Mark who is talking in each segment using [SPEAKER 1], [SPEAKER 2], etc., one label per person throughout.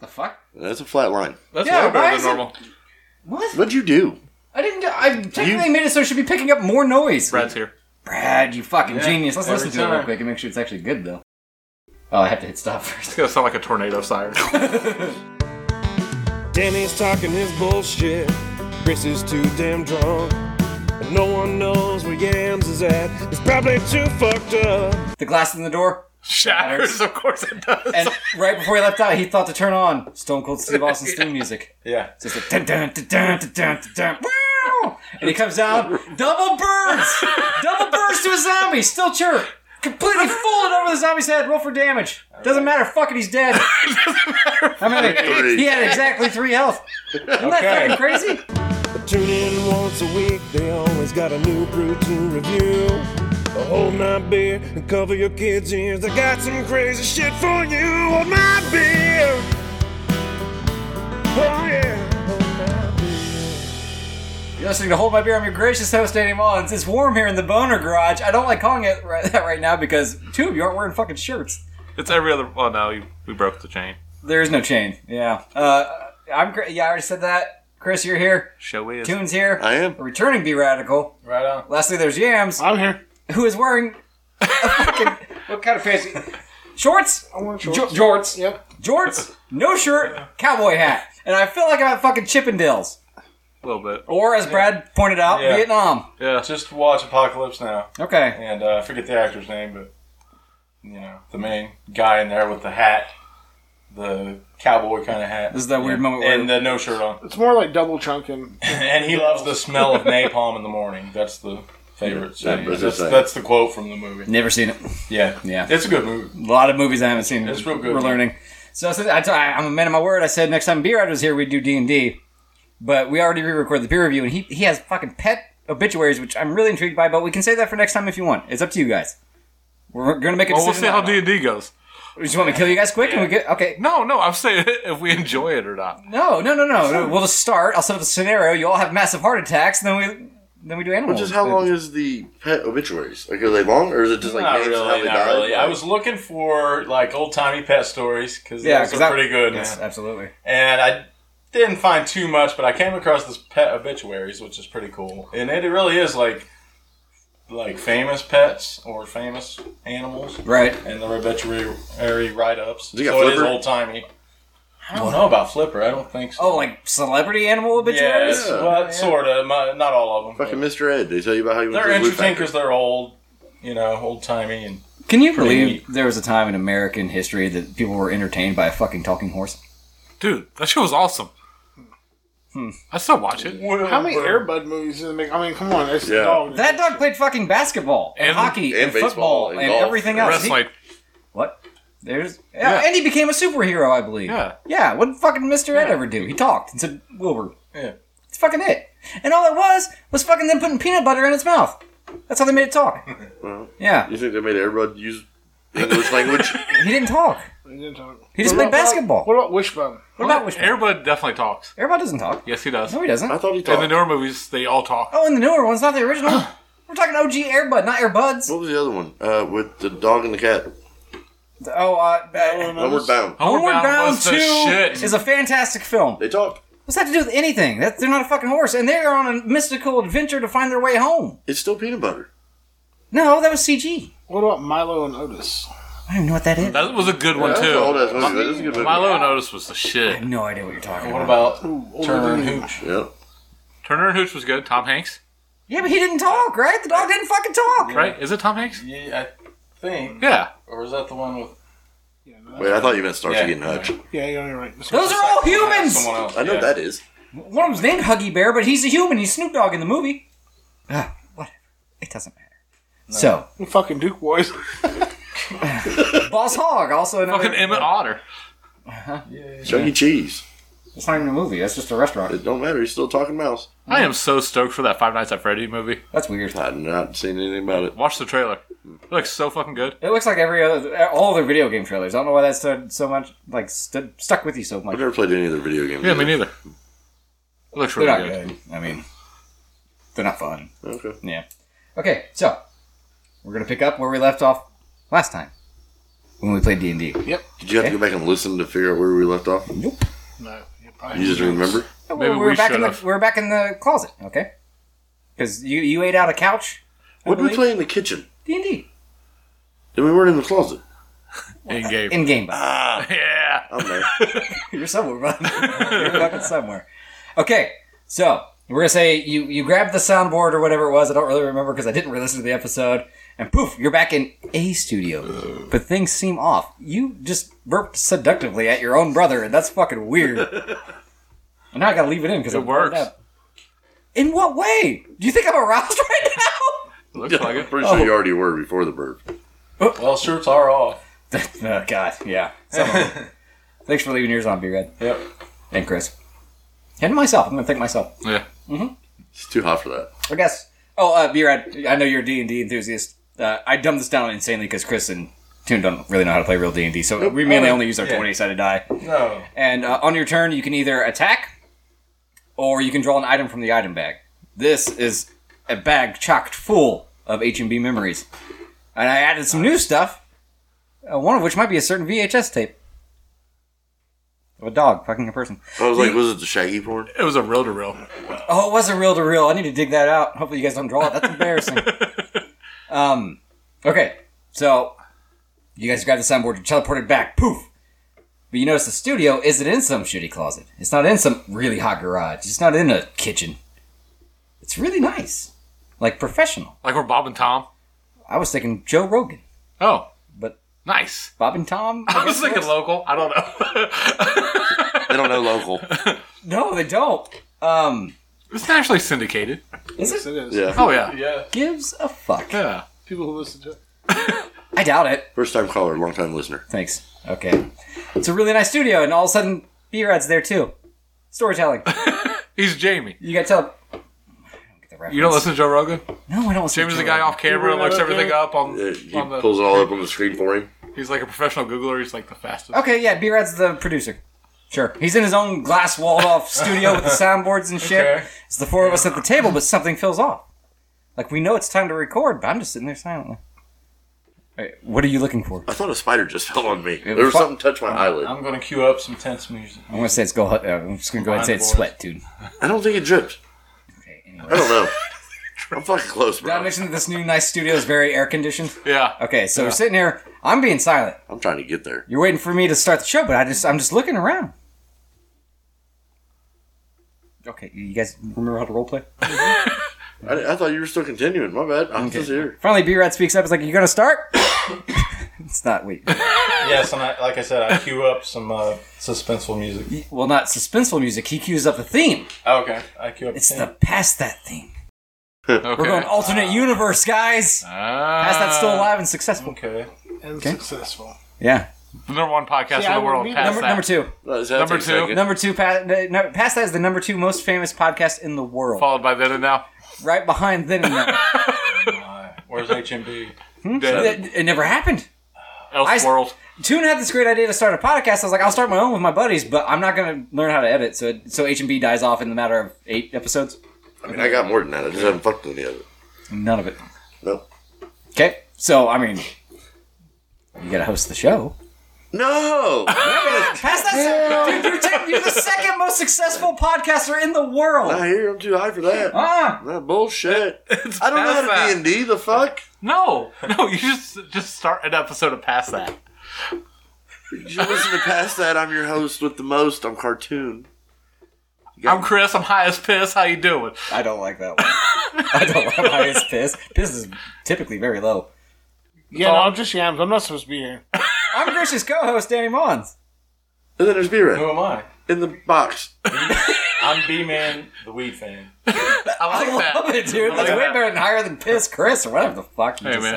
[SPEAKER 1] fuck?
[SPEAKER 2] That's a flat line.
[SPEAKER 3] That's
[SPEAKER 1] Yeah,
[SPEAKER 3] way
[SPEAKER 1] why
[SPEAKER 3] better
[SPEAKER 1] is
[SPEAKER 3] than
[SPEAKER 1] it-
[SPEAKER 3] normal.
[SPEAKER 1] What?
[SPEAKER 2] What'd you do?
[SPEAKER 1] I didn't. do- I technically
[SPEAKER 2] You-
[SPEAKER 1] made it so it should be picking up more noise.
[SPEAKER 3] Brad's here.
[SPEAKER 1] Brad, you fucking
[SPEAKER 3] Yeah,
[SPEAKER 1] genius. Let's
[SPEAKER 3] every
[SPEAKER 1] listen to it real
[SPEAKER 3] time.
[SPEAKER 1] quick and make sure it's actually good though. Oh, I have to hit stop first.
[SPEAKER 3] It's gonna sound like a tornado siren.
[SPEAKER 4] Danny's talking his bullshit. Chris is too damn drunk. And no one knows where Yams is at. He's probably too fucked up.
[SPEAKER 1] The glass in the door.
[SPEAKER 3] Shatters, of course it does.
[SPEAKER 1] And right before he left out, he thought to turn on Stone Cold Steve Austin's theme music.
[SPEAKER 3] yeah.
[SPEAKER 1] It's just like dun dun dun dun dun dun dun. dun wow! And he comes down, double birds, double birds to a zombie, still chirp, completely folded over the zombie's head. Roll for damage. Doesn't matter. Fuck it, he's dead. I mean,
[SPEAKER 2] Three.
[SPEAKER 1] he had exactly three health. Isn't that fucking crazy?
[SPEAKER 4] Tune in once a week, they always got a new brew to review. So hold my beer and cover your kids' ears. I got some crazy shit for you. Hold my beer. Oh yeah, hold my beer.
[SPEAKER 1] You're listening to Hold My Beer. I'm your gracious host, Danny Mullins. It's warm here in the Boner Garage. I don't like calling it right, that right now because two of you aren't wearing fucking shirts.
[SPEAKER 3] It's every other. Well, no, you, we broke the chain.
[SPEAKER 1] There is no chain. Yeah. Uh, I'm. gra- Yeah, I already said that. Chris, you're here.
[SPEAKER 3] Show is.
[SPEAKER 1] Tunes here.
[SPEAKER 2] I am.
[SPEAKER 1] A returning B Radical.
[SPEAKER 5] Right on.
[SPEAKER 1] Lastly, there's Yams,
[SPEAKER 5] I'm here.
[SPEAKER 1] who is wearing
[SPEAKER 5] What kind of fancy?
[SPEAKER 1] shorts,
[SPEAKER 5] I want
[SPEAKER 1] jo- jorts,
[SPEAKER 5] Yep.
[SPEAKER 1] jorts, no shirt, cowboy hat, and I feel like I'm at fucking Chippendales,
[SPEAKER 3] A little bit.
[SPEAKER 1] or as Brad pointed out,
[SPEAKER 5] Yeah.
[SPEAKER 1] Vietnam.
[SPEAKER 3] Yeah.
[SPEAKER 5] Just watch Apocalypse Now,
[SPEAKER 1] Okay,
[SPEAKER 5] and uh, I forget the actor's name, but you know the main guy in there with the hat, the cowboy kind of hat.
[SPEAKER 1] This is that weird
[SPEAKER 5] Yeah.
[SPEAKER 1] moment where-
[SPEAKER 5] and the no shirt on.
[SPEAKER 6] It's more like double chunking.
[SPEAKER 5] and he loves the smell of napalm in the morning. That's the favorite.
[SPEAKER 2] Yeah,
[SPEAKER 5] saying.
[SPEAKER 2] that was
[SPEAKER 5] that's,
[SPEAKER 2] his thing.
[SPEAKER 5] that's the quote from the movie.
[SPEAKER 1] never seen it.
[SPEAKER 5] Yeah,
[SPEAKER 1] Yeah.
[SPEAKER 5] It's a good movie.
[SPEAKER 1] A lot of movies I haven't seen.
[SPEAKER 5] It's real good.
[SPEAKER 1] We're learning. So, so I t- I, I'm a man of my word. I said next time B Rad was here, we'd do D and D, but we already re-recorded the peer review, and he he has fucking pet obituaries, which I'm really intrigued by. But we can save that for next time if you want. It's up to you guys. We're gonna make a
[SPEAKER 3] Well, we'll
[SPEAKER 1] decision.
[SPEAKER 3] see how
[SPEAKER 1] now.
[SPEAKER 3] D and D goes.
[SPEAKER 1] You just want me to kill you guys quick, and we get okay.
[SPEAKER 3] No, no, I'm saying if we enjoy it or not.
[SPEAKER 1] No, no, no, no. no. We'll just start. I'll set up a scenario. You all have massive heart attacks, and then we then we do animal.
[SPEAKER 2] Just how long is the pet obituaries? Like, are they long, or is it just like
[SPEAKER 5] Not
[SPEAKER 2] names and how
[SPEAKER 5] really,
[SPEAKER 2] they
[SPEAKER 5] not
[SPEAKER 2] died?
[SPEAKER 5] really. I was looking for like old timey pet stories because
[SPEAKER 1] Yeah,
[SPEAKER 5] those
[SPEAKER 1] 'cause
[SPEAKER 5] are
[SPEAKER 1] that-
[SPEAKER 5] pretty good.
[SPEAKER 1] Yes,
[SPEAKER 5] man.
[SPEAKER 1] absolutely.
[SPEAKER 5] and I didn't find too much, but I came across this pet obituaries, which is pretty cool, and it really is like like famous pets or famous animals
[SPEAKER 1] Right.
[SPEAKER 5] and their obituary write ups. So
[SPEAKER 2] Does he got
[SPEAKER 5] it is
[SPEAKER 2] Flipper?
[SPEAKER 5] old timey. I don't know about Flipper. I don't think so.
[SPEAKER 1] Oh, like celebrity animal
[SPEAKER 5] yeah,
[SPEAKER 1] obituaries.
[SPEAKER 5] it's- well, sort of. Not all of them.
[SPEAKER 2] Fucking Mr. Ed. They tell you about how you
[SPEAKER 5] but
[SPEAKER 2] went
[SPEAKER 5] They're
[SPEAKER 2] to the glue
[SPEAKER 5] interesting
[SPEAKER 2] factory.
[SPEAKER 5] because they're old, you know, old timey, and
[SPEAKER 1] Can you
[SPEAKER 5] Pretty
[SPEAKER 1] believe
[SPEAKER 5] neat.
[SPEAKER 1] there was a time in American history that people were entertained by a fucking talking horse?
[SPEAKER 3] Dude, that shit was awesome.
[SPEAKER 1] Hmm.
[SPEAKER 3] I still watch it.
[SPEAKER 6] How many Airbud movies does it make? I mean, come on, it's
[SPEAKER 2] Yeah.
[SPEAKER 6] a dog.
[SPEAKER 1] That dog played fucking basketball and,
[SPEAKER 3] And-
[SPEAKER 1] hockey and,
[SPEAKER 2] and baseball
[SPEAKER 1] football and,
[SPEAKER 2] and golf
[SPEAKER 1] everything
[SPEAKER 2] and
[SPEAKER 1] else. He-
[SPEAKER 3] Wrestling.
[SPEAKER 1] what? There's yeah, and he became a superhero, I believe.
[SPEAKER 3] Yeah.
[SPEAKER 1] Yeah. What did fucking Mr. Ed ever do? He talked and said Wilbur.
[SPEAKER 5] Yeah.
[SPEAKER 1] It's fucking it. And all it was was fucking them putting peanut butter in its mouth. That's how they made it talk.
[SPEAKER 2] Well.
[SPEAKER 1] Yeah.
[SPEAKER 2] You think they made Airbud use English language?
[SPEAKER 1] He didn't talk.
[SPEAKER 6] He didn't talk.
[SPEAKER 1] He just
[SPEAKER 6] What
[SPEAKER 1] played
[SPEAKER 6] about-
[SPEAKER 1] basketball.
[SPEAKER 6] What about Wishbone?
[SPEAKER 1] What about which
[SPEAKER 3] Airbud definitely talks.
[SPEAKER 1] Everybody doesn't talk.
[SPEAKER 3] Yes, he does.
[SPEAKER 1] No, he doesn't.
[SPEAKER 2] I thought he
[SPEAKER 3] In
[SPEAKER 2] talked.
[SPEAKER 3] the newer movies, they all talk.
[SPEAKER 1] Oh, and the newer one's not the original. We're talking OG Airbud, not Airbuds.
[SPEAKER 2] what was the other one? Uh, with the dog and the cat.
[SPEAKER 1] Oh, uh, uh,
[SPEAKER 2] Homeward Bound.
[SPEAKER 1] Homeward Bound
[SPEAKER 3] was
[SPEAKER 1] Two
[SPEAKER 3] the shit.
[SPEAKER 1] is a fantastic film.
[SPEAKER 2] They talk.
[SPEAKER 1] What's that to do with anything? That they're not a fucking horse, and they're on a mystical adventure to find their way home.
[SPEAKER 2] It's still peanut butter.
[SPEAKER 1] No, that was CG.
[SPEAKER 6] What about Milo and Otis?
[SPEAKER 1] I don't even know what that is. I
[SPEAKER 3] That was a good one
[SPEAKER 2] That's an old
[SPEAKER 3] too.
[SPEAKER 2] ass movie. That is a good movie.
[SPEAKER 3] Milo and Otis was the shit.
[SPEAKER 1] have no idea what you're talking
[SPEAKER 5] what
[SPEAKER 1] about.
[SPEAKER 5] about Turner and Hooch?
[SPEAKER 2] Yeah.
[SPEAKER 3] Turner and Hooch was good. Tom Hanks,
[SPEAKER 1] Yeah, but he didn't talk, right? The dog didn't fucking talk.
[SPEAKER 3] right? Is it Tom Hanks?
[SPEAKER 5] Yeah, I think,
[SPEAKER 3] Yeah.
[SPEAKER 5] or is that the one with?
[SPEAKER 6] Yeah, no,
[SPEAKER 2] Wait, I thought you meant Starsky
[SPEAKER 5] Yeah.
[SPEAKER 2] and Hutch.
[SPEAKER 6] yeah, you're right.
[SPEAKER 1] Those are all humans.
[SPEAKER 5] Someone else.
[SPEAKER 2] I know
[SPEAKER 5] yeah.
[SPEAKER 2] that is.
[SPEAKER 1] One of them's named Huggy Bear, but he's a human. He's Snoop Dogg in the movie. Ah, whatever. It doesn't matter. So,
[SPEAKER 6] are fucking Duke boys.
[SPEAKER 1] Boss Hog also another.
[SPEAKER 3] Fucking Emmett Otter.
[SPEAKER 2] Chuck E. Cheese.
[SPEAKER 1] It's not even a movie. That's just a restaurant.
[SPEAKER 2] It don't matter. He's still talking mouse.
[SPEAKER 3] I am so stoked for that Five Nights at Freddy movie.
[SPEAKER 1] That's weird.
[SPEAKER 2] I've not seen anything about it.
[SPEAKER 3] Watch the trailer. It looks so fucking good.
[SPEAKER 1] It looks like every other all their video game trailers. I don't know why that stood so much like stood, stuck with you so much.
[SPEAKER 2] I've never played any of their video games.
[SPEAKER 3] Yeah, me neither. It looks
[SPEAKER 1] They're
[SPEAKER 3] really
[SPEAKER 1] not
[SPEAKER 3] good.
[SPEAKER 1] good. I mean, they're not fun.
[SPEAKER 2] Okay.
[SPEAKER 1] Yeah. Okay, so we're gonna pick up where we left off last time when we played D and D.
[SPEAKER 2] Did you have to go back and listen to figure out where we left off?
[SPEAKER 1] Nope.
[SPEAKER 6] No. yeah, probably
[SPEAKER 2] You just remember?
[SPEAKER 3] Maybe
[SPEAKER 1] we were
[SPEAKER 3] we
[SPEAKER 1] back in
[SPEAKER 3] should
[SPEAKER 1] the
[SPEAKER 3] have.
[SPEAKER 1] we were back in the closet, okay? Because you you ate out a couch.
[SPEAKER 2] What did we play in the kitchen?
[SPEAKER 1] D and D
[SPEAKER 2] And we weren't in the closet.
[SPEAKER 3] In game.
[SPEAKER 1] in game.
[SPEAKER 3] yeah.
[SPEAKER 2] I'm there.
[SPEAKER 1] You're somewhere, bud. You're fucking somewhere. Okay, so we're gonna say you you grabbed the soundboard or whatever it was. I don't really remember because I didn't really listen to the episode. And poof, you're back in A studio, but things seem off. You just burped seductively at your own brother, and that's fucking weird. and now I gotta leave it in because
[SPEAKER 3] It
[SPEAKER 1] I'm burned
[SPEAKER 3] works.
[SPEAKER 1] up. In what way? Do you think I'm aroused right now?
[SPEAKER 3] Looks like
[SPEAKER 2] I'm
[SPEAKER 3] it.
[SPEAKER 2] pretty sure you already were before the burp.
[SPEAKER 5] Well, shirts are off.
[SPEAKER 1] oh God, yeah. Some of them. Thanks for leaving yours on, B Red
[SPEAKER 5] Yep.
[SPEAKER 1] and Chris, and myself. I'm gonna thank myself.
[SPEAKER 3] Yeah.
[SPEAKER 2] It's too hot for that.
[SPEAKER 1] I guess. Oh, uh, B-Rad, I know you're a D&D enthusiast. Uh, I dumbed this down insanely because Chris and Toon don't really know how to play real D&D, so we mainly
[SPEAKER 5] Oh,
[SPEAKER 1] only use our
[SPEAKER 5] yeah.
[SPEAKER 1] 20-sided die.
[SPEAKER 5] No.
[SPEAKER 1] And uh, on your turn, you can either attack, or you can draw an item from the item bag. This is a bag chocked full of H&B memories. And I added some new stuff, uh, one of which might be a certain VHS tape. Of a dog fucking a person.
[SPEAKER 2] I was like, was it the shaggy porn?
[SPEAKER 3] It was a reel to reel.
[SPEAKER 1] Oh, it was a reel to reel. I need to dig that out. Hopefully, you guys don't draw it. That's embarrassing. um, okay, so you guys grabbed the soundboard, you teleported back, poof. But you notice the studio isn't in some shitty closet. It's not in some really hot garage. It's not in a kitchen. It's really nice, like professional.
[SPEAKER 3] Like we're Bob and Tom.
[SPEAKER 1] I was thinking Joe Rogan,
[SPEAKER 3] Oh,
[SPEAKER 1] but
[SPEAKER 3] nice.
[SPEAKER 1] Bob and Tom.
[SPEAKER 3] I was
[SPEAKER 1] guess
[SPEAKER 3] thinking
[SPEAKER 1] works.
[SPEAKER 3] local. I don't know.
[SPEAKER 2] They don't know local.
[SPEAKER 1] no, they don't. Um,
[SPEAKER 3] it's nationally syndicated.
[SPEAKER 1] is
[SPEAKER 6] Yes,
[SPEAKER 1] it
[SPEAKER 6] it is.
[SPEAKER 2] Yeah.
[SPEAKER 3] Oh yeah.
[SPEAKER 5] Yeah.
[SPEAKER 1] gives a fuck?
[SPEAKER 3] Yeah.
[SPEAKER 6] People who listen to it.
[SPEAKER 1] I doubt it.
[SPEAKER 2] First time caller, long time listener.
[SPEAKER 1] Thanks. Okay. It's a really nice studio, and all of a sudden, B Rad's there too. Storytelling.
[SPEAKER 3] He's Jamie.
[SPEAKER 1] You gotta tell. I don't get the reference.
[SPEAKER 3] You don't listen to Joe Rogan?
[SPEAKER 1] No, I don't listen
[SPEAKER 3] Jamie's
[SPEAKER 1] to
[SPEAKER 3] the guy
[SPEAKER 1] Joe
[SPEAKER 3] off camera,
[SPEAKER 6] Remember
[SPEAKER 3] looks
[SPEAKER 6] that
[SPEAKER 3] everything
[SPEAKER 6] guy?
[SPEAKER 3] up on,
[SPEAKER 2] Uh, He
[SPEAKER 3] on the.
[SPEAKER 2] pulls it all up on the screen for him.
[SPEAKER 3] He's like a professional Googler. He's like the fastest.
[SPEAKER 1] Rogan. Okay, yeah, B Rad's the producer. Sure. He's in his own glass walled off studio with the soundboards and shit.
[SPEAKER 5] Okay.
[SPEAKER 1] It's the four of us at the table, but something feels off. Like, we know it's time to record, but I'm just sitting there silently. Hey, what are you looking for?
[SPEAKER 2] I thought a spider just fell on me. There was
[SPEAKER 1] fuck-
[SPEAKER 2] something touched my eyelid.
[SPEAKER 5] I'm gonna queue up some tense music.
[SPEAKER 1] I'm gonna say it's go. Uh, I'm just gonna go ahead and say it's sweat, dude.
[SPEAKER 2] I don't think it dripped.
[SPEAKER 1] Okay,
[SPEAKER 2] I
[SPEAKER 1] anyway.
[SPEAKER 2] don't know. I'm fucking close,
[SPEAKER 1] Did I
[SPEAKER 2] bro.
[SPEAKER 1] mention that this new nice studio is very air conditioned?
[SPEAKER 3] Yeah.
[SPEAKER 1] Okay, so we're sitting here. I'm being silent.
[SPEAKER 2] I'm trying to get there.
[SPEAKER 1] You're waiting for me to start the show, but I just I'm just looking around. Okay, you guys remember how to roleplay?
[SPEAKER 2] I, I thought you were still continuing. My bad. I'm just here.
[SPEAKER 1] Finally, B Rat speaks up. It's like, "You gonna start?" it's not. Wait,
[SPEAKER 5] Yes, and I, like I said, I queue up some uh, suspenseful music.
[SPEAKER 1] well, not suspenseful music. He cues up the theme.
[SPEAKER 5] Oh, Okay, I queue up.
[SPEAKER 1] It's
[SPEAKER 5] ten.
[SPEAKER 1] the past that theme.
[SPEAKER 3] Okay. Ah.
[SPEAKER 1] We're going alternate universe, guys. Past that still alive and successful.
[SPEAKER 5] okay.
[SPEAKER 6] And successful.
[SPEAKER 1] Yeah.
[SPEAKER 3] The number one podcast
[SPEAKER 6] See,
[SPEAKER 3] in
[SPEAKER 6] I
[SPEAKER 3] the
[SPEAKER 6] would
[SPEAKER 3] world.
[SPEAKER 6] be-
[SPEAKER 3] Past
[SPEAKER 1] Number,
[SPEAKER 3] that.
[SPEAKER 1] number two.
[SPEAKER 2] No, does that
[SPEAKER 3] Number
[SPEAKER 2] take a
[SPEAKER 3] two.
[SPEAKER 2] second?
[SPEAKER 1] Number two. Past, no, past that is the number two most famous podcast in the world.
[SPEAKER 3] Followed by then and now.
[SPEAKER 1] Right behind then and now.
[SPEAKER 5] Where's HMB?
[SPEAKER 3] Dead.
[SPEAKER 1] it, it never happened.
[SPEAKER 3] Else world.
[SPEAKER 1] Toon had this great idea to start a podcast. I was like, I'll start my own with my buddies, but I'm not going to learn how to edit. So it, so H and B dies off in the matter of eight episodes.
[SPEAKER 2] I mean, I got more than that. I just haven't fucked with any of it.
[SPEAKER 1] None of it.
[SPEAKER 2] No.
[SPEAKER 1] Okay, so I mean, you got to host the show.
[SPEAKER 2] No!
[SPEAKER 1] Pass that, dude. You're, tech- you're the second most successful podcaster in the world.
[SPEAKER 2] I hear I'm too high for that.
[SPEAKER 1] Ah,
[SPEAKER 2] That bullshit. I don't know how
[SPEAKER 3] past
[SPEAKER 2] to
[SPEAKER 3] that.
[SPEAKER 2] D&D, the fuck?
[SPEAKER 3] No, no, you just just start an episode of Past That.
[SPEAKER 2] You should listen to Past That. I'm your host with the most. I'm Cartoon.
[SPEAKER 3] I'm Chris. I'm high as piss. How you doing?
[SPEAKER 1] I don't like that one. I don't like my his piss. Piss is typically very low.
[SPEAKER 6] Yeah, no, I'm just yams. I'm not supposed to be here.
[SPEAKER 1] I'm Grish's co-host Danny Mons.
[SPEAKER 2] And then there's B-Red.
[SPEAKER 1] Oh.
[SPEAKER 5] Who am I?
[SPEAKER 2] In the box.
[SPEAKER 5] I'm B Man, the weed fan.
[SPEAKER 3] I like
[SPEAKER 1] I love
[SPEAKER 3] that.
[SPEAKER 1] it, dude. That's
[SPEAKER 3] like
[SPEAKER 1] way
[SPEAKER 3] that.
[SPEAKER 1] better than higher than piss Chris or whatever the fuck you
[SPEAKER 3] Hey,
[SPEAKER 1] just
[SPEAKER 3] man.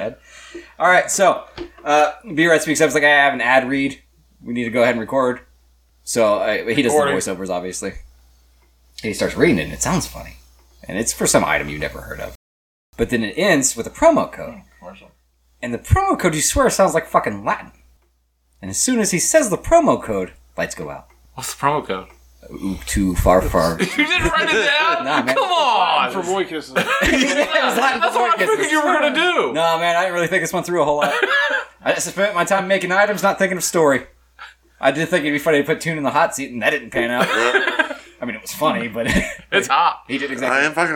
[SPEAKER 1] said. All right, so uh, B Red speaks up. It's like I have an ad read. We need to go ahead and record. So uh, he does the
[SPEAKER 5] Recording.
[SPEAKER 1] voiceovers, obviously. And he starts reading it, and it sounds funny, and it's for some item you've never heard of. But then it ends with a promo code,
[SPEAKER 5] Commercial.
[SPEAKER 1] and the promo code you swear sounds like fucking Latin. And as soon as he says the promo code, lights go out.
[SPEAKER 3] What's the promo code?
[SPEAKER 1] Ooh, too far, far.
[SPEAKER 3] You didn't write it down.
[SPEAKER 1] Nah, man.
[SPEAKER 3] Come on.
[SPEAKER 6] For boy kisses.
[SPEAKER 3] That's what I figured you were gonna do.
[SPEAKER 1] No, man, I didn't really think this one through a whole lot. I just spent my time making items, not thinking of story. I did think it'd be funny to put Toon in the hot seat, and that didn't pan out. I mean, it was funny, but
[SPEAKER 3] It's hot.
[SPEAKER 1] he did
[SPEAKER 2] I
[SPEAKER 1] exactly.
[SPEAKER 2] am fucking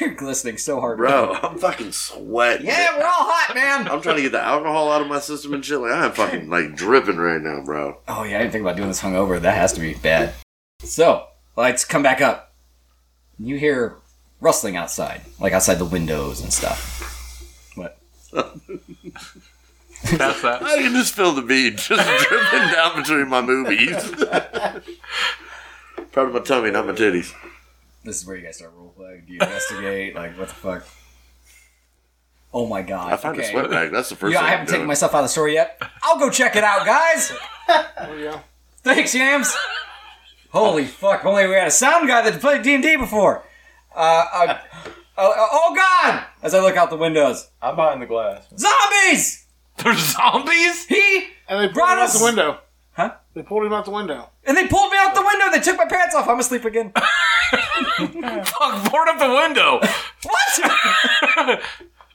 [SPEAKER 1] You're glistening so hard,
[SPEAKER 2] bro. I'm fucking sweating.
[SPEAKER 1] Oh. Yeah, we're all hot, man.
[SPEAKER 2] I'm trying to get the alcohol out of my system and shit. Like I am fucking like dripping right now, bro.
[SPEAKER 1] Oh yeah, I didn't think about doing this hungover. That has to be bad. So lights come back up. You hear rustling outside, like outside the windows and stuff. What?
[SPEAKER 3] That's that.
[SPEAKER 2] I can just feel the bead just dripping down between my movies. Proud of my tummy, not my titties.
[SPEAKER 1] This is where you guys start role playing. Do you investigate? like what the fuck? Oh my god.
[SPEAKER 2] I find a sweat bag. That's the first
[SPEAKER 1] Yeah,
[SPEAKER 2] thing
[SPEAKER 1] I
[SPEAKER 2] I'm
[SPEAKER 1] haven't
[SPEAKER 2] doing.
[SPEAKER 1] taken myself out of the story yet. I'll go check it out, guys.
[SPEAKER 6] Oh, yeah.
[SPEAKER 1] Thanks, Yams. Holy fuck! Only we had a sound guy that played D and D before. Uh, uh, uh, oh god! As I look out the windows,
[SPEAKER 5] I'm behind the glass.
[SPEAKER 1] zombies!
[SPEAKER 3] There's zombies?
[SPEAKER 1] He
[SPEAKER 6] And they
[SPEAKER 1] Brought
[SPEAKER 6] brought out
[SPEAKER 1] us-
[SPEAKER 6] the window.
[SPEAKER 1] Huh?
[SPEAKER 6] They pulled him out the window.
[SPEAKER 1] and they pulled me out the window. They took my pants off. I'm asleep again.
[SPEAKER 3] Fuck, board up the window.
[SPEAKER 1] What?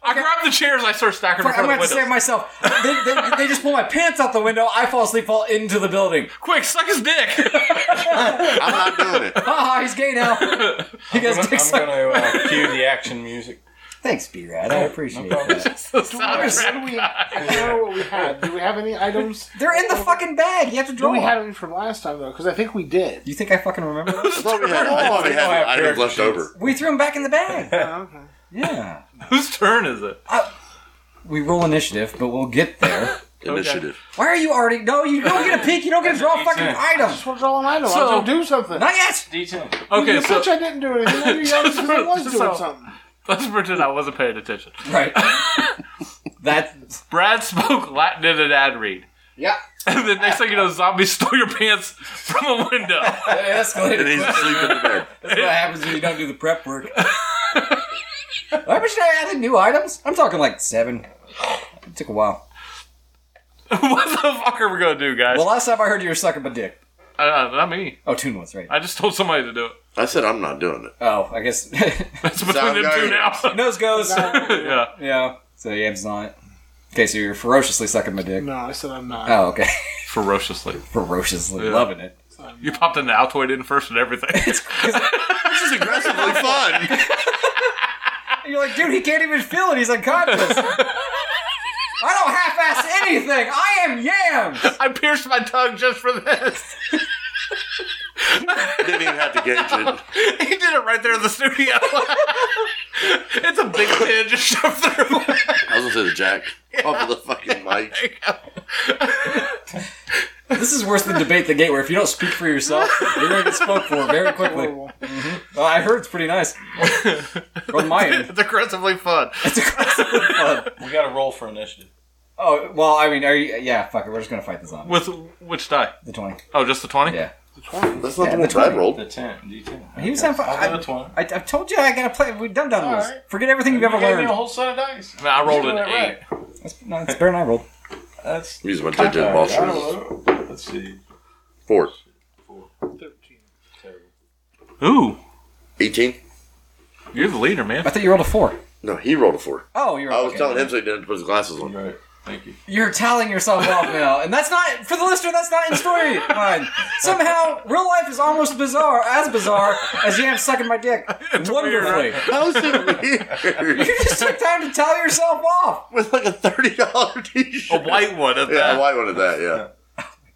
[SPEAKER 3] I grab the chairs, I start stacking them in
[SPEAKER 1] I'm
[SPEAKER 3] front
[SPEAKER 1] going
[SPEAKER 3] of
[SPEAKER 1] to
[SPEAKER 3] the
[SPEAKER 1] save
[SPEAKER 3] window.
[SPEAKER 1] myself. They, they, they just pull my pants out the window. I fall asleep, fall into the building.
[SPEAKER 3] Quick, suck his dick.
[SPEAKER 2] I'm not doing it.
[SPEAKER 1] Haha, Ah, he's gay now. He
[SPEAKER 5] I'm
[SPEAKER 1] gets
[SPEAKER 5] gonna,
[SPEAKER 1] dick
[SPEAKER 5] I'm
[SPEAKER 1] sucked.
[SPEAKER 5] gonna uh, cue the action music.
[SPEAKER 1] Thanks, B-Rad. I appreciate that.
[SPEAKER 3] The
[SPEAKER 6] What
[SPEAKER 3] soundtrack.
[SPEAKER 6] do we? I don't know what we had. Do we have any items?
[SPEAKER 1] They're in the fucking bag. You have to
[SPEAKER 6] Do
[SPEAKER 1] draw.
[SPEAKER 6] we have any from last time though? Because I think we did.
[SPEAKER 1] you think I fucking remember those?
[SPEAKER 2] I thought we had, I thought we
[SPEAKER 5] don't have
[SPEAKER 2] had items
[SPEAKER 5] character
[SPEAKER 2] left
[SPEAKER 5] sheets.
[SPEAKER 2] over.
[SPEAKER 1] We threw them back in the bag.
[SPEAKER 6] Oh, okay.
[SPEAKER 1] Yeah.
[SPEAKER 3] Whose turn is it?
[SPEAKER 1] We roll initiative, but we'll get there.
[SPEAKER 2] Initiative.
[SPEAKER 1] Why are you already... No, you don't get a peek. You don't get to draw a fucking item.
[SPEAKER 6] Just want to draw an item.
[SPEAKER 3] So-
[SPEAKER 6] I was gonna do something.
[SPEAKER 1] Not yet.
[SPEAKER 5] D10.
[SPEAKER 3] Okay,
[SPEAKER 6] you
[SPEAKER 3] so
[SPEAKER 6] bitch, I didn't do anything. I knew y'all was- I was doing
[SPEAKER 3] So-
[SPEAKER 6] something.
[SPEAKER 3] let's pretend I wasn't paying attention.
[SPEAKER 1] Right. That's...
[SPEAKER 3] Brad spoke Latin in an ad read.
[SPEAKER 1] Yeah.
[SPEAKER 3] And the next thing you know, zombies stole your pants from a window.
[SPEAKER 1] It escalated.
[SPEAKER 2] And he's asleep in the bed.
[SPEAKER 1] That's what happens when you don't do the prep work. I wish I added new items. I'm talking like seven. It took a while.
[SPEAKER 3] what the fuck are we gonna do, guys?
[SPEAKER 1] Well, last time I heard you were sucking my dick.
[SPEAKER 3] uh, not me.
[SPEAKER 1] Oh, Toon was right.
[SPEAKER 3] I just told somebody to do it.
[SPEAKER 2] I said I'm not doing it.
[SPEAKER 1] Oh, I guess
[SPEAKER 3] It's between
[SPEAKER 2] Sound
[SPEAKER 3] them
[SPEAKER 2] guy.
[SPEAKER 3] two now.
[SPEAKER 1] nose goes.
[SPEAKER 3] yeah.
[SPEAKER 1] yeah. So Yam's on it. Okay, so you're ferociously sucking my dick.
[SPEAKER 6] No, I said I'm not.
[SPEAKER 1] Oh, okay.
[SPEAKER 3] Ferociously.
[SPEAKER 1] Ferociously
[SPEAKER 3] Yeah.
[SPEAKER 1] loving it.
[SPEAKER 3] You popped an Altoid in first and everything.
[SPEAKER 1] It's 'cause
[SPEAKER 2] This is aggressively fun.
[SPEAKER 1] you're like, dude, he can't even feel it. He's unconscious. I don't half-ass anything. I am Yams.
[SPEAKER 3] I pierced my tongue just for this.
[SPEAKER 2] Didn't even have to gauge it.
[SPEAKER 3] He did it right there in the studio. it's a big pin just shoved through.
[SPEAKER 2] I was gonna say the jack off of the fucking mic.
[SPEAKER 1] This is worse than debate the gate where if you don't speak for yourself, you're going to get spoke for very quickly.
[SPEAKER 6] Horrible.
[SPEAKER 1] Well, I heard it's pretty nice. From my end.
[SPEAKER 3] it's aggressively fun.
[SPEAKER 1] It's aggressively fun.
[SPEAKER 5] We got to roll for initiative.
[SPEAKER 1] Oh, well, I mean, are you, yeah, fuck it. We're just going to fight the zombie.
[SPEAKER 3] With which die?
[SPEAKER 1] The 20.
[SPEAKER 3] Oh, just the 20?
[SPEAKER 1] Yeah.
[SPEAKER 2] That's not
[SPEAKER 1] Yeah,
[SPEAKER 2] the
[SPEAKER 1] the
[SPEAKER 2] one that I
[SPEAKER 1] 20.
[SPEAKER 2] rolled.
[SPEAKER 5] The 10. D10.
[SPEAKER 1] He was having fun.
[SPEAKER 5] I'll do a
[SPEAKER 1] I,
[SPEAKER 5] 20.
[SPEAKER 1] I, I've told you I got to play. We've done done rules.
[SPEAKER 6] Alright.
[SPEAKER 1] Forget everything you've
[SPEAKER 5] You
[SPEAKER 1] ever
[SPEAKER 5] gave me a
[SPEAKER 1] learned.
[SPEAKER 5] whole set of dice.
[SPEAKER 3] Man, I rolled
[SPEAKER 5] You're
[SPEAKER 3] an
[SPEAKER 5] doing it
[SPEAKER 3] eight.
[SPEAKER 5] right.
[SPEAKER 1] That's, no, it's better than I rolled.
[SPEAKER 5] That's.
[SPEAKER 2] I'm using my
[SPEAKER 5] cockeyed.
[SPEAKER 2] JJ
[SPEAKER 5] I
[SPEAKER 2] Balls
[SPEAKER 5] don't know. Let's see.
[SPEAKER 2] Four.
[SPEAKER 3] Ooh,
[SPEAKER 2] Eighteen?
[SPEAKER 3] you're the leader, man.
[SPEAKER 1] I thought you rolled a 4.
[SPEAKER 2] No, he rolled a four.
[SPEAKER 1] Oh, you're
[SPEAKER 2] I was
[SPEAKER 1] okay.
[SPEAKER 2] telling him so he didn't have to put his glasses on.
[SPEAKER 5] Right. Thank you.
[SPEAKER 1] You're telling yourself off now. And that's not, for the listener, that's not in story line. Somehow, real life is almost bizarre, as bizarre as Yam sucking my dick. Wonderfully.
[SPEAKER 3] weird,
[SPEAKER 2] How is it
[SPEAKER 1] You
[SPEAKER 2] weird?
[SPEAKER 1] just took time to tell yourself off.
[SPEAKER 2] With like a thirty dollar t
[SPEAKER 3] A
[SPEAKER 2] shirt.
[SPEAKER 3] white one at
[SPEAKER 2] Yeah,
[SPEAKER 3] that.
[SPEAKER 2] a white one of that, yeah.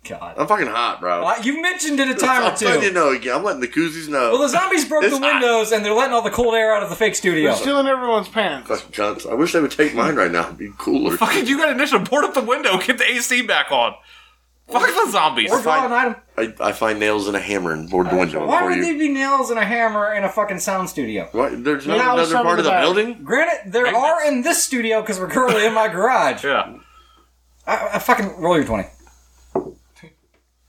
[SPEAKER 1] God.
[SPEAKER 2] I'm fucking hot, bro.
[SPEAKER 1] Well, You mentioned it a time
[SPEAKER 2] I'm
[SPEAKER 1] or two.
[SPEAKER 2] letting you know again. I'm letting the koozies know.
[SPEAKER 1] Well, the zombies broke
[SPEAKER 2] It's
[SPEAKER 1] the windows and they're letting all the cold air out of the fake studio.
[SPEAKER 6] Stealing everyone's pants.
[SPEAKER 2] Fucking cunts. I wish they would take mine right now. It'd be cooler.
[SPEAKER 3] Fucking, you got initiative. Board up the window. Get the AC back on. Fuck the zombies.
[SPEAKER 1] Or draw
[SPEAKER 2] fine.
[SPEAKER 1] an item.
[SPEAKER 2] I, I find nails and a hammer and board the window
[SPEAKER 1] Why
[SPEAKER 2] for
[SPEAKER 1] would
[SPEAKER 2] you.
[SPEAKER 1] they be nails and a hammer in a fucking sound studio?
[SPEAKER 2] What? There's
[SPEAKER 6] Now
[SPEAKER 2] not another
[SPEAKER 6] it's some
[SPEAKER 2] part
[SPEAKER 6] in
[SPEAKER 2] of
[SPEAKER 6] the
[SPEAKER 2] the
[SPEAKER 6] back.
[SPEAKER 2] building?
[SPEAKER 1] Granted, there
[SPEAKER 3] Magnets.
[SPEAKER 1] are in this studio because we're currently in my garage.
[SPEAKER 3] Yeah.
[SPEAKER 1] I, I fucking roll your 20.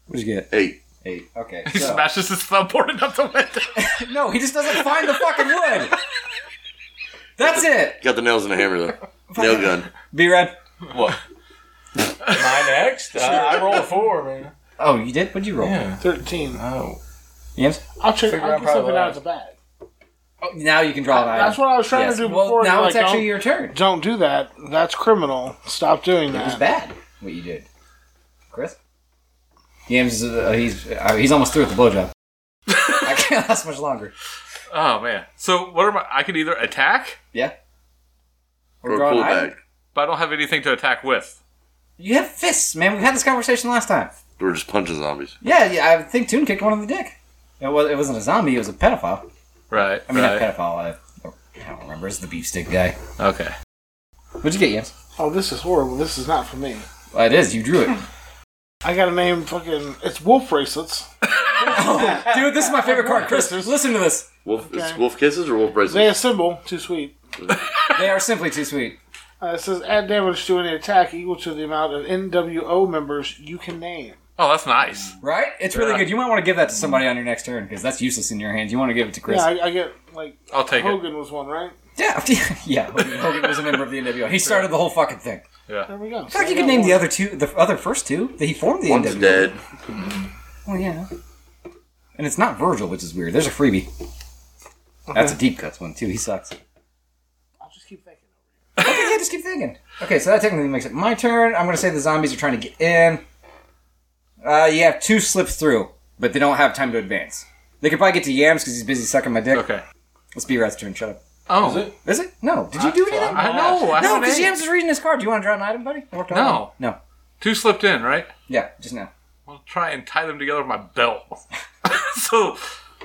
[SPEAKER 1] What'd you get?
[SPEAKER 2] Eight.
[SPEAKER 1] Eight. Okay.
[SPEAKER 3] He
[SPEAKER 1] so-
[SPEAKER 3] smashes his thumb boarded up the window.
[SPEAKER 1] No, he just doesn't find the fucking wood. That's it.
[SPEAKER 2] Got the nails and a hammer though. Nail gun.
[SPEAKER 1] B red.
[SPEAKER 5] What? My next? Uh, I roll a four, man.
[SPEAKER 1] Oh, you did? What'd you roll?
[SPEAKER 5] Yeah.
[SPEAKER 6] Thirteen.
[SPEAKER 5] Oh.
[SPEAKER 1] Yams?
[SPEAKER 6] I'll check.
[SPEAKER 5] Figure
[SPEAKER 6] I'll
[SPEAKER 5] out
[SPEAKER 6] get something
[SPEAKER 5] probably
[SPEAKER 6] out of the bag.
[SPEAKER 1] Oh, now you can draw an item.
[SPEAKER 6] That's what I was trying
[SPEAKER 1] Yes.
[SPEAKER 6] to do
[SPEAKER 1] Well,
[SPEAKER 6] before.
[SPEAKER 1] now
[SPEAKER 6] like,
[SPEAKER 1] it's actually
[SPEAKER 6] don't,
[SPEAKER 1] your turn.
[SPEAKER 6] don't do that. That's criminal. Stop doing
[SPEAKER 1] It was
[SPEAKER 6] that.
[SPEAKER 1] bad what you did. Chris? Yams is uh, he's uh, he's almost through with the blowjob. I can't last much longer.
[SPEAKER 3] Oh man. So what am I? I can either attack,
[SPEAKER 1] Yeah. Or
[SPEAKER 2] Or
[SPEAKER 1] draw an
[SPEAKER 2] pull
[SPEAKER 1] iron.
[SPEAKER 2] back.
[SPEAKER 3] but I don't have anything to attack with.
[SPEAKER 1] You have fists, man. We had this conversation last time.
[SPEAKER 2] We're just punching zombies.
[SPEAKER 1] Yeah, yeah. I think Toon kicked one in the dick. It was it wasn't a zombie. It was a pedophile.
[SPEAKER 3] Right.
[SPEAKER 1] I mean,
[SPEAKER 3] right.
[SPEAKER 1] not pedophile. I, I don't remember. It's the beef stick guy.
[SPEAKER 3] Okay.
[SPEAKER 1] What'd you get, Yams?
[SPEAKER 6] Oh, this is horrible. This is not for me.
[SPEAKER 1] Well, it is. You drew it,
[SPEAKER 6] I got to name fucking. It's wolf bracelets.
[SPEAKER 1] dude. This is my favorite card, Chris. Listen to this.
[SPEAKER 2] Wolf, it's
[SPEAKER 6] Okay.
[SPEAKER 2] wolf kisses or wolf
[SPEAKER 6] They
[SPEAKER 2] bracelets?
[SPEAKER 6] assemble. Too sweet.
[SPEAKER 1] They are simply too sweet.
[SPEAKER 6] Uh, it says add damage to any attack equal to the amount of NWO members you can name.
[SPEAKER 3] Oh, that's nice.
[SPEAKER 1] Right? It's really
[SPEAKER 3] Yeah.
[SPEAKER 1] good. You might want to give that to somebody on your next turn because that's useless in your hands. You want to give it to Chris.
[SPEAKER 6] Yeah, I, I get like
[SPEAKER 3] I'll take
[SPEAKER 6] Hogan was one, right?
[SPEAKER 1] Yeah, yeah. Hogan, Hogan was a member of the NWO. He started the whole fucking thing.
[SPEAKER 3] it. Yeah.
[SPEAKER 6] There we go.
[SPEAKER 1] In fact, you could name the other two, the other first two that he formed the
[SPEAKER 2] One's
[SPEAKER 1] NWO.
[SPEAKER 2] dead.
[SPEAKER 1] Well, yeah. And it's not Virgil, which is weird. There's a freebie. That's a deep cuts one too. He sucks. Okay,
[SPEAKER 6] I'll just keep thinking.
[SPEAKER 1] yeah, just keep thinking. Okay, so that technically makes it my turn. I'm gonna say the zombies are trying to get in. Uh, you have two slip through, but they don't have time to advance. They could probably get to Yams because he's busy sucking my dick.
[SPEAKER 3] Okay.
[SPEAKER 1] Let's be Rat's turn. Shut up.
[SPEAKER 3] Oh.
[SPEAKER 5] Is it?
[SPEAKER 1] Is it? No. Did you do anything?
[SPEAKER 3] I know. I
[SPEAKER 1] No,
[SPEAKER 3] don't
[SPEAKER 1] because
[SPEAKER 3] aim.
[SPEAKER 1] James was reading his card. Do you want to draw an item, buddy? Or draw
[SPEAKER 3] No.
[SPEAKER 1] one? No.
[SPEAKER 3] Two slipped in, right?
[SPEAKER 1] Yeah, just now.
[SPEAKER 3] I'll try and tie them together with my belt. so,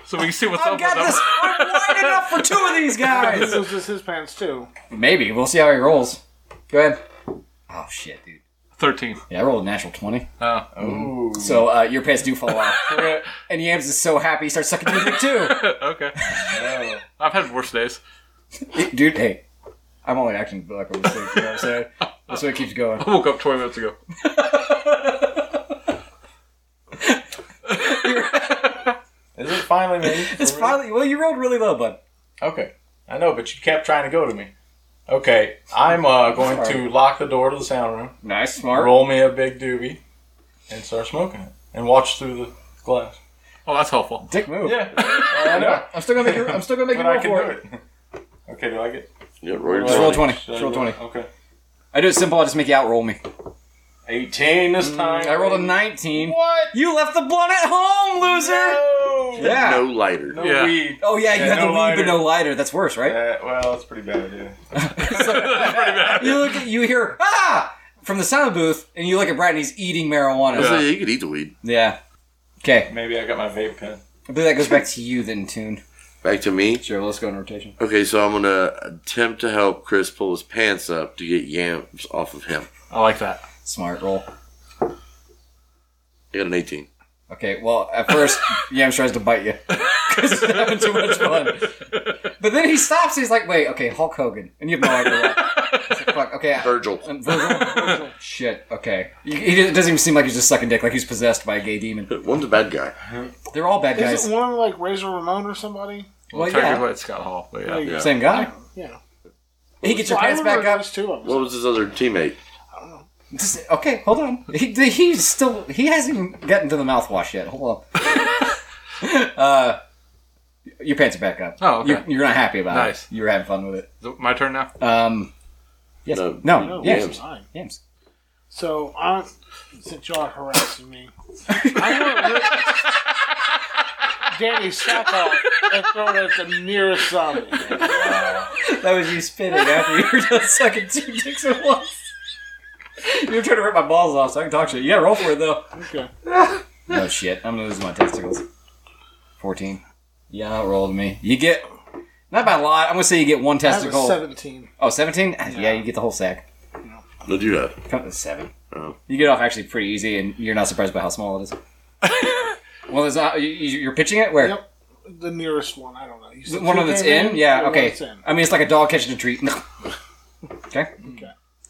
[SPEAKER 3] so we can see what's
[SPEAKER 1] I've
[SPEAKER 3] up
[SPEAKER 1] got
[SPEAKER 3] with
[SPEAKER 1] this.
[SPEAKER 3] them.
[SPEAKER 1] I'm lining up for two of these
[SPEAKER 6] This
[SPEAKER 1] guys.
[SPEAKER 6] was just his pants too.
[SPEAKER 1] Maybe. We'll see how he rolls. Go ahead. Oh, shit, dude.
[SPEAKER 3] Thirteen.
[SPEAKER 1] Yeah, I rolled a natural 20.
[SPEAKER 3] Oh.
[SPEAKER 1] So uh, your pants do fall off. and Yams is so happy he starts sucking your dick, too.
[SPEAKER 3] okay. I've had worse days.
[SPEAKER 1] It- dude, hey. I'm only acting like a mistake, you know what I'm saying? That's what keeps going.
[SPEAKER 3] I woke up twenty minutes ago.
[SPEAKER 5] Is it finally me?
[SPEAKER 1] It's finally, well, you rolled really low, bud.
[SPEAKER 5] Okay. I know, but you kept trying to go to me. Okay, I'm uh, going
[SPEAKER 1] Sorry.
[SPEAKER 5] to lock the door to the sound room,
[SPEAKER 1] Nice, smart.
[SPEAKER 5] roll me a big doobie, and start smoking it, and watch through the glass.
[SPEAKER 3] Oh, that's helpful.
[SPEAKER 1] Dick move.
[SPEAKER 5] Yeah, I know,
[SPEAKER 1] I'm still gonna make you. I'm still gonna make
[SPEAKER 5] but
[SPEAKER 1] you
[SPEAKER 5] I
[SPEAKER 1] roll
[SPEAKER 5] can
[SPEAKER 1] for it.
[SPEAKER 5] do it. Okay, do I get?
[SPEAKER 2] Yeah, Roy,
[SPEAKER 1] Just roll
[SPEAKER 2] twenty.
[SPEAKER 1] 20.
[SPEAKER 5] should I
[SPEAKER 1] Just roll
[SPEAKER 5] do
[SPEAKER 1] 20.
[SPEAKER 5] it? Okay,
[SPEAKER 1] I do it simple. I just make you outroll me.
[SPEAKER 5] eighteen this time.
[SPEAKER 1] I rolled a 19.
[SPEAKER 5] What?
[SPEAKER 1] You left the blunt at home, loser!
[SPEAKER 5] No,
[SPEAKER 1] Yeah.
[SPEAKER 2] No lighter.
[SPEAKER 5] no
[SPEAKER 3] Yeah.
[SPEAKER 5] weed.
[SPEAKER 1] Oh yeah, you
[SPEAKER 5] Yeah,
[SPEAKER 1] had the
[SPEAKER 5] no
[SPEAKER 1] weed
[SPEAKER 5] lighter.
[SPEAKER 1] but no lighter. That's worse, right?
[SPEAKER 5] Uh, well, that's pretty bad. Yeah.
[SPEAKER 1] You look, at, you hear ah from the sound booth, and you look at Brad, and he's eating marijuana.
[SPEAKER 2] So
[SPEAKER 1] Yeah.
[SPEAKER 3] Yeah.
[SPEAKER 2] you could eat the weed.
[SPEAKER 1] Okay,
[SPEAKER 5] Maybe I got my vape pen.
[SPEAKER 1] I believe that goes back to you then, Tune.
[SPEAKER 2] Back to me.
[SPEAKER 1] Sure, let's go in rotation.
[SPEAKER 2] Okay, so I'm gonna attempt to help Chris pull his pants up to get yams off of him.
[SPEAKER 3] I like that.
[SPEAKER 1] Smart roll.
[SPEAKER 2] I got an 18.
[SPEAKER 1] Okay, well, at first, Yams tries to bite you because he's having too much fun. But then he stops. He's like, "Wait, okay, Hulk Hogan," and you have no idea. Why. It's like, Fuck. Okay, I-
[SPEAKER 2] Virgil.
[SPEAKER 1] Um, Virgil, Virgil. Shit. Okay. He, he doesn't- it doesn't even seem like he's just sucking dick. Like he's possessed by a gay demon.
[SPEAKER 2] One's a bad guy.
[SPEAKER 1] They're all bad guys.
[SPEAKER 6] Is it one like Razor Ramon or somebody?
[SPEAKER 1] Well, Oh, yeah.
[SPEAKER 3] Technically, it's Scott Hall, but yeah.
[SPEAKER 6] Like,
[SPEAKER 2] yeah.
[SPEAKER 1] Same guy.
[SPEAKER 6] Yeah.
[SPEAKER 1] He gets your
[SPEAKER 6] Well, I
[SPEAKER 1] pants back
[SPEAKER 6] remember
[SPEAKER 1] up.
[SPEAKER 6] those two of them.
[SPEAKER 2] What was his other teammate?
[SPEAKER 1] Just- okay, hold on. He, he's still. He hasn't even gotten to the mouthwash yet. Hold on. uh, your pants are back up.
[SPEAKER 3] Oh, okay.
[SPEAKER 1] You're, you're not happy about
[SPEAKER 3] Nice.
[SPEAKER 1] it. You're having fun with it.
[SPEAKER 3] Is it my turn now.
[SPEAKER 1] Um, yes.
[SPEAKER 2] No.
[SPEAKER 1] No.
[SPEAKER 6] No,
[SPEAKER 1] Yes.
[SPEAKER 6] it's mine.
[SPEAKER 1] Yams.
[SPEAKER 6] So I, since y'all are harassing me, I want Rick, Danny sack off and throw it at the nearest zombie.
[SPEAKER 1] That was you spinning after you were done sucking two dicks at once. You were trying to rip my balls off so I can talk shit. You gotta roll for it though.
[SPEAKER 6] Okay.
[SPEAKER 1] No shit. I'm gonna lose my testicles. 14. Yeah, outrolled me. You get. Not by a lot. I'm gonna say you get one
[SPEAKER 6] That was
[SPEAKER 1] testicle.
[SPEAKER 6] seventeen.
[SPEAKER 1] Oh, 17? Ah, Yeah, you get the whole sack.
[SPEAKER 2] What'd you have?
[SPEAKER 1] Come to seven.
[SPEAKER 2] Oh.
[SPEAKER 1] You get off actually pretty easy, and you're not surprised by how small it is. well, is that, you, you- you're pitching it where?
[SPEAKER 6] Yep. The nearest one. I don't know. You
[SPEAKER 1] The
[SPEAKER 6] said
[SPEAKER 1] One
[SPEAKER 6] two
[SPEAKER 1] of that's
[SPEAKER 6] came
[SPEAKER 1] in? Yeah,
[SPEAKER 6] the one
[SPEAKER 1] okay.
[SPEAKER 6] that's in.
[SPEAKER 1] I mean, it's like a dog catching a treat. okay?
[SPEAKER 6] Okay.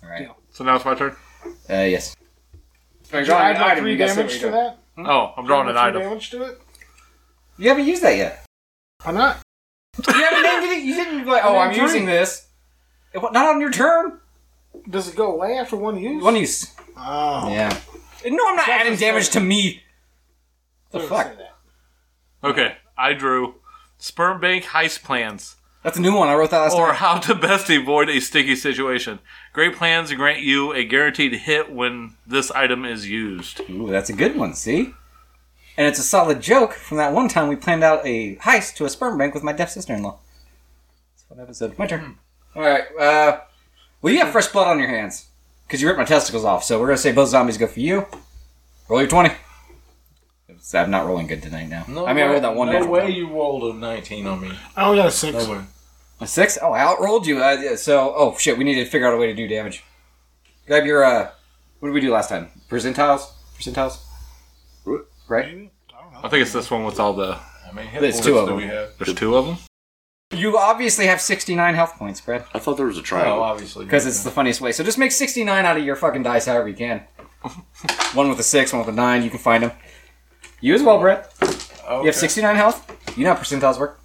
[SPEAKER 1] All right.
[SPEAKER 6] Deal.
[SPEAKER 3] So now it's my turn.
[SPEAKER 1] Uh, yes.
[SPEAKER 6] Did you add like three damage to that?
[SPEAKER 1] Hmm?
[SPEAKER 3] Oh, I'm drawing an
[SPEAKER 6] Three
[SPEAKER 3] item.
[SPEAKER 6] damage to it?
[SPEAKER 1] You haven't used that yet.
[SPEAKER 6] Why not?
[SPEAKER 1] You haven't named it. You didn't go, oh,
[SPEAKER 6] I
[SPEAKER 1] I'm
[SPEAKER 6] didn't
[SPEAKER 1] using
[SPEAKER 6] drink.
[SPEAKER 1] this. It wa- Not on your turn.
[SPEAKER 6] Does it go away after one use?
[SPEAKER 1] One use.
[SPEAKER 6] Oh.
[SPEAKER 1] Yeah. No, I'm not adding damage to me. The
[SPEAKER 6] Don't
[SPEAKER 1] fuck?
[SPEAKER 6] say that.
[SPEAKER 3] Okay, I drew sperm bank heist plans.
[SPEAKER 1] That's a new one. I wrote that
[SPEAKER 6] Oh,
[SPEAKER 1] last
[SPEAKER 3] or
[SPEAKER 1] time.
[SPEAKER 3] how to best avoid a sticky situation. Great plans grant you a guaranteed hit when this item is used.
[SPEAKER 1] Ooh, that's a good one. See, and it's a solid joke from that one time we planned out a heist to a sperm bank with my deaf sister-in-law. That's one episode. My turn.
[SPEAKER 5] Hmm.
[SPEAKER 1] All right. Uh, well, you have fresh blood on your hands because you ripped my testicles off. So we're gonna say both zombies go for you. Roll your twenty. It's- I'm not rolling good tonight now. I mean, I rolled that one.
[SPEAKER 5] No
[SPEAKER 1] natural
[SPEAKER 5] way
[SPEAKER 1] one.
[SPEAKER 5] you rolled a 19 on me.
[SPEAKER 6] I only Oh, got a six.
[SPEAKER 5] No way.
[SPEAKER 1] A six? Oh, I outrolled you. Uh, yeah, so, oh shit, we need to figure out a way to do damage. Grab your, uh, what did we do last time? Percentiles? Percentiles?
[SPEAKER 2] What?
[SPEAKER 1] Right?
[SPEAKER 3] I think it's this one with all the.
[SPEAKER 5] I mean, hit
[SPEAKER 1] There's
[SPEAKER 5] points
[SPEAKER 1] two of
[SPEAKER 5] do
[SPEAKER 1] them.
[SPEAKER 5] we have?
[SPEAKER 3] There's two of them.
[SPEAKER 1] You obviously have 69 health points, Brad,
[SPEAKER 2] I thought there was a
[SPEAKER 5] Oh,
[SPEAKER 2] triangle.
[SPEAKER 5] obviously.
[SPEAKER 1] because it's the funniest way. So just make 69 out of your fucking dice however you can. one with a six, one with a nine, you can find them. You as well, Brett.
[SPEAKER 5] Okay.
[SPEAKER 1] You have 69 health? You know how percentiles work?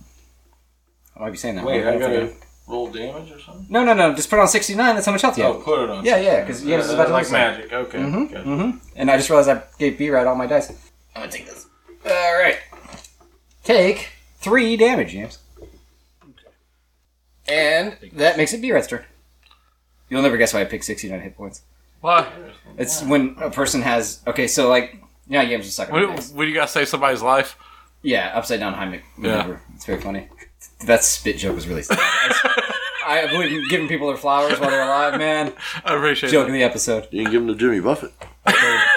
[SPEAKER 1] I might be saying that
[SPEAKER 5] Wait,
[SPEAKER 1] wrong.
[SPEAKER 5] I gotta roll damage or something?
[SPEAKER 1] No, no, no, just put on 69, that's how much health you have.
[SPEAKER 5] Oh, put it on.
[SPEAKER 1] Yeah, yeah, 'cause yeah, it's about to
[SPEAKER 5] like
[SPEAKER 1] listen.
[SPEAKER 5] magic. Okay. gotcha.
[SPEAKER 1] And I just realized I gave B right all my dice. I'm gonna take this. All right. Take three damage, James. And that makes it B Rat's turn. You'll never guess why I picked 69 hit points.
[SPEAKER 3] Why?
[SPEAKER 1] It's when a person has. Okay, so like. Yeah, James is sucking.
[SPEAKER 3] What, what do you gotta save somebody's life?
[SPEAKER 1] Yeah, upside down Heimlich maneuver. It's very funny. That spit joke was really. sad. I I believe in giving people their flowers while they're alive, man.
[SPEAKER 3] I appreciate
[SPEAKER 1] Joke
[SPEAKER 3] it.
[SPEAKER 1] of the episode.
[SPEAKER 2] You can give him to Jimmy Buffett.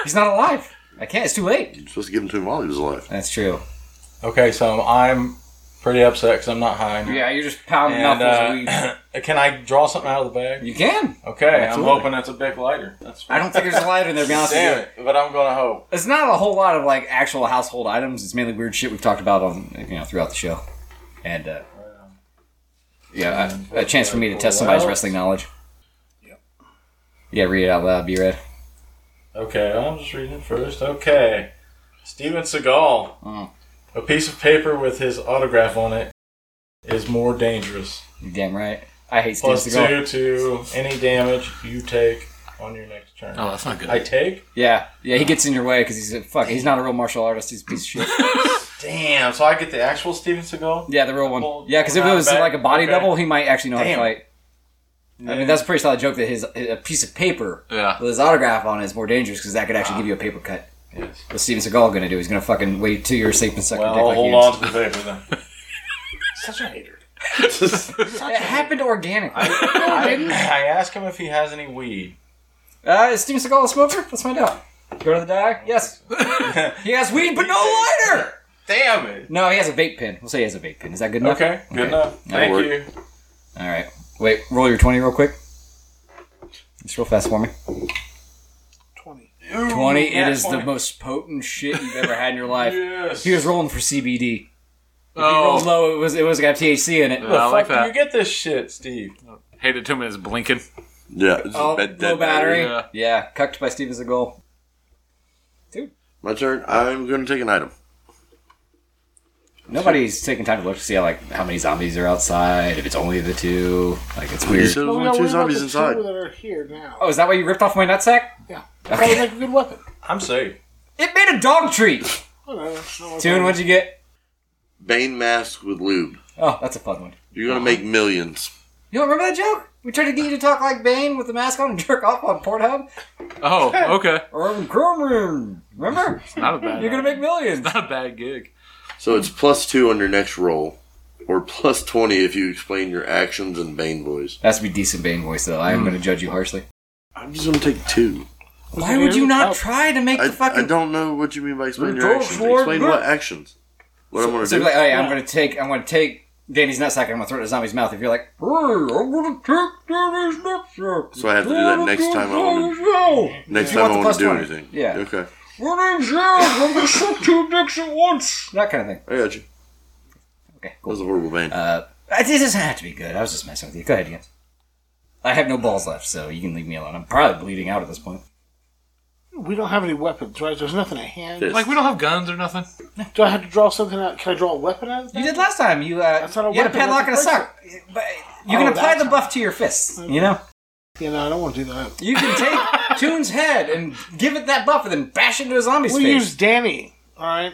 [SPEAKER 1] He's not alive. I can't. It's too late.
[SPEAKER 2] You're supposed to give him to him while he was alive.
[SPEAKER 1] That's true.
[SPEAKER 5] Okay, so I'm pretty upset because I'm not high. now.
[SPEAKER 1] Yeah, you're just pounding
[SPEAKER 5] And
[SPEAKER 1] knuckles. of weed.
[SPEAKER 5] uh, can I draw something out of the bag?
[SPEAKER 1] You can.
[SPEAKER 5] Okay,
[SPEAKER 2] Absolutely.
[SPEAKER 5] I'm hoping that's a big lighter. That's
[SPEAKER 1] I don't think there's a lighter in there, to be honest
[SPEAKER 5] Damn
[SPEAKER 1] with
[SPEAKER 5] it! But I'm gonna hope.
[SPEAKER 1] you. It's not a whole lot of like actual household items. It's mainly weird shit we've talked about on you know throughout the show, and uh, yeah, a, a chance for me to test somebody's wrestling knowledge. Yeah, read it out loud. Be read.
[SPEAKER 5] Okay, I'm just reading it first. Okay, Steven Seagal.
[SPEAKER 1] Mm.
[SPEAKER 5] A piece of paper with his autograph on it is more dangerous.
[SPEAKER 1] You damn right. I hate Steven
[SPEAKER 5] Plus
[SPEAKER 1] Seagal.
[SPEAKER 5] two to any damage you take on your next turn.
[SPEAKER 3] Oh, that's not good.
[SPEAKER 5] I take.
[SPEAKER 1] Yeah, yeah, he gets in your way because he's a fuck. He's not a real martial artist. He's a piece of shit.
[SPEAKER 5] Damn. So I get the actual Steven Seagal.
[SPEAKER 1] Yeah, the real
[SPEAKER 5] Well,
[SPEAKER 1] one. Yeah, because if
[SPEAKER 5] we're
[SPEAKER 1] it
[SPEAKER 5] not
[SPEAKER 1] was
[SPEAKER 5] back-
[SPEAKER 1] like a body
[SPEAKER 5] okay.
[SPEAKER 1] double, he might actually know how to
[SPEAKER 5] Damn.
[SPEAKER 1] fight. I mean, that's a pretty solid joke that his a piece of paper
[SPEAKER 3] Yeah.
[SPEAKER 1] with his autograph on it is more dangerous because that could actually give you a paper cut.
[SPEAKER 5] Yes.
[SPEAKER 1] What's Steven Seagal gonna do? He's gonna fucking wait two years sleep and suck your
[SPEAKER 5] Well,
[SPEAKER 1] dick like
[SPEAKER 5] hold
[SPEAKER 1] he is.
[SPEAKER 5] on to the paper then.
[SPEAKER 6] Such a hater.
[SPEAKER 1] It happened organically.
[SPEAKER 5] I, I ask him if he has any weed.
[SPEAKER 1] Uh, is Steven Seagal a smoker? Let's find out. Go to the die? Yes. he has weed, but no lighter.
[SPEAKER 5] Damn it.
[SPEAKER 1] No, he has a vape pen. We'll say he has a vape pen. Is that good enough?
[SPEAKER 5] Okay, good enough. Thank
[SPEAKER 2] work.
[SPEAKER 5] you.
[SPEAKER 1] All right. Wait. Roll your twenty real quick. It's real fast for me.
[SPEAKER 6] 20.
[SPEAKER 1] Twenty.
[SPEAKER 5] yeah,
[SPEAKER 1] it is
[SPEAKER 5] 20.
[SPEAKER 1] the most potent shit you've ever had in your life.
[SPEAKER 5] Yes.
[SPEAKER 1] He was rolling for CBD. He rolled
[SPEAKER 3] oh,
[SPEAKER 1] low. It was it was got THC in it.
[SPEAKER 3] I like
[SPEAKER 5] Fuck, do
[SPEAKER 3] that.
[SPEAKER 5] you get this shit, Steve?
[SPEAKER 3] Hated two minutes blinking.
[SPEAKER 2] Yeah. it's just
[SPEAKER 1] Oh,
[SPEAKER 2] bad-
[SPEAKER 1] low
[SPEAKER 2] dead
[SPEAKER 1] battery.
[SPEAKER 3] battery.
[SPEAKER 1] Yeah. Cucked by Steven Seagal.
[SPEAKER 2] My turn. I'm going to take an item.
[SPEAKER 1] Nobody's taking time to look to see like how many zombies are outside. If it's only the two, like it's
[SPEAKER 2] You
[SPEAKER 1] weird.
[SPEAKER 2] said there's
[SPEAKER 6] we
[SPEAKER 2] only
[SPEAKER 6] got
[SPEAKER 2] two
[SPEAKER 6] two about
[SPEAKER 2] zombies
[SPEAKER 6] the
[SPEAKER 2] inside.
[SPEAKER 6] two that are here now.
[SPEAKER 1] Oh, is that why you ripped off my nutsack?
[SPEAKER 6] Yeah. That would
[SPEAKER 1] Okay.
[SPEAKER 6] make a good weapon.
[SPEAKER 5] I'm safe.
[SPEAKER 1] It made a dog treat.
[SPEAKER 6] Oh, no, that's not what
[SPEAKER 1] Tune, what'd you get?
[SPEAKER 2] Bane mask with lube.
[SPEAKER 1] Oh, that's a fun one.
[SPEAKER 2] You're going to make
[SPEAKER 1] Uh-huh.
[SPEAKER 2] millions.
[SPEAKER 1] You don't remember that joke? We tried to get you to talk like Bane with the mask on and jerk off on Pornhub
[SPEAKER 3] Oh, okay.
[SPEAKER 1] or in Chrome Room. Remember?
[SPEAKER 3] Not a bad.
[SPEAKER 1] You're gonna make millions.
[SPEAKER 3] Not a bad gig.
[SPEAKER 2] So it's plus two on your next roll, or plus 20 if you explain your actions in Bane voice.
[SPEAKER 1] That's be decent Bane voice though. I am gonna judge you harshly.
[SPEAKER 2] I'm just going to take two.
[SPEAKER 1] Why would you not try to make
[SPEAKER 2] I,
[SPEAKER 1] the fucking
[SPEAKER 2] I don't know what you mean by explain your
[SPEAKER 1] Go
[SPEAKER 2] actions.
[SPEAKER 1] for
[SPEAKER 2] Explain
[SPEAKER 1] it.
[SPEAKER 2] what actions. What I'm going to
[SPEAKER 1] So
[SPEAKER 2] do.
[SPEAKER 1] you're like, oh yeah, I'm gonna take, I'm gonna take Danny's nutsack and I'm gonna throw it in a zombie's mouth. If you're like, hey, I'm gonna take Danny's nutsack.
[SPEAKER 2] So I have to do that next time I wanna-
[SPEAKER 1] want
[SPEAKER 2] Next
[SPEAKER 1] You want
[SPEAKER 2] time I
[SPEAKER 1] the
[SPEAKER 2] want to do
[SPEAKER 1] plus 20.
[SPEAKER 2] anything.
[SPEAKER 1] Yeah.
[SPEAKER 2] Okay.
[SPEAKER 1] Your name's Zaz. I'm gonna suck two dicks at once. That kind of thing.
[SPEAKER 2] I got you.
[SPEAKER 1] Okay,
[SPEAKER 2] That was
[SPEAKER 1] cool.
[SPEAKER 2] a horrible Bane.
[SPEAKER 1] Uh, it doesn't have to be good. I was just messing with you. Go ahead, Jens. I have no balls left, so you can leave me alone. I'm probably bleeding out at this point.
[SPEAKER 6] We don't have any weapons, right? There's nothing at hand.
[SPEAKER 2] Fist.
[SPEAKER 3] Like we don't have guns or nothing.
[SPEAKER 6] Do I have to draw something out? Can I draw a weapon out of that?
[SPEAKER 1] You did last time. You uh,
[SPEAKER 6] That's not a
[SPEAKER 1] you had a
[SPEAKER 6] weapon,
[SPEAKER 1] padlock and a
[SPEAKER 6] that's a
[SPEAKER 1] sock. But you
[SPEAKER 6] Oh,
[SPEAKER 1] can apply
[SPEAKER 6] that's
[SPEAKER 1] the
[SPEAKER 6] how-
[SPEAKER 1] buff to your fists. You know.
[SPEAKER 6] Yeah, no, I don't want to do that.
[SPEAKER 1] You can take Toon's head and give it that buff and then bash into a zombie's
[SPEAKER 6] We'll
[SPEAKER 1] face.
[SPEAKER 6] use Danny, alright?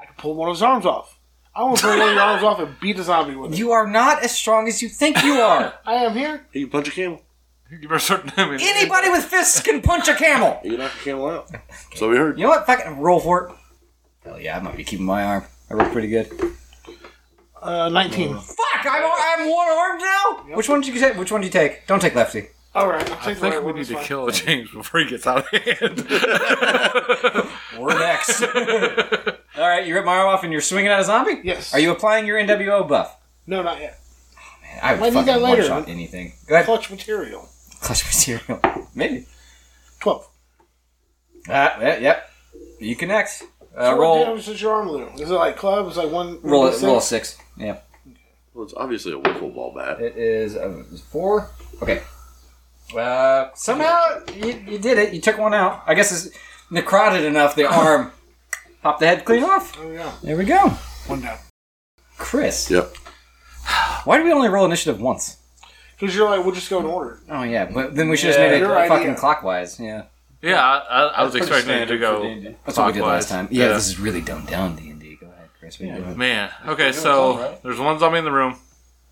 [SPEAKER 6] I can pull one of his arms off. I want to pull one of his arms off and beat a zombie with it.
[SPEAKER 1] You are not as strong as you think you are.
[SPEAKER 6] I am here.
[SPEAKER 2] He can punch a camel.
[SPEAKER 3] You better start. I mean,
[SPEAKER 1] Anybody with fists can punch a camel.
[SPEAKER 2] He can knock a camel out. So we heard.
[SPEAKER 1] You know what? Fucking roll for it. Hell yeah, I might be keeping my arm. I work pretty good.
[SPEAKER 6] Uh, 19.
[SPEAKER 1] Fuck! I'm, I'm one armed now. Which one did you take? Which one did you take? Don't take lefty.
[SPEAKER 6] All right. I'll take
[SPEAKER 3] I think we need to kill James before he gets out of hand.
[SPEAKER 1] We're next. All right, you rip my arm off and you're swinging at a zombie.
[SPEAKER 6] Yes.
[SPEAKER 1] Are you applying your NWO buff?
[SPEAKER 6] No, not yet.
[SPEAKER 1] Man, I would
[SPEAKER 6] Might need
[SPEAKER 1] fucking
[SPEAKER 6] that
[SPEAKER 1] one
[SPEAKER 6] later.
[SPEAKER 1] shot anything. Go ahead.
[SPEAKER 6] Clutch material.
[SPEAKER 1] Clutch material. Maybe.
[SPEAKER 6] 12.
[SPEAKER 1] Uh, Ah, yeah, yep. You connect. Uh,
[SPEAKER 6] So What
[SPEAKER 1] roll.
[SPEAKER 6] damage does your arm do? Is it like club? Is it like one?
[SPEAKER 1] Roll a,
[SPEAKER 6] six?
[SPEAKER 1] roll a six. Yeah.
[SPEAKER 2] Well, it's obviously a wiffle ball bat.
[SPEAKER 1] It is uh, it's four. Okay. Uh, somehow you, you did it. You took one out. I guess it's necrotic enough. The arm popped the head clean off.
[SPEAKER 6] Oh, yeah.
[SPEAKER 1] There we go.
[SPEAKER 6] One down.
[SPEAKER 1] Chris,
[SPEAKER 2] Yep.
[SPEAKER 1] why did we only roll initiative once?
[SPEAKER 6] Because you're like, we'll just go in order.
[SPEAKER 1] Oh yeah, but then we should have
[SPEAKER 3] Yeah,
[SPEAKER 1] just made it
[SPEAKER 6] your idea.
[SPEAKER 1] fucking clockwise. Yeah,
[SPEAKER 3] yeah, I, I, I was
[SPEAKER 5] That's pretty
[SPEAKER 3] expecting it to
[SPEAKER 5] standard for
[SPEAKER 3] go.
[SPEAKER 5] D&D.
[SPEAKER 1] that's what we did last
[SPEAKER 3] Clockwise.
[SPEAKER 1] time. Yeah,
[SPEAKER 3] Yeah.
[SPEAKER 1] this is really dumbed down D and D. Go ahead, Chris. What yeah. You doing?
[SPEAKER 3] Man, okay,
[SPEAKER 5] something,
[SPEAKER 3] so
[SPEAKER 5] right?
[SPEAKER 3] there's one zombie in the room,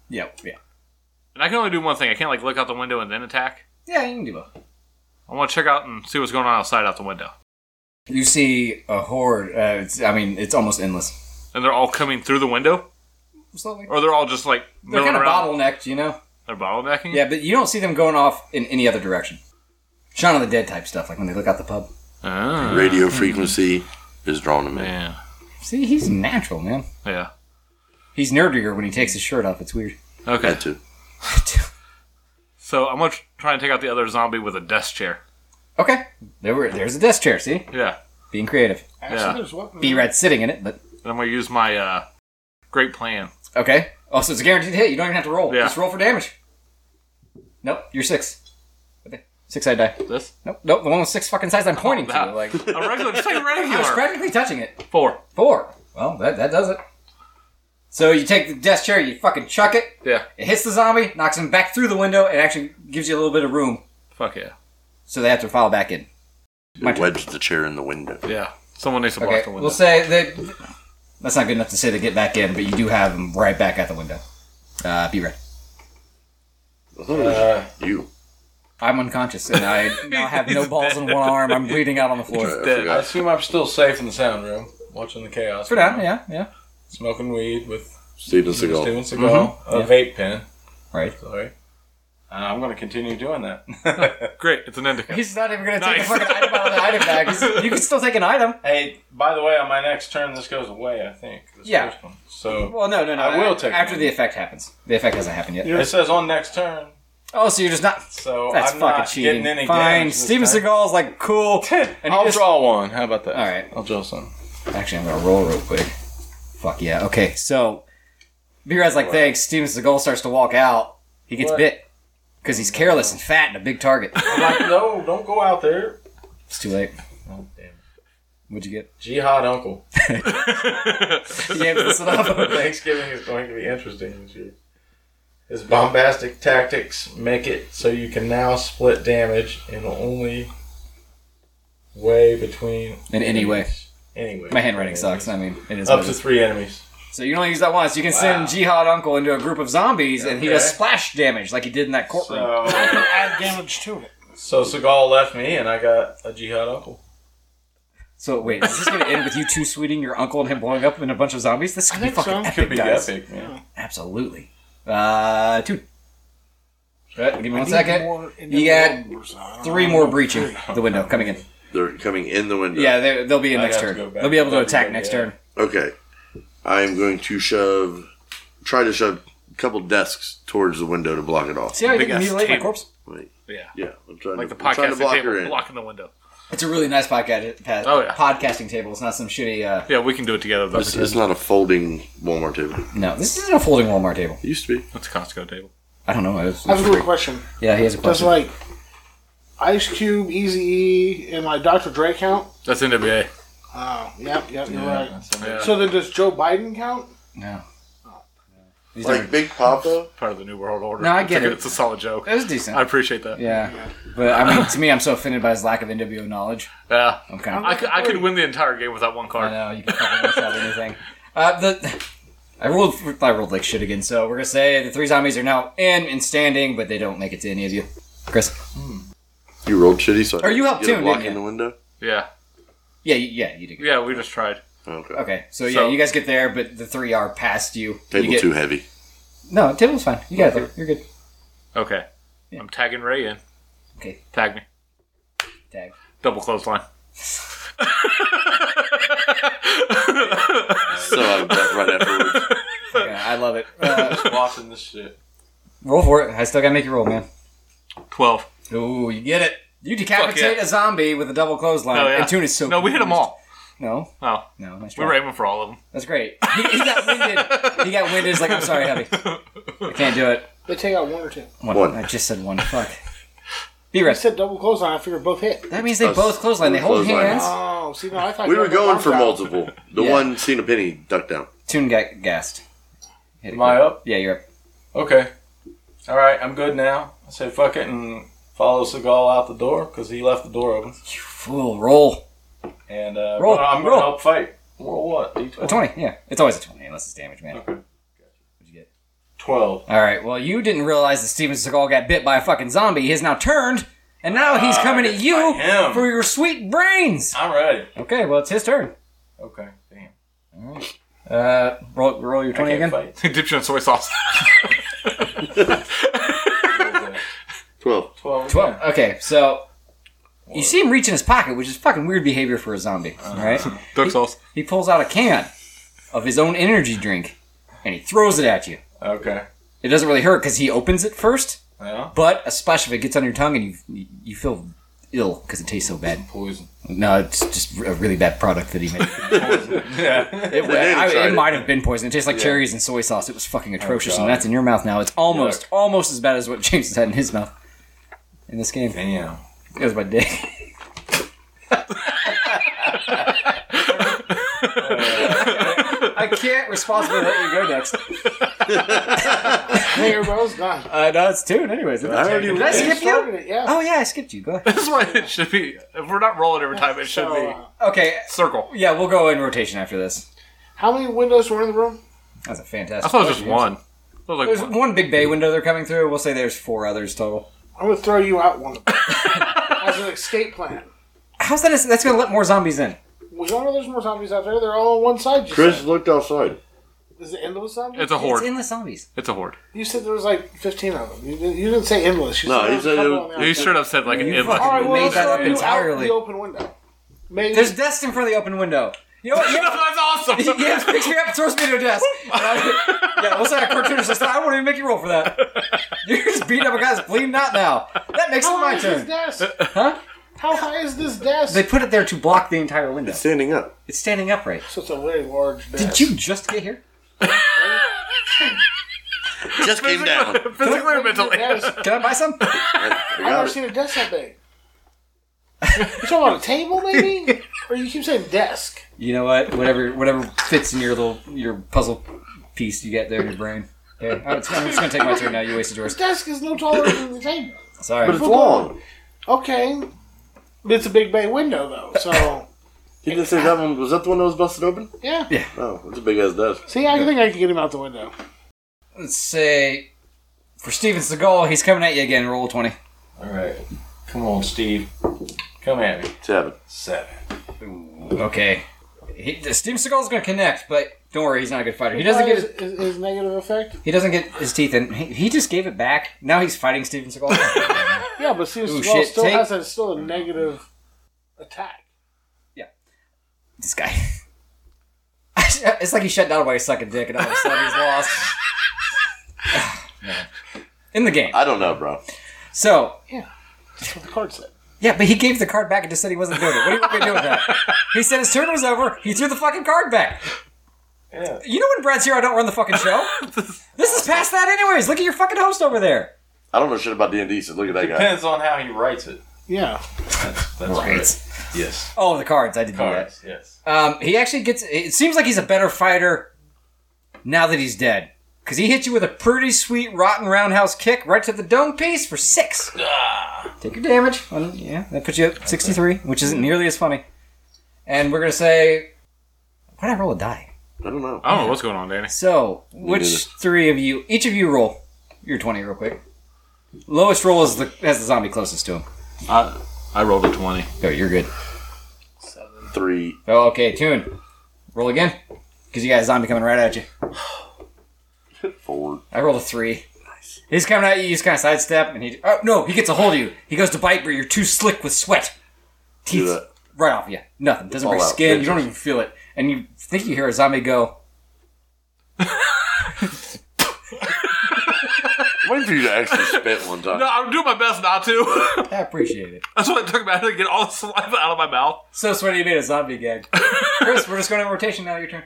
[SPEAKER 1] yeah, yeah,
[SPEAKER 3] and I can only do one thing. I can't like look out the window and then attack.
[SPEAKER 1] yeah. You can do both.
[SPEAKER 3] I want to check out and see what's going on outside out the window,
[SPEAKER 1] You see a horde. Uh, it's, I mean, it's almost endless.
[SPEAKER 3] and they're all coming through the window,
[SPEAKER 1] Slowly.
[SPEAKER 3] or they're all just like
[SPEAKER 1] They're
[SPEAKER 3] milling
[SPEAKER 1] kind of
[SPEAKER 3] around.
[SPEAKER 1] bottlenecked, you know.
[SPEAKER 3] They're bottlenecking.
[SPEAKER 1] Yeah, but you don't see them going off in any other direction. Shaun of the Dead type stuff, like when they look out the pub.
[SPEAKER 3] Ah,
[SPEAKER 2] Radio frequency is drawn to me.
[SPEAKER 3] man.
[SPEAKER 1] See, he's natural, man.
[SPEAKER 3] Yeah.
[SPEAKER 1] He's nerdier when he takes his shirt off. It's weird.
[SPEAKER 3] Okay.
[SPEAKER 2] Had to.
[SPEAKER 3] So I'm gonna tr- try and take out the other zombie with a desk chair.
[SPEAKER 1] okay, there were, there's a desk chair. See,
[SPEAKER 3] Yeah.
[SPEAKER 1] being creative.
[SPEAKER 6] Actually,
[SPEAKER 3] Yeah.
[SPEAKER 6] there's weapons.
[SPEAKER 1] B Red's sitting in it, but
[SPEAKER 3] And I'm gonna use my uh, great plan.
[SPEAKER 1] Okay. Oh, so it's a guaranteed hit. You don't even have to roll.
[SPEAKER 3] Yeah.
[SPEAKER 1] Just roll for damage. Nope, you're six. Okay. Six I die.
[SPEAKER 3] This.
[SPEAKER 1] Nope, nope. The one with six fucking sides I'm pointing to.
[SPEAKER 3] that.
[SPEAKER 1] Like
[SPEAKER 3] A regular, just like a
[SPEAKER 1] I was
[SPEAKER 3] regular.
[SPEAKER 1] practically touching it.
[SPEAKER 3] Four.
[SPEAKER 1] Four. Well, that, that does it. So you take the desk chair, you fucking chuck it.
[SPEAKER 3] Yeah.
[SPEAKER 1] It hits the zombie, knocks him back through the window, and actually gives you a little bit of room,
[SPEAKER 3] Fuck yeah.
[SPEAKER 1] so they have to fall back in. My
[SPEAKER 2] It wedged the chair in the window.
[SPEAKER 3] Yeah. Someone needs to block
[SPEAKER 1] Okay,
[SPEAKER 3] the window.
[SPEAKER 1] we'll say that. That's not good enough to say they get back in, but you do have them right back at the window. Uh, be ready.
[SPEAKER 2] I thought it was
[SPEAKER 5] Uh,
[SPEAKER 2] you.
[SPEAKER 1] I'm unconscious and I now have no balls in one arm. I'm bleeding out on the floor.
[SPEAKER 2] I
[SPEAKER 3] dead.
[SPEAKER 5] Uh, I
[SPEAKER 2] forgot.
[SPEAKER 5] assume I'm still safe in the sound room, watching the chaos.
[SPEAKER 1] For now, yeah, yeah.
[SPEAKER 5] Smoking weed with
[SPEAKER 2] Steven Seagal.
[SPEAKER 5] Steven Seagal, a
[SPEAKER 1] Mm-hmm. Yeah.
[SPEAKER 5] vape pen.
[SPEAKER 1] Right.
[SPEAKER 5] Sorry. Uh, I'm going to continue doing that.
[SPEAKER 3] Great. It's an indica.
[SPEAKER 1] He's not even going to
[SPEAKER 3] take Nice. a fucking
[SPEAKER 1] item out of the item bag. You can still take an item.
[SPEAKER 5] hey, by the way, on my next turn, this goes away, I think. This
[SPEAKER 1] Yeah.
[SPEAKER 5] first one. So
[SPEAKER 1] Well, no, no, no.
[SPEAKER 5] I will take
[SPEAKER 1] After
[SPEAKER 5] one.
[SPEAKER 1] the effect happens. The effect hasn't happened yet.
[SPEAKER 5] it says on next turn.
[SPEAKER 1] Oh, so you're just not.
[SPEAKER 5] So
[SPEAKER 1] That's
[SPEAKER 5] I'm
[SPEAKER 1] fucking
[SPEAKER 5] not
[SPEAKER 1] cheating.
[SPEAKER 5] getting any
[SPEAKER 1] Fine.
[SPEAKER 5] damage this
[SPEAKER 1] Steven
[SPEAKER 5] turn.
[SPEAKER 1] Seagal's like, cool. And he
[SPEAKER 5] I'll
[SPEAKER 1] just-
[SPEAKER 5] draw one. How about that?
[SPEAKER 1] All right.
[SPEAKER 5] I'll draw some.
[SPEAKER 1] Actually, I'm going to roll real quick. Fuck yeah. Okay, so. B Rad's like, thanks. Steven Seagal starts to walk out. He gets
[SPEAKER 5] What?
[SPEAKER 1] bit. Because he's careless and fat and a big target.
[SPEAKER 5] I'm like, no, don't go out there.
[SPEAKER 1] it's too late.
[SPEAKER 5] Oh, damn. it.
[SPEAKER 1] What'd you get?
[SPEAKER 5] Jihad Uncle.
[SPEAKER 1] Yeah, this enough.
[SPEAKER 5] Thanksgiving is going to be interesting this year. His bombastic tactics make it so you can now split damage in only way between.
[SPEAKER 1] In any way.
[SPEAKER 5] enemies. Anyway.
[SPEAKER 1] My handwriting sucks. I mean, it is.
[SPEAKER 5] Up
[SPEAKER 1] what it
[SPEAKER 5] to
[SPEAKER 1] is.
[SPEAKER 5] three enemies.
[SPEAKER 1] So you can only use that once. You can send
[SPEAKER 5] Wow.
[SPEAKER 1] Jihad Uncle into a group of zombies, and he does
[SPEAKER 5] Okay.
[SPEAKER 1] splash damage like he did in that courtroom.
[SPEAKER 5] So,
[SPEAKER 6] Add damage to it.
[SPEAKER 5] so Seagal left me, and I got a Jihad Uncle.
[SPEAKER 1] So wait, is this going to end with you two sweeting your uncle and him blowing up in a bunch of zombies? This could be
[SPEAKER 6] think
[SPEAKER 1] fucking
[SPEAKER 6] so.
[SPEAKER 1] epic,
[SPEAKER 5] Could be
[SPEAKER 1] guys.
[SPEAKER 5] epic, man.
[SPEAKER 1] Absolutely. Uh, two. Right, give me one
[SPEAKER 6] Need
[SPEAKER 1] second.
[SPEAKER 6] more in
[SPEAKER 1] You
[SPEAKER 6] the
[SPEAKER 1] got
[SPEAKER 6] numbers. I don't
[SPEAKER 1] Three
[SPEAKER 6] know.
[SPEAKER 1] more breaching the window coming in.
[SPEAKER 2] They're coming in the window.
[SPEAKER 1] Yeah, they, they'll be in
[SPEAKER 5] I'd
[SPEAKER 1] next
[SPEAKER 5] have to
[SPEAKER 1] turn.
[SPEAKER 5] go back.
[SPEAKER 1] They'll be able to
[SPEAKER 5] That'd be
[SPEAKER 1] attack
[SPEAKER 5] good,
[SPEAKER 1] next
[SPEAKER 5] yeah.
[SPEAKER 1] turn.
[SPEAKER 2] Okay. I'm going to shove, try to shove a couple desks towards the window to block it off.
[SPEAKER 1] See how you
[SPEAKER 3] Big
[SPEAKER 1] didn't
[SPEAKER 3] ass
[SPEAKER 1] mutilate my
[SPEAKER 3] table.
[SPEAKER 1] corpse?
[SPEAKER 2] Wait.
[SPEAKER 3] Yeah.
[SPEAKER 2] Yeah, I'm trying,
[SPEAKER 3] Like
[SPEAKER 2] to,
[SPEAKER 3] the
[SPEAKER 2] I'm trying to
[SPEAKER 3] podcasting
[SPEAKER 2] block her
[SPEAKER 3] table
[SPEAKER 2] in.
[SPEAKER 3] blocking the window.
[SPEAKER 1] It's a really nice podcast, pa-
[SPEAKER 3] Oh, yeah.
[SPEAKER 1] podcasting table. It's not some shitty. Uh,
[SPEAKER 3] Yeah, we can do it together though.
[SPEAKER 2] It's, it's not a folding Walmart table.
[SPEAKER 1] no, this isn't a folding Walmart table.
[SPEAKER 2] It used to be.
[SPEAKER 3] It's a Costco table.
[SPEAKER 1] I don't know. It was,
[SPEAKER 6] I have a good question.
[SPEAKER 1] yeah, he has a
[SPEAKER 6] Does
[SPEAKER 1] question.
[SPEAKER 6] like Ice Cube, Easy E, and like Dr. Dre count?
[SPEAKER 3] That's NWA.
[SPEAKER 6] Oh, yep, yep, you're right.
[SPEAKER 3] Yeah.
[SPEAKER 6] So then does Joe Biden count?
[SPEAKER 1] No. These are-
[SPEAKER 2] Like Big Papa?
[SPEAKER 3] Part of the New World Order.
[SPEAKER 1] No, I
[SPEAKER 3] It's
[SPEAKER 1] get
[SPEAKER 3] a good-
[SPEAKER 1] it.
[SPEAKER 3] It's a solid joke.
[SPEAKER 1] That was decent.
[SPEAKER 3] I appreciate that.
[SPEAKER 1] yeah, but I mean, to me, I'm so offended by his lack of NWO knowledge.
[SPEAKER 3] Yeah.
[SPEAKER 1] I'm kind of.
[SPEAKER 3] I could, I could win the entire game with that one
[SPEAKER 1] I
[SPEAKER 3] card.
[SPEAKER 1] know you can fucking one shot anything. Uh, the I rolled I rolled like shit again. So we're gonna say the three zombies are now in and standing, but they don't make it to any of you. Chris,
[SPEAKER 2] You rolled shitty, so I
[SPEAKER 1] Or you
[SPEAKER 2] didn't
[SPEAKER 1] helped
[SPEAKER 2] get a
[SPEAKER 1] too,
[SPEAKER 2] block
[SPEAKER 1] didn't
[SPEAKER 2] in
[SPEAKER 1] you?
[SPEAKER 2] the window.
[SPEAKER 3] Yeah.
[SPEAKER 1] yeah, you- yeah, you did. good.
[SPEAKER 3] Yeah, we just tried.
[SPEAKER 2] Okay.
[SPEAKER 1] Okay, so, yeah,
[SPEAKER 3] So-
[SPEAKER 1] you guys get there, but the three are past you.
[SPEAKER 2] Table
[SPEAKER 1] you get,
[SPEAKER 2] too heavy.
[SPEAKER 1] No, table's fine. You got it. there. You're good.
[SPEAKER 3] Okay. I'm tagging Ray in.
[SPEAKER 1] Okay,
[SPEAKER 3] Tag me.
[SPEAKER 1] tag.
[SPEAKER 3] Double clothesline.
[SPEAKER 2] So out of breath right afterwards.
[SPEAKER 1] Okay, I love it. Uh,
[SPEAKER 5] Watching this shit.
[SPEAKER 1] roll for it. I still gotta make you roll, man.
[SPEAKER 3] 12.
[SPEAKER 1] Ooh, you get it. You decapitate
[SPEAKER 3] yeah.
[SPEAKER 1] a zombie with a double clothesline.
[SPEAKER 3] Oh, yeah.
[SPEAKER 1] And Toon is so
[SPEAKER 3] No, we hit them
[SPEAKER 1] confused. No,
[SPEAKER 3] all. Oh.
[SPEAKER 1] no, nice
[SPEAKER 3] We
[SPEAKER 1] try.
[SPEAKER 3] were aiming for all of them.
[SPEAKER 1] That's great. He, he got winded. He got winded. He's like, I'm sorry, hubby. I can't do it.
[SPEAKER 6] They take out one or two.
[SPEAKER 1] One.
[SPEAKER 2] One.
[SPEAKER 1] I just said one. Fuck. Be
[SPEAKER 6] I
[SPEAKER 1] rest.
[SPEAKER 6] said double clothesline. I figured both hit.
[SPEAKER 1] That means they
[SPEAKER 2] Us.
[SPEAKER 1] both clothesline. They hold
[SPEAKER 2] Clothesline.
[SPEAKER 1] hands.
[SPEAKER 6] Oh, see, no, I thought
[SPEAKER 2] We
[SPEAKER 6] you
[SPEAKER 2] were
[SPEAKER 6] had both
[SPEAKER 2] going
[SPEAKER 6] arms
[SPEAKER 2] for
[SPEAKER 6] out.
[SPEAKER 2] multiple. The
[SPEAKER 1] Yeah.
[SPEAKER 2] one seen a penny ducked down.
[SPEAKER 1] Toon got gassed. Hit it.
[SPEAKER 5] Am I up?
[SPEAKER 1] Yeah, you're up.
[SPEAKER 5] Okay. All right, I'm good now. I say fuck it and follow Seagal out the door because he left the door open.
[SPEAKER 1] You fool. Roll.
[SPEAKER 5] And uh,
[SPEAKER 1] Roll,
[SPEAKER 5] well, I'm
[SPEAKER 1] roll.
[SPEAKER 5] gonna help fight. Roll what? D20?
[SPEAKER 1] A 20. Yeah. It's always a 20 unless it's damage, man.
[SPEAKER 5] Okay.
[SPEAKER 1] What'd you get?
[SPEAKER 5] Twelve.
[SPEAKER 1] All right. Well, you didn't realize that Steven Seagal got bit by a fucking zombie. He has now turned, and now he's
[SPEAKER 5] Ah,
[SPEAKER 1] coming at
[SPEAKER 5] it's
[SPEAKER 1] you
[SPEAKER 5] by him.
[SPEAKER 1] for your sweet brains.
[SPEAKER 5] I'm ready.
[SPEAKER 1] Okay. Well, it's his turn.
[SPEAKER 5] Okay. Damn.
[SPEAKER 1] Uh, roll, roll your
[SPEAKER 5] I
[SPEAKER 1] 20
[SPEAKER 5] can't
[SPEAKER 1] again.
[SPEAKER 5] fight.
[SPEAKER 3] Dipped you in soy sauce.
[SPEAKER 2] Twelve.
[SPEAKER 5] Twelve.
[SPEAKER 1] 12. Okay, so you see him reach in his pocket, which is fucking weird behavior for a zombie,
[SPEAKER 5] Uh-huh.
[SPEAKER 1] right?
[SPEAKER 3] Duck sauce.
[SPEAKER 1] He pulls out a can of his own energy drink and he throws it at you.
[SPEAKER 5] Okay.
[SPEAKER 1] It doesn't really hurt because he opens it first,
[SPEAKER 5] Yeah.
[SPEAKER 1] but a splash of it gets on your tongue and you you feel ill because it tastes so bad.
[SPEAKER 5] Poison.
[SPEAKER 1] No, it's just a really bad product that he made.
[SPEAKER 5] Yeah.
[SPEAKER 1] It,
[SPEAKER 2] They
[SPEAKER 1] I-
[SPEAKER 2] tried
[SPEAKER 1] it
[SPEAKER 2] it.
[SPEAKER 1] might have been poison. It tastes like cherries and soy sauce. It was fucking atrocious, and
[SPEAKER 5] God.
[SPEAKER 1] that's in your mouth now. It's almost almost as bad as what James has had in his mouth in this game.
[SPEAKER 5] Damn.
[SPEAKER 1] It was my dick. I can't responsibly let you go next.
[SPEAKER 6] Hey, everybody else gone.
[SPEAKER 1] Uh, no, it's tune, anyways.
[SPEAKER 2] I already
[SPEAKER 1] Did I
[SPEAKER 6] You
[SPEAKER 1] skip
[SPEAKER 6] started
[SPEAKER 1] you?
[SPEAKER 6] it, yeah.
[SPEAKER 1] Oh yeah, I skipped you. Go ahead.
[SPEAKER 3] This is why it should be. If we're not rolling every time, it should
[SPEAKER 6] So,
[SPEAKER 3] be.
[SPEAKER 6] uh,
[SPEAKER 1] Okay,
[SPEAKER 3] Circle.
[SPEAKER 1] yeah, we'll go in rotation after this.
[SPEAKER 6] how many windows were in the room?
[SPEAKER 1] That's a fantastic.
[SPEAKER 3] I thought it was just one. I was like,
[SPEAKER 1] There's
[SPEAKER 3] one.
[SPEAKER 1] one big bay window they're coming through. We'll say there's four others total.
[SPEAKER 6] I'm gonna throw you out one of them as an escape plan.
[SPEAKER 1] How's that? That's gonna let more zombies in.
[SPEAKER 6] We don't know there's more zombies out there. They're all on one side. You
[SPEAKER 2] Chris
[SPEAKER 6] said.
[SPEAKER 2] looked outside.
[SPEAKER 6] is it endless zombies?
[SPEAKER 3] it's a horde.
[SPEAKER 1] It's endless zombies.
[SPEAKER 3] It's a horde.
[SPEAKER 6] you said there was like 15 of them. You didn't, you didn't say endless. You
[SPEAKER 2] No,
[SPEAKER 6] said
[SPEAKER 2] he said it was-
[SPEAKER 3] He straight up said like an
[SPEAKER 1] You
[SPEAKER 3] endless.
[SPEAKER 1] fucking
[SPEAKER 6] All right, well,
[SPEAKER 1] made
[SPEAKER 6] let's
[SPEAKER 1] that
[SPEAKER 6] throw
[SPEAKER 1] up
[SPEAKER 6] you out
[SPEAKER 1] entirely.
[SPEAKER 6] the open window. Maybe
[SPEAKER 1] There's dust in front of the open window. You know what? You know-
[SPEAKER 3] That's awesome.
[SPEAKER 1] He yeah, picks me up, throws me to a desk. And I, yeah, we'll say a cartoonist says, I won't even make you roll for that. You're just beating up a guy's bleeding out now. That makes it
[SPEAKER 6] how high
[SPEAKER 1] my
[SPEAKER 6] is
[SPEAKER 1] turn.
[SPEAKER 6] this desk?
[SPEAKER 1] Huh?
[SPEAKER 6] How high is this desk?
[SPEAKER 1] They put it there to block the entire window.
[SPEAKER 2] Standing up.
[SPEAKER 1] It's standing upright.
[SPEAKER 6] so it's a very large desk.
[SPEAKER 1] Did you just get here?
[SPEAKER 2] Just came down.
[SPEAKER 3] Physically or mentally?
[SPEAKER 6] Desk.
[SPEAKER 1] Can I buy some?
[SPEAKER 2] I I
[SPEAKER 6] I've
[SPEAKER 2] got
[SPEAKER 6] never
[SPEAKER 2] it.
[SPEAKER 6] seen a desk that big. you talking about a table, maybe? or you keep saying desk?
[SPEAKER 1] You know what? Whatever whatever fits in your little your puzzle piece you get there in your brain. Okay. I'm just I'm just gonna take my turn now. You wasted yours.
[SPEAKER 6] Desk is no taller than the table.
[SPEAKER 2] But
[SPEAKER 1] Sorry.
[SPEAKER 2] it's long.
[SPEAKER 6] Okay. But It's a big bay window, though, so.
[SPEAKER 2] He didn't say that one. Was that the one that was busted open?
[SPEAKER 6] Yeah.
[SPEAKER 2] Oh, it's a big ass desk.
[SPEAKER 6] See, I think I can get him out the window.
[SPEAKER 1] Let's say for Steven Seagal, he's coming at you again. Roll twenty.
[SPEAKER 5] All right. Come on, Steve. Come at me.
[SPEAKER 2] Seven.
[SPEAKER 5] Seven.
[SPEAKER 1] Okay. He, Steven Seagal's gonna connect, but don't worry, he's not a good fighter. He doesn't get
[SPEAKER 6] his,
[SPEAKER 1] his,
[SPEAKER 6] his, his negative effect.
[SPEAKER 1] he doesn't get his teeth in. He, he just gave it back. Now he's fighting Steven Seagal.
[SPEAKER 6] Yeah, but Steven
[SPEAKER 1] Ooh,
[SPEAKER 6] Seagal
[SPEAKER 1] shit,
[SPEAKER 6] still
[SPEAKER 1] take-
[SPEAKER 6] has a, still a negative attack.
[SPEAKER 1] this guy. it's like he shut down by a sucking dick, and all of a sudden he's lost. Man. In the game.
[SPEAKER 2] I don't know, bro.
[SPEAKER 1] So
[SPEAKER 6] That's what the card said.
[SPEAKER 1] yeah, but he gave the card back and just said he wasn't doing it. What do you want me to do with that? He said his turn was over. He threw the fucking card back.
[SPEAKER 5] Yeah.
[SPEAKER 1] You know when Brad's here, I don't run the fucking show. this is past that, anyways. Look at your fucking host over there.
[SPEAKER 2] I don't know shit about D and D. So look at that guy.
[SPEAKER 5] Depends on how he writes it.
[SPEAKER 6] Yeah.
[SPEAKER 5] That's, that's right. Yes.
[SPEAKER 1] Oh, the cards. I didn't do that.
[SPEAKER 5] Cards. Yes.
[SPEAKER 1] Um, he actually gets. It seems like he's a better fighter now that he's dead, because he hit you with a pretty sweet rotten roundhouse kick right to the dome piece for six. Take your damage. Well, yeah, that puts you at sixty-three, which isn't nearly as funny. And we're gonna say, why did I roll a die?
[SPEAKER 2] I don't know.
[SPEAKER 3] I don't know what's going on, Danny.
[SPEAKER 1] So, which three of you? Each of you roll your twenty real quick. Lowest roll is the has the zombie closest to him.
[SPEAKER 3] I, I rolled a 20.
[SPEAKER 1] Oh, you're good.
[SPEAKER 2] Three.
[SPEAKER 1] Oh, okay, tune. Roll again, because you got a zombie coming right at you.
[SPEAKER 2] Forward.
[SPEAKER 1] I rolled a three. He's coming at you. You just kind of sidestep, and he oh no, he gets a hold of you. He goes to bite, but you're too slick with sweat.
[SPEAKER 2] Do
[SPEAKER 1] Teeth
[SPEAKER 2] that.
[SPEAKER 1] right off you. Nothing. Doesn't
[SPEAKER 2] Fall
[SPEAKER 1] break
[SPEAKER 2] out.
[SPEAKER 1] skin. You don't even feel it, and you think you hear a zombie go.
[SPEAKER 2] Waiting for you to actually spit one time.
[SPEAKER 3] No, I'm doing my best not to.
[SPEAKER 1] I appreciate it.
[SPEAKER 3] That's what it took about to get all the saliva out of my mouth.
[SPEAKER 1] So sweaty, you made a zombie gag. Chris, we're just going on rotation now. Your turn.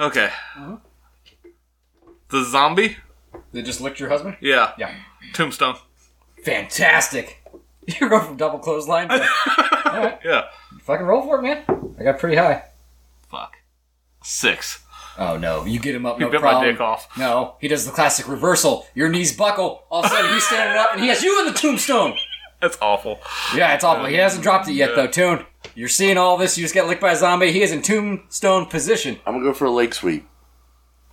[SPEAKER 3] Okay. The zombie?
[SPEAKER 1] They just licked your husband.
[SPEAKER 3] Yeah.
[SPEAKER 1] Yeah.
[SPEAKER 3] Tombstone.
[SPEAKER 1] Fantastic. You're going from double clothesline. To,
[SPEAKER 3] Yeah.
[SPEAKER 1] fucking roll for it, man. I got pretty high.
[SPEAKER 3] Fuck. Six.
[SPEAKER 1] Oh no, you get him up.
[SPEAKER 3] You
[SPEAKER 1] no
[SPEAKER 3] bit
[SPEAKER 1] problem.
[SPEAKER 3] my dick off.
[SPEAKER 1] No, he does the classic reversal. Your knees buckle. All of a sudden, he's standing up, and he has you in the tombstone.
[SPEAKER 3] That's awful.
[SPEAKER 1] Yeah, it's awful. He hasn't dropped it yet, though. Tune. You're seeing all this. You just get licked by a zombie. He is in tombstone position.
[SPEAKER 2] I'm gonna go for a leg sweep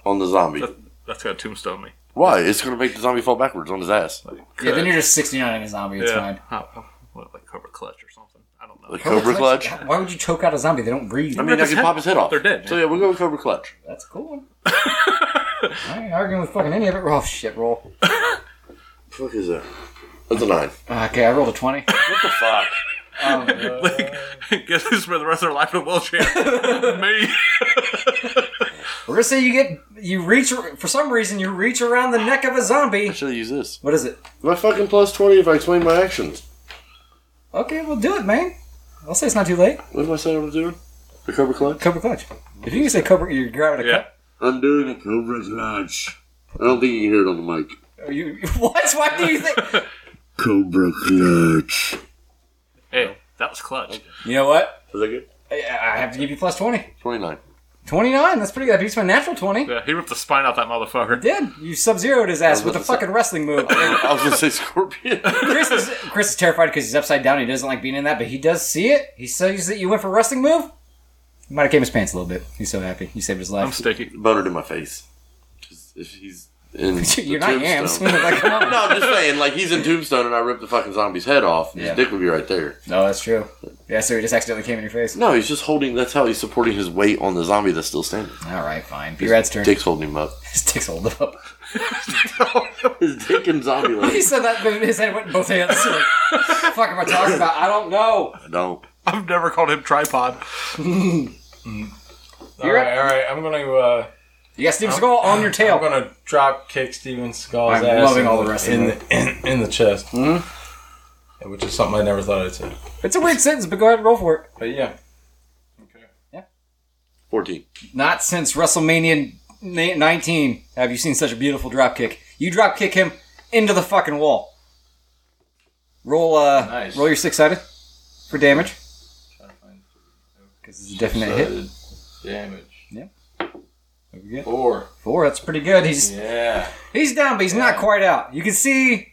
[SPEAKER 2] on the zombie.
[SPEAKER 3] That, that's gonna tombstone me.
[SPEAKER 2] Why? It's gonna make the zombie fall backwards on his ass.
[SPEAKER 1] Yeah, then you're just 69 a zombie. It's fine.
[SPEAKER 3] Oh, what, like Cobra Clutch or something? I don't know.
[SPEAKER 2] The cobra clutch.
[SPEAKER 1] Why would you choke out a zombie? They don't breathe.
[SPEAKER 2] I mean, I
[SPEAKER 3] That's
[SPEAKER 2] can
[SPEAKER 3] it.
[SPEAKER 2] pop his head off.
[SPEAKER 3] They're dead,
[SPEAKER 2] So
[SPEAKER 3] man.
[SPEAKER 2] yeah, we'll go with cobra clutch.
[SPEAKER 1] That's a cool one. I ain't arguing with fucking any of it. Oh shit, roll.
[SPEAKER 2] What the fuck is that? That's a nine.
[SPEAKER 1] Uh, Okay, I rolled a 20.
[SPEAKER 2] What the fuck?
[SPEAKER 3] Like, guess who's for the rest of their life in a wheelchair? me.
[SPEAKER 1] We're gonna say you get you reach for some reason you reach around the neck of a zombie.
[SPEAKER 2] Should I use this?
[SPEAKER 1] What is it?
[SPEAKER 2] Am I fucking plus twenty if I explain my actions?
[SPEAKER 1] Okay, well do it, man. I'll say it's not too late.
[SPEAKER 2] What am I saying I'm doing? The cobra clutch.
[SPEAKER 1] Cobra clutch. If you can say Cobra, you're grabbing a
[SPEAKER 3] Yeah.
[SPEAKER 2] I'm doing a cobra clutch. I don't think you can hear it on the mic.
[SPEAKER 1] cup. Are Oh, you what? Why do you think?
[SPEAKER 2] Cobra clutch.
[SPEAKER 3] Hey, that was clutch.
[SPEAKER 1] you know what?
[SPEAKER 2] Is that good?
[SPEAKER 1] I, I have to give you plus twenty.
[SPEAKER 2] Twenty nine.
[SPEAKER 1] Twenty nine. That's pretty good. That beats my natural twenty.
[SPEAKER 3] Yeah, he ripped the spine out that motherfucker.
[SPEAKER 1] Did you sub zeroed his ass with a
[SPEAKER 2] gonna say-
[SPEAKER 1] fucking wrestling move?
[SPEAKER 2] I was gonna say scorpion.
[SPEAKER 1] Chris is Chris is terrified because he's upside down. He doesn't like being in that, but he does see it. He sees that you went for a wrestling move. He might have came his pants a little bit. He's so happy. You saved his
[SPEAKER 3] I'm
[SPEAKER 1] life.
[SPEAKER 3] sticky.
[SPEAKER 2] Boner in my face. Just If he's in
[SPEAKER 1] You're
[SPEAKER 2] the
[SPEAKER 1] not yams.
[SPEAKER 2] tombstone.
[SPEAKER 1] Like, come on.
[SPEAKER 2] no, I'm just saying. Like he's in tombstone, and I ripped the fucking zombie's head off.
[SPEAKER 1] Yeah.
[SPEAKER 2] His dick would be right there.
[SPEAKER 1] No, Oh, that's true. Yeah, so he just accidentally came in your face.
[SPEAKER 2] No, he's just holding. That's how he's supporting his weight on the zombie that's still standing.
[SPEAKER 1] All right, fine. B-Rad's turn.
[SPEAKER 2] Dick's holding him up.
[SPEAKER 1] His dick's hold up.
[SPEAKER 2] His dick and zombie
[SPEAKER 1] He
[SPEAKER 2] legs.
[SPEAKER 1] said that, but his head went in both hands. Like, "The fuck am I talking about? I don't know.
[SPEAKER 2] I don't.
[SPEAKER 3] I've never called him tripod.
[SPEAKER 5] All right, all right. I'm gonna uh,
[SPEAKER 1] You got Steven Seagal on your
[SPEAKER 5] I'm
[SPEAKER 1] tail.
[SPEAKER 5] gonna drop kick Steven Skull's
[SPEAKER 1] I'm
[SPEAKER 5] ass.
[SPEAKER 1] loving
[SPEAKER 5] in
[SPEAKER 1] all the Hmm? rest of
[SPEAKER 5] in,
[SPEAKER 1] it.
[SPEAKER 5] the, in, in the chest, mm-hmm. which is something I never thought I'd say.
[SPEAKER 1] It's a weird sentence, but go ahead and roll for
[SPEAKER 5] But yeah. Okay.
[SPEAKER 2] 14.
[SPEAKER 1] it. Not since WrestleMania na- 19 have you seen such a beautiful dropkick. You dropkick him into the fucking wall. Roll, uh,
[SPEAKER 5] Nice.
[SPEAKER 1] roll your six-sided for damage. Because it's a definite hit.
[SPEAKER 5] Decided Damage.
[SPEAKER 1] There we go.
[SPEAKER 5] Four.
[SPEAKER 1] Four, that's pretty good. He's
[SPEAKER 5] Yeah.
[SPEAKER 1] He's down, but he's not quite out. You can see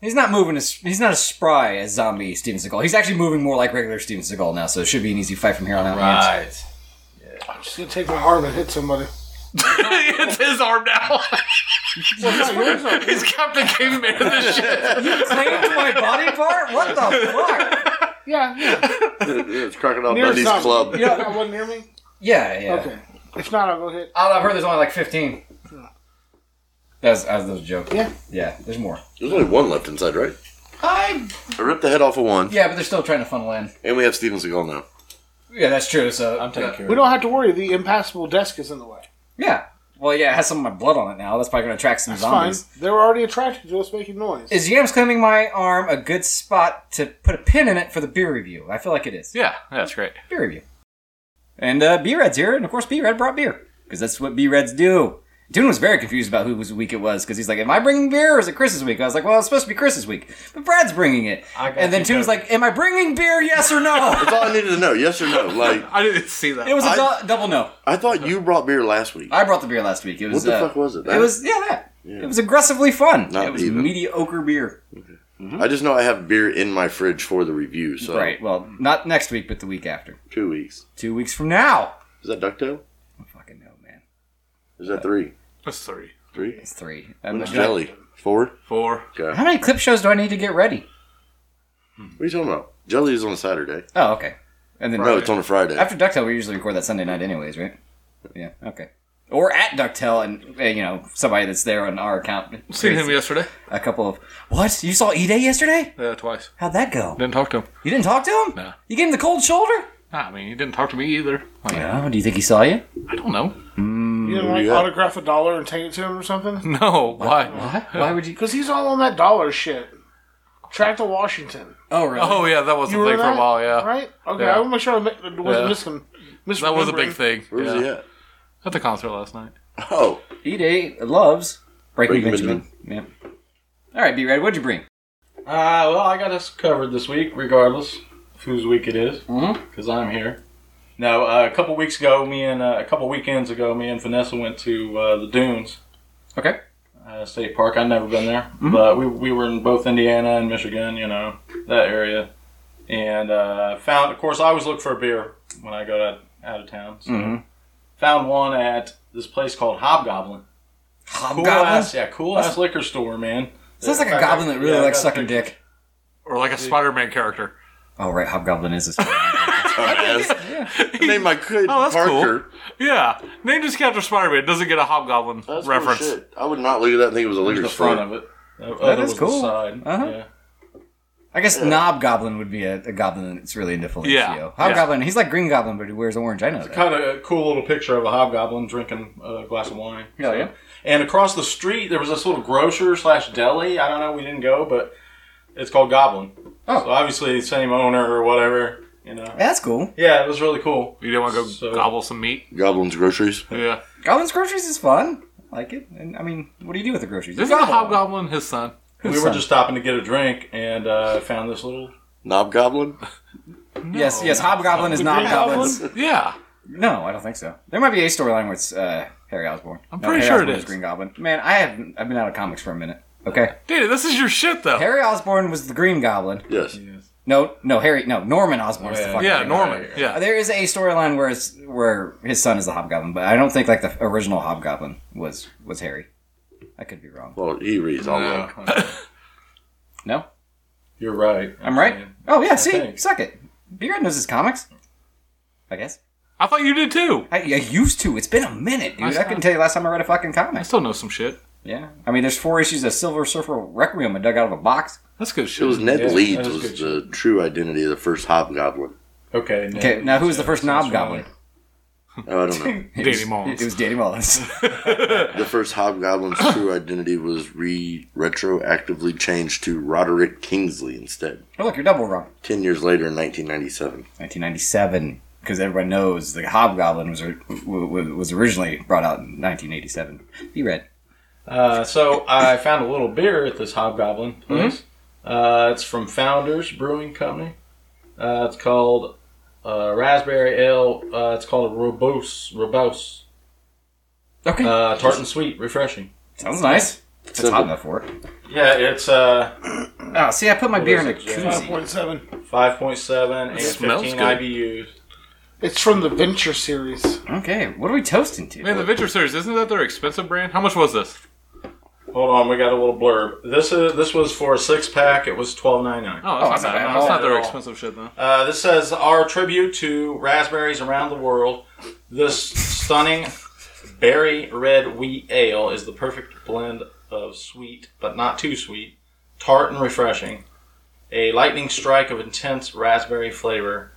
[SPEAKER 1] he's not moving as he's not as spry as zombie Steven Seagal. He's actually moving more like regular Steven Seagal now, so it should be an easy fight from here on out. man.
[SPEAKER 5] Right.
[SPEAKER 6] I'm just gonna take my arm and hit somebody.
[SPEAKER 3] it's his arm now. He's Captain Caveman in this shit.
[SPEAKER 1] You claimed my body part? What the fuck?
[SPEAKER 6] Yeah, yeah.
[SPEAKER 2] it's Crocodile
[SPEAKER 6] Near
[SPEAKER 2] Dundee's
[SPEAKER 6] something.
[SPEAKER 2] club.
[SPEAKER 6] You know, that wasn't near me?
[SPEAKER 1] Yeah, yeah.
[SPEAKER 6] Okay. If not, I'll go hit.
[SPEAKER 1] All I've heard there's only like fifteen. That's that was a joke.
[SPEAKER 6] Yeah.
[SPEAKER 1] Yeah, there's more.
[SPEAKER 2] There's only one left inside, right?
[SPEAKER 1] I
[SPEAKER 2] I ripped the head off of one,
[SPEAKER 1] yeah, but they're still trying to funnel in.
[SPEAKER 2] and we have Steven Seagal now.
[SPEAKER 1] Yeah, that's true. So
[SPEAKER 5] I'm taking care of
[SPEAKER 6] We don't have to worry. The impassable desk is in the way.
[SPEAKER 1] Yeah. Well, yeah, it has some of my blood on it now. That's probably gonna attract some
[SPEAKER 6] It's fine.
[SPEAKER 1] zombies.
[SPEAKER 6] They were already attracted to us making noise.
[SPEAKER 1] Is Yams claiming my arm a good spot to put a pin in it for the beer review? I feel like it is.
[SPEAKER 3] Yeah, that's great.
[SPEAKER 1] beer review. And uh, B Red's here, and of course B Red brought beer because that's what B Reds do. Dune was very confused about whose week it was because he's like, "Am I bringing beer or is it Chris's week?" I was like, "Well, it's supposed to be Chris's week, but Brad's bringing it."
[SPEAKER 5] I got
[SPEAKER 1] And then
[SPEAKER 5] you
[SPEAKER 1] Dune's
[SPEAKER 5] covered.
[SPEAKER 1] like, "Am I bringing beer? Yes or no?"
[SPEAKER 2] That's all I needed to know. Yes or no? Like,
[SPEAKER 3] I didn't see that.
[SPEAKER 1] it was a
[SPEAKER 2] I-
[SPEAKER 1] du- double no.
[SPEAKER 2] I thought you brought beer last week.
[SPEAKER 1] I brought the beer last week. It was
[SPEAKER 2] What the
[SPEAKER 1] uh,
[SPEAKER 2] fuck was it?
[SPEAKER 1] It
[SPEAKER 2] That?
[SPEAKER 1] was yeah, that. It was aggressively fun.
[SPEAKER 2] Not
[SPEAKER 1] it was
[SPEAKER 2] even.
[SPEAKER 1] mediocre beer.
[SPEAKER 2] I just know I have beer in my fridge for the review. So
[SPEAKER 1] Right. Well, not next week, but the week after,
[SPEAKER 2] two weeks.
[SPEAKER 1] two weeks from now.
[SPEAKER 2] Is that Ducktail?
[SPEAKER 1] I fucking know, man.
[SPEAKER 2] Is that three?
[SPEAKER 3] That's three,
[SPEAKER 2] Three.
[SPEAKER 1] It's three.
[SPEAKER 2] When's jelly? Four. What
[SPEAKER 3] four.
[SPEAKER 1] How many clip shows do I need to get ready?
[SPEAKER 2] are you talking about? Jelly is on Saturday.
[SPEAKER 1] Oh, okay. And then
[SPEAKER 2] No, it's on a Friday.
[SPEAKER 1] after Ducktail, we usually record that Sunday night, anyways, right? Yeah. Okay. Or at Ducktail, and uh, you know somebody that's there on our account.
[SPEAKER 3] Seen him yesterday.
[SPEAKER 1] A couple of what? You saw E Day yesterday?
[SPEAKER 3] Uh, twice.
[SPEAKER 1] How'd that go?
[SPEAKER 3] Didn't talk to him.
[SPEAKER 1] You didn't talk to him?
[SPEAKER 3] No.
[SPEAKER 1] You gave him the cold shoulder?
[SPEAKER 3] Nah, I mean, he didn't talk to me either. Like,
[SPEAKER 1] Oh, do you think he saw you?
[SPEAKER 3] I don't know.
[SPEAKER 6] You know, like
[SPEAKER 2] Mm, Yeah.
[SPEAKER 6] autograph a dollar and take it to him or something?
[SPEAKER 3] No, why?
[SPEAKER 1] What? Why would you?
[SPEAKER 6] Because he's all on that dollar shit. Track to Washington.
[SPEAKER 1] Oh, really?
[SPEAKER 3] Oh yeah, that was a
[SPEAKER 6] You were
[SPEAKER 3] thing for a
[SPEAKER 6] that?
[SPEAKER 3] while. Yeah,
[SPEAKER 6] Right? Okay,
[SPEAKER 3] Yeah.
[SPEAKER 6] I want to make sure I ma- wasn't
[SPEAKER 3] Yeah.
[SPEAKER 6] missing.
[SPEAKER 3] that was a big thing.
[SPEAKER 2] Where was
[SPEAKER 3] yeah.
[SPEAKER 2] he at?
[SPEAKER 3] At the concert last night.
[SPEAKER 2] Oh,
[SPEAKER 1] E Day loves Breaking,
[SPEAKER 2] Breaking
[SPEAKER 1] Benjamin. Yeah. All right, B Red, what'd you bring?
[SPEAKER 5] Uh, well, I got us covered this week, regardless of whose week it is,
[SPEAKER 1] Mhm.
[SPEAKER 5] because I'm here. Now, uh, a couple weeks ago, me and uh, a couple weekends ago, me and Vanessa went to uh, the Dunes
[SPEAKER 1] Okay. Mm-hmm.
[SPEAKER 5] uh, State Park. I'd never been there, but we, we were in both Indiana and Michigan, you know, that area, and uh, found. Of course, I always look for a beer when I go to, out of town. So.
[SPEAKER 1] Mhm.
[SPEAKER 5] Found one at this place called Hobgoblin. Cool
[SPEAKER 1] Hobgoblin.
[SPEAKER 5] ass, yeah, cool ass liquor store, man.
[SPEAKER 1] Sounds like a
[SPEAKER 5] Yeah,
[SPEAKER 1] goblin that really
[SPEAKER 5] I
[SPEAKER 1] likes
[SPEAKER 5] got
[SPEAKER 1] sucking
[SPEAKER 5] a picture.
[SPEAKER 1] dick.
[SPEAKER 3] Or like a Spider-Man character.
[SPEAKER 1] Oh, right, Hobgoblin is this.
[SPEAKER 2] dumbass. Name my kid
[SPEAKER 3] Oh, that's
[SPEAKER 2] Parker.
[SPEAKER 3] Yeah, named his character Spider-Man doesn't get a Hobgoblin
[SPEAKER 2] That's cool
[SPEAKER 3] reference.
[SPEAKER 2] shit. I would not look at that and think it was a liquor
[SPEAKER 5] the
[SPEAKER 2] store.
[SPEAKER 5] front of it. That
[SPEAKER 1] is
[SPEAKER 5] is
[SPEAKER 1] cool.
[SPEAKER 5] The side.
[SPEAKER 1] Uh-huh.
[SPEAKER 5] Yeah.
[SPEAKER 1] I guess Knob Goblin would be a, a goblin that's really into fellatio.
[SPEAKER 3] Yeah,
[SPEAKER 1] Hobgoblin, he's like Green Goblin, but he wears orange. I know that.
[SPEAKER 5] Kind of a cool little picture of a hobgoblin drinking a glass of wine.
[SPEAKER 1] Yeah, yeah.
[SPEAKER 5] And across the street, there was this little grocer slash deli. I don't know. We didn't go, but it's called Goblin.
[SPEAKER 1] Oh.
[SPEAKER 5] So obviously, same owner or whatever. You know.
[SPEAKER 1] Yeah, that's cool.
[SPEAKER 5] Yeah, it was really cool.
[SPEAKER 3] You didn't want to go
[SPEAKER 5] So-
[SPEAKER 3] gobble some meat.
[SPEAKER 2] Goblin's groceries.
[SPEAKER 3] Yeah,
[SPEAKER 1] Goblin's groceries is fun. I like it. And I mean, what do you do with the groceries?
[SPEAKER 3] isn't the Hobgoblin his son?
[SPEAKER 5] We were just stopping to get a drink and uh, found this little.
[SPEAKER 2] Knob Goblin.
[SPEAKER 1] Yes, yes. Hobgoblin is Knob Goblins.
[SPEAKER 3] Yeah,
[SPEAKER 1] No, I don't think so. There might be a storyline where it's uh, Harry Osborn.
[SPEAKER 3] I'm pretty sure it is.
[SPEAKER 1] Green Goblin. Man, I have I've been out of comics for a minute. Okay,
[SPEAKER 3] dude, this is your shit though.
[SPEAKER 1] Harry Osborn was the Green Goblin.
[SPEAKER 2] Yes.
[SPEAKER 1] No, no, Harry, no, Norman Osborn is the
[SPEAKER 5] Yeah.
[SPEAKER 1] fucking
[SPEAKER 3] yeah,
[SPEAKER 1] Green
[SPEAKER 3] Norman.
[SPEAKER 1] Uh,
[SPEAKER 3] Yeah,
[SPEAKER 1] There is a storyline where it's, where his son is the Hobgoblin, but I don't think like the original Hobgoblin was was Harry. I could be wrong.
[SPEAKER 2] Well, he reads all that.
[SPEAKER 1] No,
[SPEAKER 5] You're right.
[SPEAKER 1] I'm right. Oh yeah, see,
[SPEAKER 5] think.
[SPEAKER 1] suck it. B Red knows his comics. I guess
[SPEAKER 3] I thought you did too.
[SPEAKER 1] I, I used to. It's been a minute, dude. I couldn't tell you last time I read a fucking
[SPEAKER 3] I
[SPEAKER 1] comic.
[SPEAKER 3] still know some shit.
[SPEAKER 1] Yeah, I mean, there's four issues of Silver Surfer Requiem I dug out of a box.
[SPEAKER 3] That's good shit.
[SPEAKER 2] It was Ned
[SPEAKER 5] Yeah,
[SPEAKER 2] Leeds
[SPEAKER 5] that is
[SPEAKER 2] was
[SPEAKER 5] good
[SPEAKER 2] the true identity of the first Hobgoblin.
[SPEAKER 5] Okay.
[SPEAKER 1] Okay, now who was the first Knob Goblin?
[SPEAKER 2] Oh, I don't know.
[SPEAKER 1] It
[SPEAKER 3] Danny
[SPEAKER 1] was-
[SPEAKER 3] Mullins.
[SPEAKER 1] It was Danny Mullins.
[SPEAKER 2] The first Hobgoblin's true identity was re retroactively changed to Roderick Kingsley instead.
[SPEAKER 1] oh, look, you're double wrong.
[SPEAKER 2] Ten years later, in 1997.
[SPEAKER 1] 1997 because everyone knows the hobgoblin was w- w- was originally brought out in 1987 be read
[SPEAKER 5] Uh, so I found a little beer at this Hobgoblin
[SPEAKER 1] Mm-hmm.
[SPEAKER 5] place. Uh, it's from Founders Brewing Company. Uh, it's called uh, Raspberry Ale. Uh, it's called a Robose. Robose.
[SPEAKER 1] okay
[SPEAKER 5] Uh, tart and sweet, refreshing.
[SPEAKER 1] sounds nice it's
[SPEAKER 2] Simple.
[SPEAKER 1] hot enough for it
[SPEAKER 5] Yeah, it's uh,
[SPEAKER 1] oh see i put my beer in a
[SPEAKER 5] is it, Jay?
[SPEAKER 1] koozie
[SPEAKER 6] 5.7.
[SPEAKER 5] 5.7 and
[SPEAKER 3] smells
[SPEAKER 5] 15
[SPEAKER 3] good.
[SPEAKER 5] IBUs.
[SPEAKER 6] It's from the Venture series.
[SPEAKER 1] okay what are we toasting to
[SPEAKER 3] Man, the Venture Series isn't that their expensive brand? How much was this? Oh,
[SPEAKER 5] Hold on, we got a little blurb. This is this was for a six pack. It was twelve ninety nine.
[SPEAKER 3] Oh, that's
[SPEAKER 1] Oh,
[SPEAKER 3] not
[SPEAKER 1] that's not
[SPEAKER 3] bad.
[SPEAKER 1] bad at
[SPEAKER 3] That's
[SPEAKER 1] all.
[SPEAKER 3] not
[SPEAKER 5] Not
[SPEAKER 3] their
[SPEAKER 5] at all.
[SPEAKER 3] expensive shit though.
[SPEAKER 5] Uh, this says our tribute to raspberries around the world. This stunning berry red wheat ale is the perfect blend of sweet, but not too sweet, tart and refreshing. A lightning strike of intense raspberry flavor.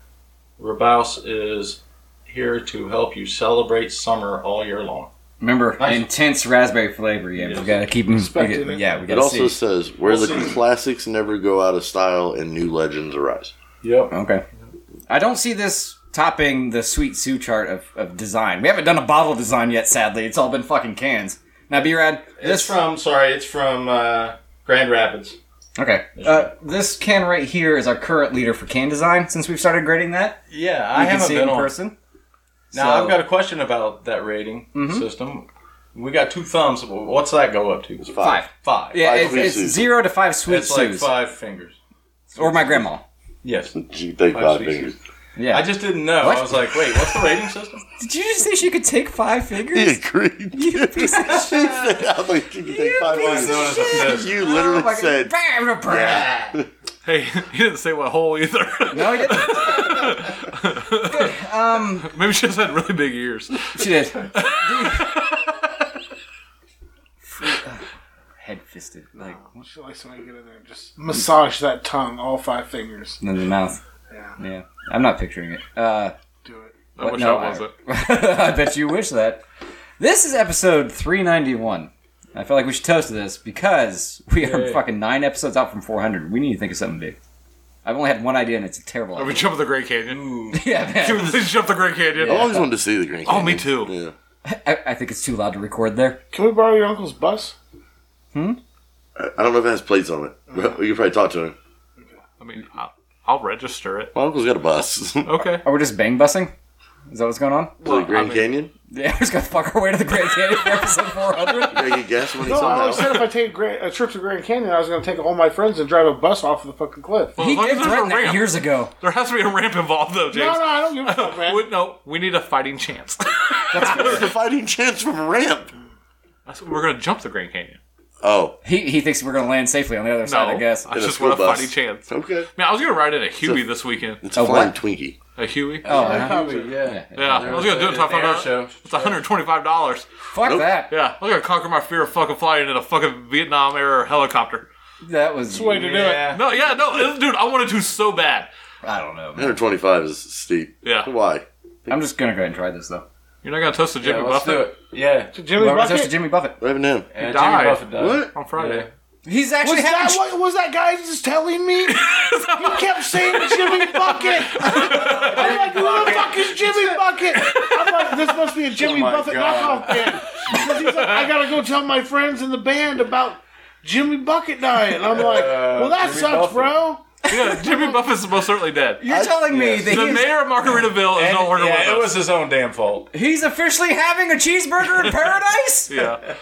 [SPEAKER 5] Rabaus is here to help you celebrate summer all year long.
[SPEAKER 1] remember
[SPEAKER 5] Nice.
[SPEAKER 1] intense raspberry flavor yeah we gotta keep them
[SPEAKER 6] Expecting it.
[SPEAKER 1] yeah we
[SPEAKER 2] It
[SPEAKER 1] gotta
[SPEAKER 2] also
[SPEAKER 1] see
[SPEAKER 2] says where
[SPEAKER 5] We'll
[SPEAKER 2] the
[SPEAKER 5] see.
[SPEAKER 2] classics never go out of style and new legends arise.
[SPEAKER 5] Yep.
[SPEAKER 1] okay i don't see this topping the sweet sue chart of, of design we haven't done a bottle design yet sadly it's all been fucking cans now be read
[SPEAKER 5] It's
[SPEAKER 1] this
[SPEAKER 5] from sorry, it's from uh, Grand Rapids.
[SPEAKER 1] Okay. Uh, this can right here is our current leader for can design since we've started grading that.
[SPEAKER 5] Yeah,
[SPEAKER 1] You
[SPEAKER 5] I
[SPEAKER 1] can
[SPEAKER 5] haven't
[SPEAKER 1] see it
[SPEAKER 5] been
[SPEAKER 1] in
[SPEAKER 5] on
[SPEAKER 1] person. So-
[SPEAKER 5] Now
[SPEAKER 1] Mm-hmm.
[SPEAKER 5] I've got a question about that rating system. We got two thumbs. What's that go up to?
[SPEAKER 1] Five.
[SPEAKER 5] Five.
[SPEAKER 1] Yeah,
[SPEAKER 2] Five
[SPEAKER 1] it's,
[SPEAKER 2] sweet
[SPEAKER 1] it's
[SPEAKER 2] Sues.
[SPEAKER 1] zero to five sweet
[SPEAKER 5] it's like
[SPEAKER 1] Sues.
[SPEAKER 5] five fingers.
[SPEAKER 1] or my grandma.
[SPEAKER 5] Yes.
[SPEAKER 2] You take
[SPEAKER 5] Five
[SPEAKER 2] five
[SPEAKER 5] sweet
[SPEAKER 2] fingers.
[SPEAKER 1] Yeah.
[SPEAKER 5] I just didn't know.
[SPEAKER 1] What?
[SPEAKER 5] I was like, wait, what's the rating system?
[SPEAKER 1] Did you just say she could take five
[SPEAKER 2] He
[SPEAKER 1] fingers?
[SPEAKER 2] agreed. You piece of shit. I thought you could take five
[SPEAKER 1] piece
[SPEAKER 2] fingers.
[SPEAKER 1] of shit.
[SPEAKER 2] You literally said
[SPEAKER 1] Oh, Bam, bam, bam.
[SPEAKER 3] Hey, he didn't say what hole Oh, either.
[SPEAKER 1] No, he didn't.
[SPEAKER 3] Maybe she just had really big ears.
[SPEAKER 1] She did. uh, Head fisted, like
[SPEAKER 6] She likes when I get in there and just massage that tongue, all five fingers.
[SPEAKER 1] in the mouth.
[SPEAKER 6] Yeah,
[SPEAKER 1] Yeah, I'm not picturing it. Uh,
[SPEAKER 6] do it.
[SPEAKER 3] I
[SPEAKER 1] What?
[SPEAKER 3] wish
[SPEAKER 1] No,
[SPEAKER 3] I was
[SPEAKER 1] I-
[SPEAKER 3] it.
[SPEAKER 1] I bet you wish that. This is episode 391. I feel like we should toast to this because we are fucking nine episodes out from 400. We need to think of something big. I've only had one idea and it's a terrible
[SPEAKER 3] Or we
[SPEAKER 1] idea.
[SPEAKER 3] jump the Great Canyon.
[SPEAKER 1] yeah,
[SPEAKER 3] Can
[SPEAKER 1] man.
[SPEAKER 3] we please jump the Great Canyon?
[SPEAKER 2] I always wanted to see the Grand
[SPEAKER 3] Oh,
[SPEAKER 2] Canyon.
[SPEAKER 3] me too.
[SPEAKER 2] Yeah.
[SPEAKER 1] I, I think it's too loud to record there.
[SPEAKER 6] Can we borrow your uncle's bus?
[SPEAKER 2] I- I don't know if it has plates on it.
[SPEAKER 3] Uh-huh.
[SPEAKER 2] But you can probably talk to him.
[SPEAKER 3] I mean, I'll, I'll register it.
[SPEAKER 2] My uncle's got a bus. to
[SPEAKER 3] Okay.
[SPEAKER 1] Are we just bang bussing? Is that what's going on?
[SPEAKER 2] the Grand
[SPEAKER 3] I mean-
[SPEAKER 2] Canyon.
[SPEAKER 1] Yeah, we're just gonna fuck our way to the Grand Canyon for episode 400.
[SPEAKER 2] Yeah, you guess when he
[SPEAKER 6] No, I
[SPEAKER 2] somehow.
[SPEAKER 6] always said if I take Grand, a trip to Grand Canyon, I was going to take all my friends and drive a bus off of the fucking cliff.
[SPEAKER 3] Well,
[SPEAKER 1] He
[SPEAKER 3] as long
[SPEAKER 1] did
[SPEAKER 3] as there's a
[SPEAKER 1] threaten that
[SPEAKER 3] ramp.
[SPEAKER 1] years ago.
[SPEAKER 3] There has to be a ramp involved, though,
[SPEAKER 6] No,
[SPEAKER 3] James.
[SPEAKER 6] no, I don't give a fuck, man.
[SPEAKER 3] We, no, we need a fighting chance.
[SPEAKER 2] There's a fighting chance from a ramp.
[SPEAKER 3] That's- We're gonna jump the Grand Canyon.
[SPEAKER 2] Oh,
[SPEAKER 1] He, he thinks we're gonna land safely on the other
[SPEAKER 3] No,
[SPEAKER 1] side, I guess.
[SPEAKER 3] I
[SPEAKER 2] In a
[SPEAKER 3] just
[SPEAKER 2] school
[SPEAKER 3] want a
[SPEAKER 2] bus.
[SPEAKER 3] fighting chance.
[SPEAKER 2] okay.
[SPEAKER 3] Man, I was gonna ride in a Huey this weekend.
[SPEAKER 2] It's
[SPEAKER 5] Oh,
[SPEAKER 2] a
[SPEAKER 1] A
[SPEAKER 2] flying
[SPEAKER 1] what?
[SPEAKER 2] Twinkie.
[SPEAKER 3] A Huey.
[SPEAKER 1] oh, man.
[SPEAKER 6] Probably, yeah.
[SPEAKER 3] yeah, I was gonna do it until I found
[SPEAKER 5] air
[SPEAKER 3] out
[SPEAKER 5] show.
[SPEAKER 3] it's 125 dollars.
[SPEAKER 1] fuck that.
[SPEAKER 3] Yeah, I was gonna conquer my fear of fucking flying in a fucking Vietnam era helicopter.
[SPEAKER 1] That was.
[SPEAKER 6] Way to do it.
[SPEAKER 5] Yeah.
[SPEAKER 3] No, yeah, no, it- dude, I wanted to so bad.
[SPEAKER 1] I don't know, man.
[SPEAKER 2] 125 is steep.
[SPEAKER 3] Yeah.
[SPEAKER 2] Why?
[SPEAKER 1] I'm just gonna go ahead and try this, though.
[SPEAKER 3] You're not gonna toast the
[SPEAKER 5] Yeah,
[SPEAKER 3] Jimmy
[SPEAKER 5] let's do
[SPEAKER 3] Buffett
[SPEAKER 5] it. Yeah.
[SPEAKER 6] To Jimmy
[SPEAKER 1] We're gonna toast to
[SPEAKER 6] Bucket?
[SPEAKER 1] Jimmy Buffett.
[SPEAKER 2] What happened to him?
[SPEAKER 5] And
[SPEAKER 3] died.
[SPEAKER 5] Jimmy Buffett died.
[SPEAKER 2] What?
[SPEAKER 3] on Friday.
[SPEAKER 1] He's actually
[SPEAKER 6] Was
[SPEAKER 1] having
[SPEAKER 6] that what was that guy just telling me? you kept saying Jimmy Bucket. I'm like, who the fuck is Jimmy Bucket? I'm like, this must be a
[SPEAKER 5] Oh
[SPEAKER 6] Jimmy
[SPEAKER 5] my
[SPEAKER 6] Buffett
[SPEAKER 5] God.
[SPEAKER 6] knockoff band. Because he's like, I gotta go tell my friends in the band about Jimmy Bucket dying. And I'm like, well, that
[SPEAKER 5] Uh, Jimmy
[SPEAKER 6] sucks,
[SPEAKER 5] Buffett.
[SPEAKER 6] bro.
[SPEAKER 3] Yeah, Jimmy Buffett's most certainly dead.
[SPEAKER 1] You're telling me
[SPEAKER 5] yes.
[SPEAKER 1] that
[SPEAKER 3] The
[SPEAKER 1] he's,
[SPEAKER 3] mayor of Margaritaville is
[SPEAKER 5] And,
[SPEAKER 3] no longer with
[SPEAKER 5] yeah, it
[SPEAKER 3] us.
[SPEAKER 5] was his own damn fault.
[SPEAKER 1] he's officially having a cheeseburger in paradise?
[SPEAKER 3] yeah,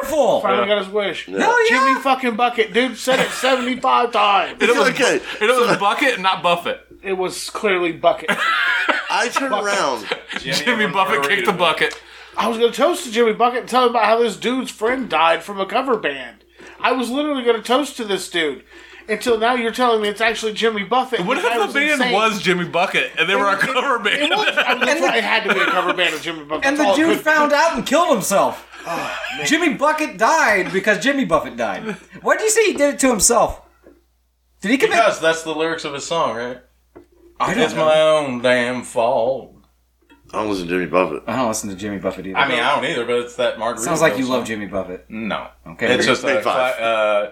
[SPEAKER 1] Wonderful!
[SPEAKER 6] Finally got his wish.
[SPEAKER 1] Hell yeah!
[SPEAKER 6] Jimmy fucking Bucket, dude, said it 75 times.
[SPEAKER 3] it was
[SPEAKER 2] okay.
[SPEAKER 3] It was Bucket, not Buffett.
[SPEAKER 6] It was clearly Bucket.
[SPEAKER 2] I turn around.
[SPEAKER 3] Jimmy Buffett kicked the bucket.
[SPEAKER 6] I was going to toast to Jimmy Bucket and tell him about how this dude's friend died from a cover band. I was literally going to toast to this dude until now you're telling me it's actually Jimmy Buffett.
[SPEAKER 3] What if
[SPEAKER 6] guy
[SPEAKER 3] the band
[SPEAKER 6] insane.
[SPEAKER 3] was Jimmy Bucket and they were a
[SPEAKER 6] was-
[SPEAKER 3] cover
[SPEAKER 6] It,
[SPEAKER 3] band?
[SPEAKER 6] was, I mean, that's
[SPEAKER 1] And the-
[SPEAKER 6] why it had to be a cover band of Jimmy Buffett.
[SPEAKER 1] And the
[SPEAKER 6] That's all it
[SPEAKER 1] dude
[SPEAKER 6] could-
[SPEAKER 1] found out and killed himself.
[SPEAKER 5] Oh,
[SPEAKER 1] Jimmy Bucket died because Jimmy Buffett died. Why'd you say he did it to himself? Did he commit?
[SPEAKER 5] Because that's the lyrics of his song, right?
[SPEAKER 1] I
[SPEAKER 5] It's
[SPEAKER 1] don't know.
[SPEAKER 5] my own damn fault.
[SPEAKER 2] I don't listen to Jimmy Buffett.
[SPEAKER 1] I don't listen to Jimmy Buffett either.
[SPEAKER 5] I mean, I don't either, but it's that Margaritaville.
[SPEAKER 1] Sounds like you
[SPEAKER 5] song.
[SPEAKER 1] love Jimmy Buffett.
[SPEAKER 5] No.
[SPEAKER 1] Okay.
[SPEAKER 5] It's just
[SPEAKER 2] Big
[SPEAKER 5] a,
[SPEAKER 2] five.
[SPEAKER 5] cla- uh,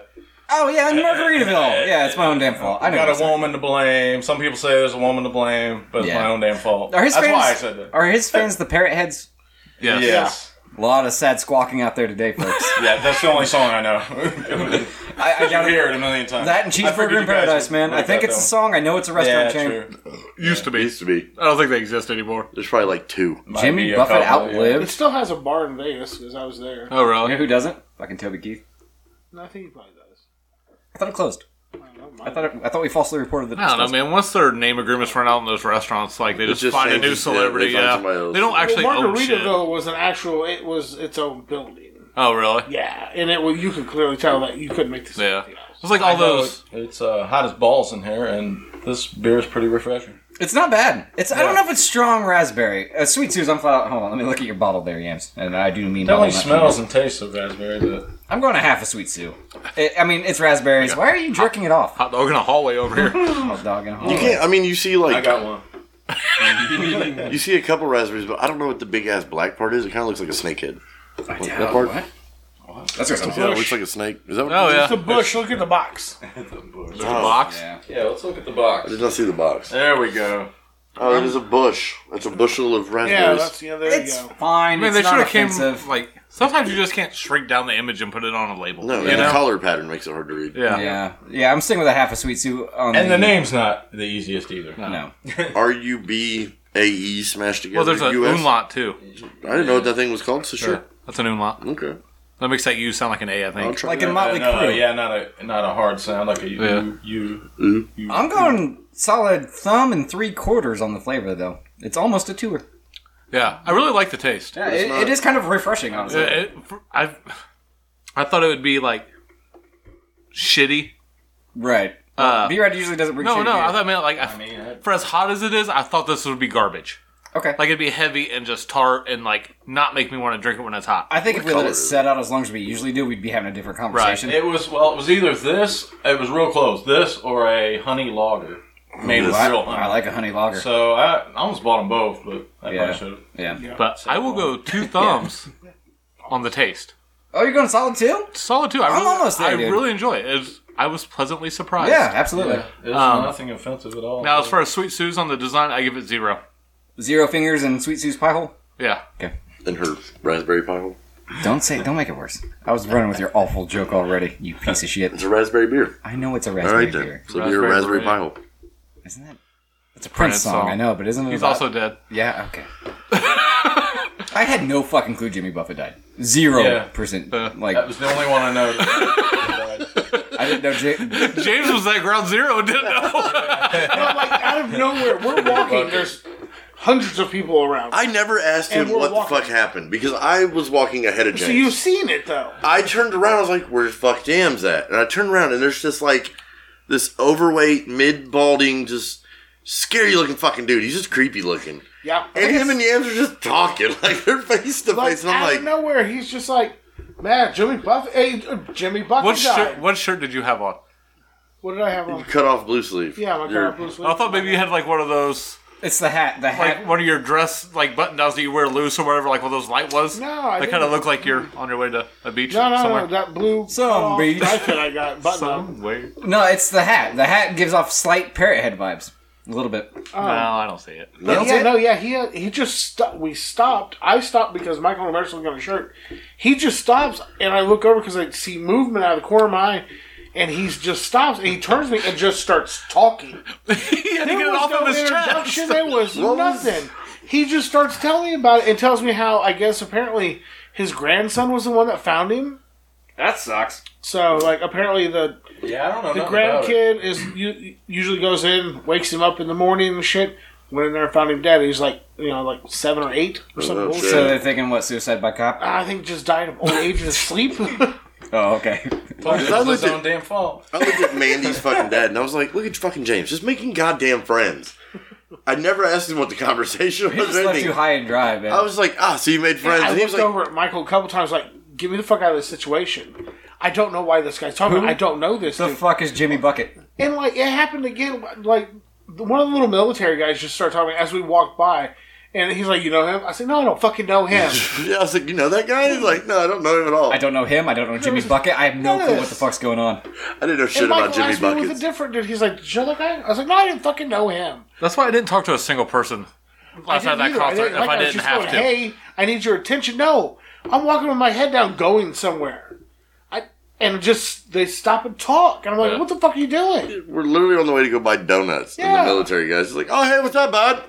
[SPEAKER 1] oh yeah, in Margaritaville. Yeah, it's my own damn fault. I know.
[SPEAKER 5] got
[SPEAKER 1] what
[SPEAKER 5] a
[SPEAKER 1] you're
[SPEAKER 5] woman to blame. Some people say there's a woman to blame, but it's
[SPEAKER 1] Yeah.
[SPEAKER 5] my own damn fault.
[SPEAKER 1] Are his
[SPEAKER 5] That's
[SPEAKER 1] fans-
[SPEAKER 5] why I said that.
[SPEAKER 1] Are his fans the parrot heads?
[SPEAKER 3] Yes.
[SPEAKER 5] Yes.
[SPEAKER 1] A lot of sad squawking out there today, folks.
[SPEAKER 5] Yeah. that's the only song I know.
[SPEAKER 1] I, I
[SPEAKER 5] you
[SPEAKER 1] doubt it.
[SPEAKER 5] hear it a million times.
[SPEAKER 1] That and
[SPEAKER 5] I figured
[SPEAKER 1] Cheeseburger in
[SPEAKER 5] you guys
[SPEAKER 1] Paradise,
[SPEAKER 5] would
[SPEAKER 1] man. I
[SPEAKER 5] like
[SPEAKER 1] think
[SPEAKER 5] that,
[SPEAKER 1] it's a
[SPEAKER 5] though.
[SPEAKER 1] song. I know it's a restaurant
[SPEAKER 5] Yeah,
[SPEAKER 1] chain.
[SPEAKER 5] true.
[SPEAKER 3] Used to
[SPEAKER 2] It
[SPEAKER 3] be.
[SPEAKER 2] used to be.
[SPEAKER 3] I don't think they exist anymore.
[SPEAKER 2] There's probably like two.
[SPEAKER 5] Might
[SPEAKER 1] Jimmy
[SPEAKER 5] be a
[SPEAKER 1] Buffett
[SPEAKER 5] couple, yeah.
[SPEAKER 6] It
[SPEAKER 1] outlived.
[SPEAKER 6] still has a bar in Vegas because I was there.
[SPEAKER 3] Oh
[SPEAKER 1] You know
[SPEAKER 3] really?
[SPEAKER 1] who doesn't? Fucking Toby Keith.
[SPEAKER 6] No, I think he probably does.
[SPEAKER 1] I thought it closed.
[SPEAKER 6] I don't know.
[SPEAKER 1] I
[SPEAKER 6] mine-
[SPEAKER 1] thought it, I thought we falsely reported that. it
[SPEAKER 3] I don't know,
[SPEAKER 1] was closed.
[SPEAKER 3] man. Once their name agreements run out in those restaurants, like they
[SPEAKER 2] It
[SPEAKER 3] just,
[SPEAKER 2] just
[SPEAKER 3] find a new
[SPEAKER 2] changes, yeah, they
[SPEAKER 3] celebrity.
[SPEAKER 2] find
[SPEAKER 3] Yeah,
[SPEAKER 2] somebody else.
[SPEAKER 3] they don't actually
[SPEAKER 6] well,
[SPEAKER 3] own shit.
[SPEAKER 6] Margaritaville was an actual. It was its own building.
[SPEAKER 3] Oh really?
[SPEAKER 6] Yeah, and it. Well, you could clearly tell that you couldn't make this.
[SPEAKER 3] Yeah.
[SPEAKER 6] anything else.
[SPEAKER 3] It's like all
[SPEAKER 5] I know
[SPEAKER 3] those.
[SPEAKER 5] it- It's uh, hot as balls in here, and this beer is pretty refreshing.
[SPEAKER 1] It's not bad. It's I don't know if it's strong raspberry. Uh, sweet Sue's. I'm flat out. Hold on. Let me look at your bottle there, Yams. And I do mean. bottle,
[SPEAKER 5] Definitely
[SPEAKER 1] not-
[SPEAKER 5] smells and tastes of raspberry, but
[SPEAKER 1] I'm going to half a Sweet Sue. I I mean, it's raspberries. Why are you jerking it off?
[SPEAKER 3] Hot dog in a hallway over here. Oh,
[SPEAKER 1] Hot dog and a
[SPEAKER 2] You
[SPEAKER 1] hog.
[SPEAKER 2] can't. I mean, you see
[SPEAKER 5] I
[SPEAKER 2] like
[SPEAKER 5] got one.
[SPEAKER 2] you see a couple raspberries, but I don't know what the big ass black part is. It kind of looks like a snakehead. Like, that part.
[SPEAKER 1] What? That's got some
[SPEAKER 2] Yeah, it looks like a snake. Is that what?
[SPEAKER 3] Oh
[SPEAKER 2] it is?
[SPEAKER 3] yeah.
[SPEAKER 6] It's a bush. Look at the box.
[SPEAKER 3] There's a box.
[SPEAKER 1] Yeah.
[SPEAKER 5] Yeah, let's look at the
[SPEAKER 2] I
[SPEAKER 5] box.
[SPEAKER 2] did not see the box.
[SPEAKER 5] There we go.
[SPEAKER 2] Oh, it is a bush. That's a bushel of
[SPEAKER 6] Yeah,
[SPEAKER 2] raspberries.
[SPEAKER 6] that's yeah. There you
[SPEAKER 1] It's
[SPEAKER 6] go.
[SPEAKER 1] fine.
[SPEAKER 3] I mean,
[SPEAKER 1] it's
[SPEAKER 3] they should
[SPEAKER 1] not
[SPEAKER 3] have came
[SPEAKER 1] offensive.
[SPEAKER 3] like. Sometimes you just can't shrink down the image and put it on a label.
[SPEAKER 2] no,
[SPEAKER 3] you
[SPEAKER 2] and the
[SPEAKER 3] know?
[SPEAKER 2] color pattern makes it hard to read.
[SPEAKER 3] Yeah.
[SPEAKER 1] yeah, yeah. I'm sticking with a half a Sweet Sue on
[SPEAKER 5] And the name's not the easiest either.
[SPEAKER 1] No.
[SPEAKER 2] R U B A E smashed together.
[SPEAKER 3] Well, there's a
[SPEAKER 2] US.
[SPEAKER 3] umlaut too.
[SPEAKER 2] I didn't know what that thing was called. So sure.
[SPEAKER 3] That's an umlaut.
[SPEAKER 2] Okay.
[SPEAKER 3] That makes that U sound like an A, I
[SPEAKER 2] I'll
[SPEAKER 3] think.
[SPEAKER 2] try.
[SPEAKER 1] Like
[SPEAKER 2] that.
[SPEAKER 1] in Motley
[SPEAKER 5] no,
[SPEAKER 1] Crue.
[SPEAKER 5] yeah, not a not a hard sound like a you
[SPEAKER 3] Yeah.
[SPEAKER 5] you.
[SPEAKER 2] Ooh.
[SPEAKER 5] you-
[SPEAKER 1] I'm going solid thumb and three quarters on the flavor, though. It's almost a tour.
[SPEAKER 3] Yeah, I really like the taste.
[SPEAKER 1] Yeah, it, it is kind of refreshing, honestly.
[SPEAKER 3] It- it- I I thought it would be like shitty,
[SPEAKER 1] right.
[SPEAKER 3] Uh,
[SPEAKER 1] B Red usually doesn't bring
[SPEAKER 3] no,
[SPEAKER 1] shitty
[SPEAKER 3] no.
[SPEAKER 1] beer.
[SPEAKER 3] I thought, man, like, I,
[SPEAKER 5] mean, it-
[SPEAKER 3] for as hot as it is, I thought this would be garbage.
[SPEAKER 1] okay.
[SPEAKER 3] Like, it'd be heavy and just tart and, like, not make me want to drink it when it's hot.
[SPEAKER 1] I think if we let
[SPEAKER 2] color
[SPEAKER 1] it
[SPEAKER 2] is it?
[SPEAKER 1] set out as long as we usually do, we'd be having a different conversation.
[SPEAKER 5] It was well. It was either this. It was real close. This or a honey lager made with
[SPEAKER 1] I,
[SPEAKER 5] real honey.
[SPEAKER 1] I like a honey lager.
[SPEAKER 5] So I, I almost bought them both, but I
[SPEAKER 1] Yeah.
[SPEAKER 5] probably should have.
[SPEAKER 1] yeah.
[SPEAKER 3] but I will go two thumbs on the taste.
[SPEAKER 1] Oh, you're going solid too?
[SPEAKER 3] Solid two. I
[SPEAKER 1] I'm
[SPEAKER 3] really,
[SPEAKER 1] almost there,
[SPEAKER 3] I
[SPEAKER 1] dude.
[SPEAKER 3] really enjoy it. It's- I was pleasantly surprised.
[SPEAKER 1] Yeah, absolutely.
[SPEAKER 5] It's nothing offensive at all.
[SPEAKER 3] Now, as far as Sweet Sue's on the design, I give it zero.
[SPEAKER 1] Zero fingers and Sweet Sue's pie hole.
[SPEAKER 3] Yeah.
[SPEAKER 2] And her raspberry pie hole.
[SPEAKER 1] Don't say. Don't make it worse. I was running with your awful joke already. You piece of shit.
[SPEAKER 2] It's a raspberry beer.
[SPEAKER 1] I know it's a
[SPEAKER 2] All
[SPEAKER 1] raspberry
[SPEAKER 2] right then.
[SPEAKER 1] beer.
[SPEAKER 2] So be a
[SPEAKER 3] Raspberry
[SPEAKER 2] raspberry
[SPEAKER 3] parade.
[SPEAKER 2] pie hole.
[SPEAKER 1] Isn't that? It's a Prince,
[SPEAKER 3] Prince
[SPEAKER 1] song,
[SPEAKER 3] song.
[SPEAKER 1] I know, but isn't it?
[SPEAKER 3] He's
[SPEAKER 1] about-
[SPEAKER 3] also dead.
[SPEAKER 1] Yeah. Okay. I had no fucking clue Jimmy Buffett died. Zero
[SPEAKER 5] Yeah.
[SPEAKER 1] percent.
[SPEAKER 3] Uh,
[SPEAKER 1] like
[SPEAKER 5] that was the only one I know. that-
[SPEAKER 1] I didn't know. J-
[SPEAKER 3] James was at ground zero and didn't know.
[SPEAKER 6] But, like out of nowhere, we're walking. There's hundreds of people around.
[SPEAKER 2] I never asked
[SPEAKER 6] And
[SPEAKER 2] him
[SPEAKER 6] we're
[SPEAKER 2] what
[SPEAKER 6] walking.
[SPEAKER 2] the fuck happened because I was walking ahead of James.
[SPEAKER 6] so you've seen it though.
[SPEAKER 2] I turned around. I was like, "Where the fuck Dam's at?" And I turned around, and there's just like this overweight, mid balding, just scary looking fucking dude. He's just creepy looking.
[SPEAKER 6] Yeah.
[SPEAKER 2] And him and Yams are just talking like they're face to
[SPEAKER 6] like,
[SPEAKER 2] face. And I'm
[SPEAKER 6] out
[SPEAKER 2] like,
[SPEAKER 6] of nowhere, he's just like, man, Jimmy Buffett. Hey, uh, Jimmy Buffett
[SPEAKER 3] what,
[SPEAKER 6] died.
[SPEAKER 3] shirt, what shirt did you have on?
[SPEAKER 6] What did I have on?
[SPEAKER 2] cut off blue sleeve.
[SPEAKER 6] Yeah, my
[SPEAKER 2] You're-
[SPEAKER 6] car blue sleeve.
[SPEAKER 3] I thought maybe you had, like, one of those,
[SPEAKER 1] it's the hat. The hat.
[SPEAKER 3] like, one of your dress, like, button downs that you wear loose or whatever, like, one of those light was.
[SPEAKER 6] No, I
[SPEAKER 3] That kind of
[SPEAKER 6] didn't.
[SPEAKER 3] look like you're on your way to a beach
[SPEAKER 6] No, no,
[SPEAKER 3] somewhere.
[SPEAKER 6] no, that blue
[SPEAKER 1] Some
[SPEAKER 6] cut-off
[SPEAKER 1] beach.
[SPEAKER 6] jacket I got button up.
[SPEAKER 3] Somewhere.
[SPEAKER 1] no, it's the hat. The hat gives off slight parrot head vibes. A little bit.
[SPEAKER 6] Oh.
[SPEAKER 3] No, I don't see it.
[SPEAKER 6] Yeah,
[SPEAKER 1] That's it?
[SPEAKER 6] no, yeah, he he just sto- we stopped. I stopped because Michael and Emerson got a shirt. He just stops, and I look over because I see movement out of the corner of my eye, and he just stops and he turns me and just starts talking.
[SPEAKER 3] he had to
[SPEAKER 6] There
[SPEAKER 3] get it
[SPEAKER 6] was
[SPEAKER 3] off
[SPEAKER 6] no
[SPEAKER 3] of his chest.
[SPEAKER 6] introduction. There was nothing. He just starts telling me about it and tells me how I guess apparently his grandson was the one that found him.
[SPEAKER 1] That sucks.
[SPEAKER 6] So like apparently the
[SPEAKER 5] yeah, I don't know.
[SPEAKER 6] the
[SPEAKER 5] nothing about it.
[SPEAKER 6] grandkid is u- usually goes in, wakes him up in the morning and shit. Went in there and found him dead. He's like, you know, like seven or eight or something.
[SPEAKER 2] Oh,
[SPEAKER 6] bullshit.
[SPEAKER 1] So they're thinking what suicide by cop.
[SPEAKER 6] I think just died of old age and sleep.
[SPEAKER 1] Oh, okay.
[SPEAKER 5] Told you
[SPEAKER 2] I looked
[SPEAKER 5] It was his
[SPEAKER 2] at-
[SPEAKER 5] own damn fault.
[SPEAKER 2] I looked at Mandy's fucking dad, and I was like, "Look at fucking James, just making goddamn friends." I never asked him what the conversation
[SPEAKER 1] He
[SPEAKER 2] was.
[SPEAKER 1] just
[SPEAKER 2] Or
[SPEAKER 1] left you
[SPEAKER 2] anything.
[SPEAKER 1] high and dry, man.
[SPEAKER 2] I was like, "Ah, so you made friends?"
[SPEAKER 6] I
[SPEAKER 2] and he was
[SPEAKER 6] looked
[SPEAKER 2] like,
[SPEAKER 6] over at Michael a couple times, like, "Get me the fuck out of this situation." I don't know why this guy's talking. I don't know this.
[SPEAKER 1] the
[SPEAKER 6] dude."
[SPEAKER 1] fuck is Jimmy Bucket?
[SPEAKER 6] and like, it happened again. Like, the- one of the little military guys just started talking as we walked by, and he's like, "You know him?" I said, "No, I don't fucking know him."
[SPEAKER 2] "Yeah," I was like, "You know that guy?" He's like, "No, I don't know him at all.
[SPEAKER 1] I don't know him. I don't know Jimmy Bucket. I have no clue what the fuck's going on.
[SPEAKER 2] I didn't know shit
[SPEAKER 6] and Michael
[SPEAKER 2] about Jimmy
[SPEAKER 6] asked me with a
[SPEAKER 2] Buckets."
[SPEAKER 6] different dude. He's like, "Did you know that guy?" I was like, "No, I didn't fucking know him."
[SPEAKER 3] That's why I didn't talk to a single person
[SPEAKER 6] I
[SPEAKER 3] outside
[SPEAKER 6] didn't
[SPEAKER 3] that
[SPEAKER 6] either. I
[SPEAKER 3] concert
[SPEAKER 6] didn't
[SPEAKER 3] if
[SPEAKER 6] like
[SPEAKER 3] I
[SPEAKER 6] it. was
[SPEAKER 3] didn't
[SPEAKER 6] just
[SPEAKER 3] have
[SPEAKER 6] going,
[SPEAKER 3] to.
[SPEAKER 6] Hey, I need your attention. No, I'm walking with my head down, going somewhere. I and just they stop and talk, and I'm like,
[SPEAKER 3] Yeah.
[SPEAKER 6] "What the fuck are you doing?"
[SPEAKER 2] We're literally on the way to go buy donuts, and
[SPEAKER 6] Yeah.
[SPEAKER 2] the military guy's just like, "Oh, hey, what's up, bud?"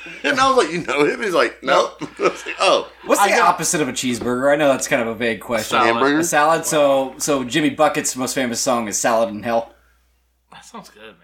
[SPEAKER 2] and I was like, "You know him?" He's like, "Nope." I was like, "Oh,
[SPEAKER 1] What's the
[SPEAKER 6] got-
[SPEAKER 1] opposite of a cheeseburger? I know that's kind of a vague question.
[SPEAKER 3] Salad.
[SPEAKER 1] A
[SPEAKER 2] hamburger?"
[SPEAKER 1] salad. So, so Jimmy Bucket's most famous song is "Salad in Hell."
[SPEAKER 3] That sounds good, man.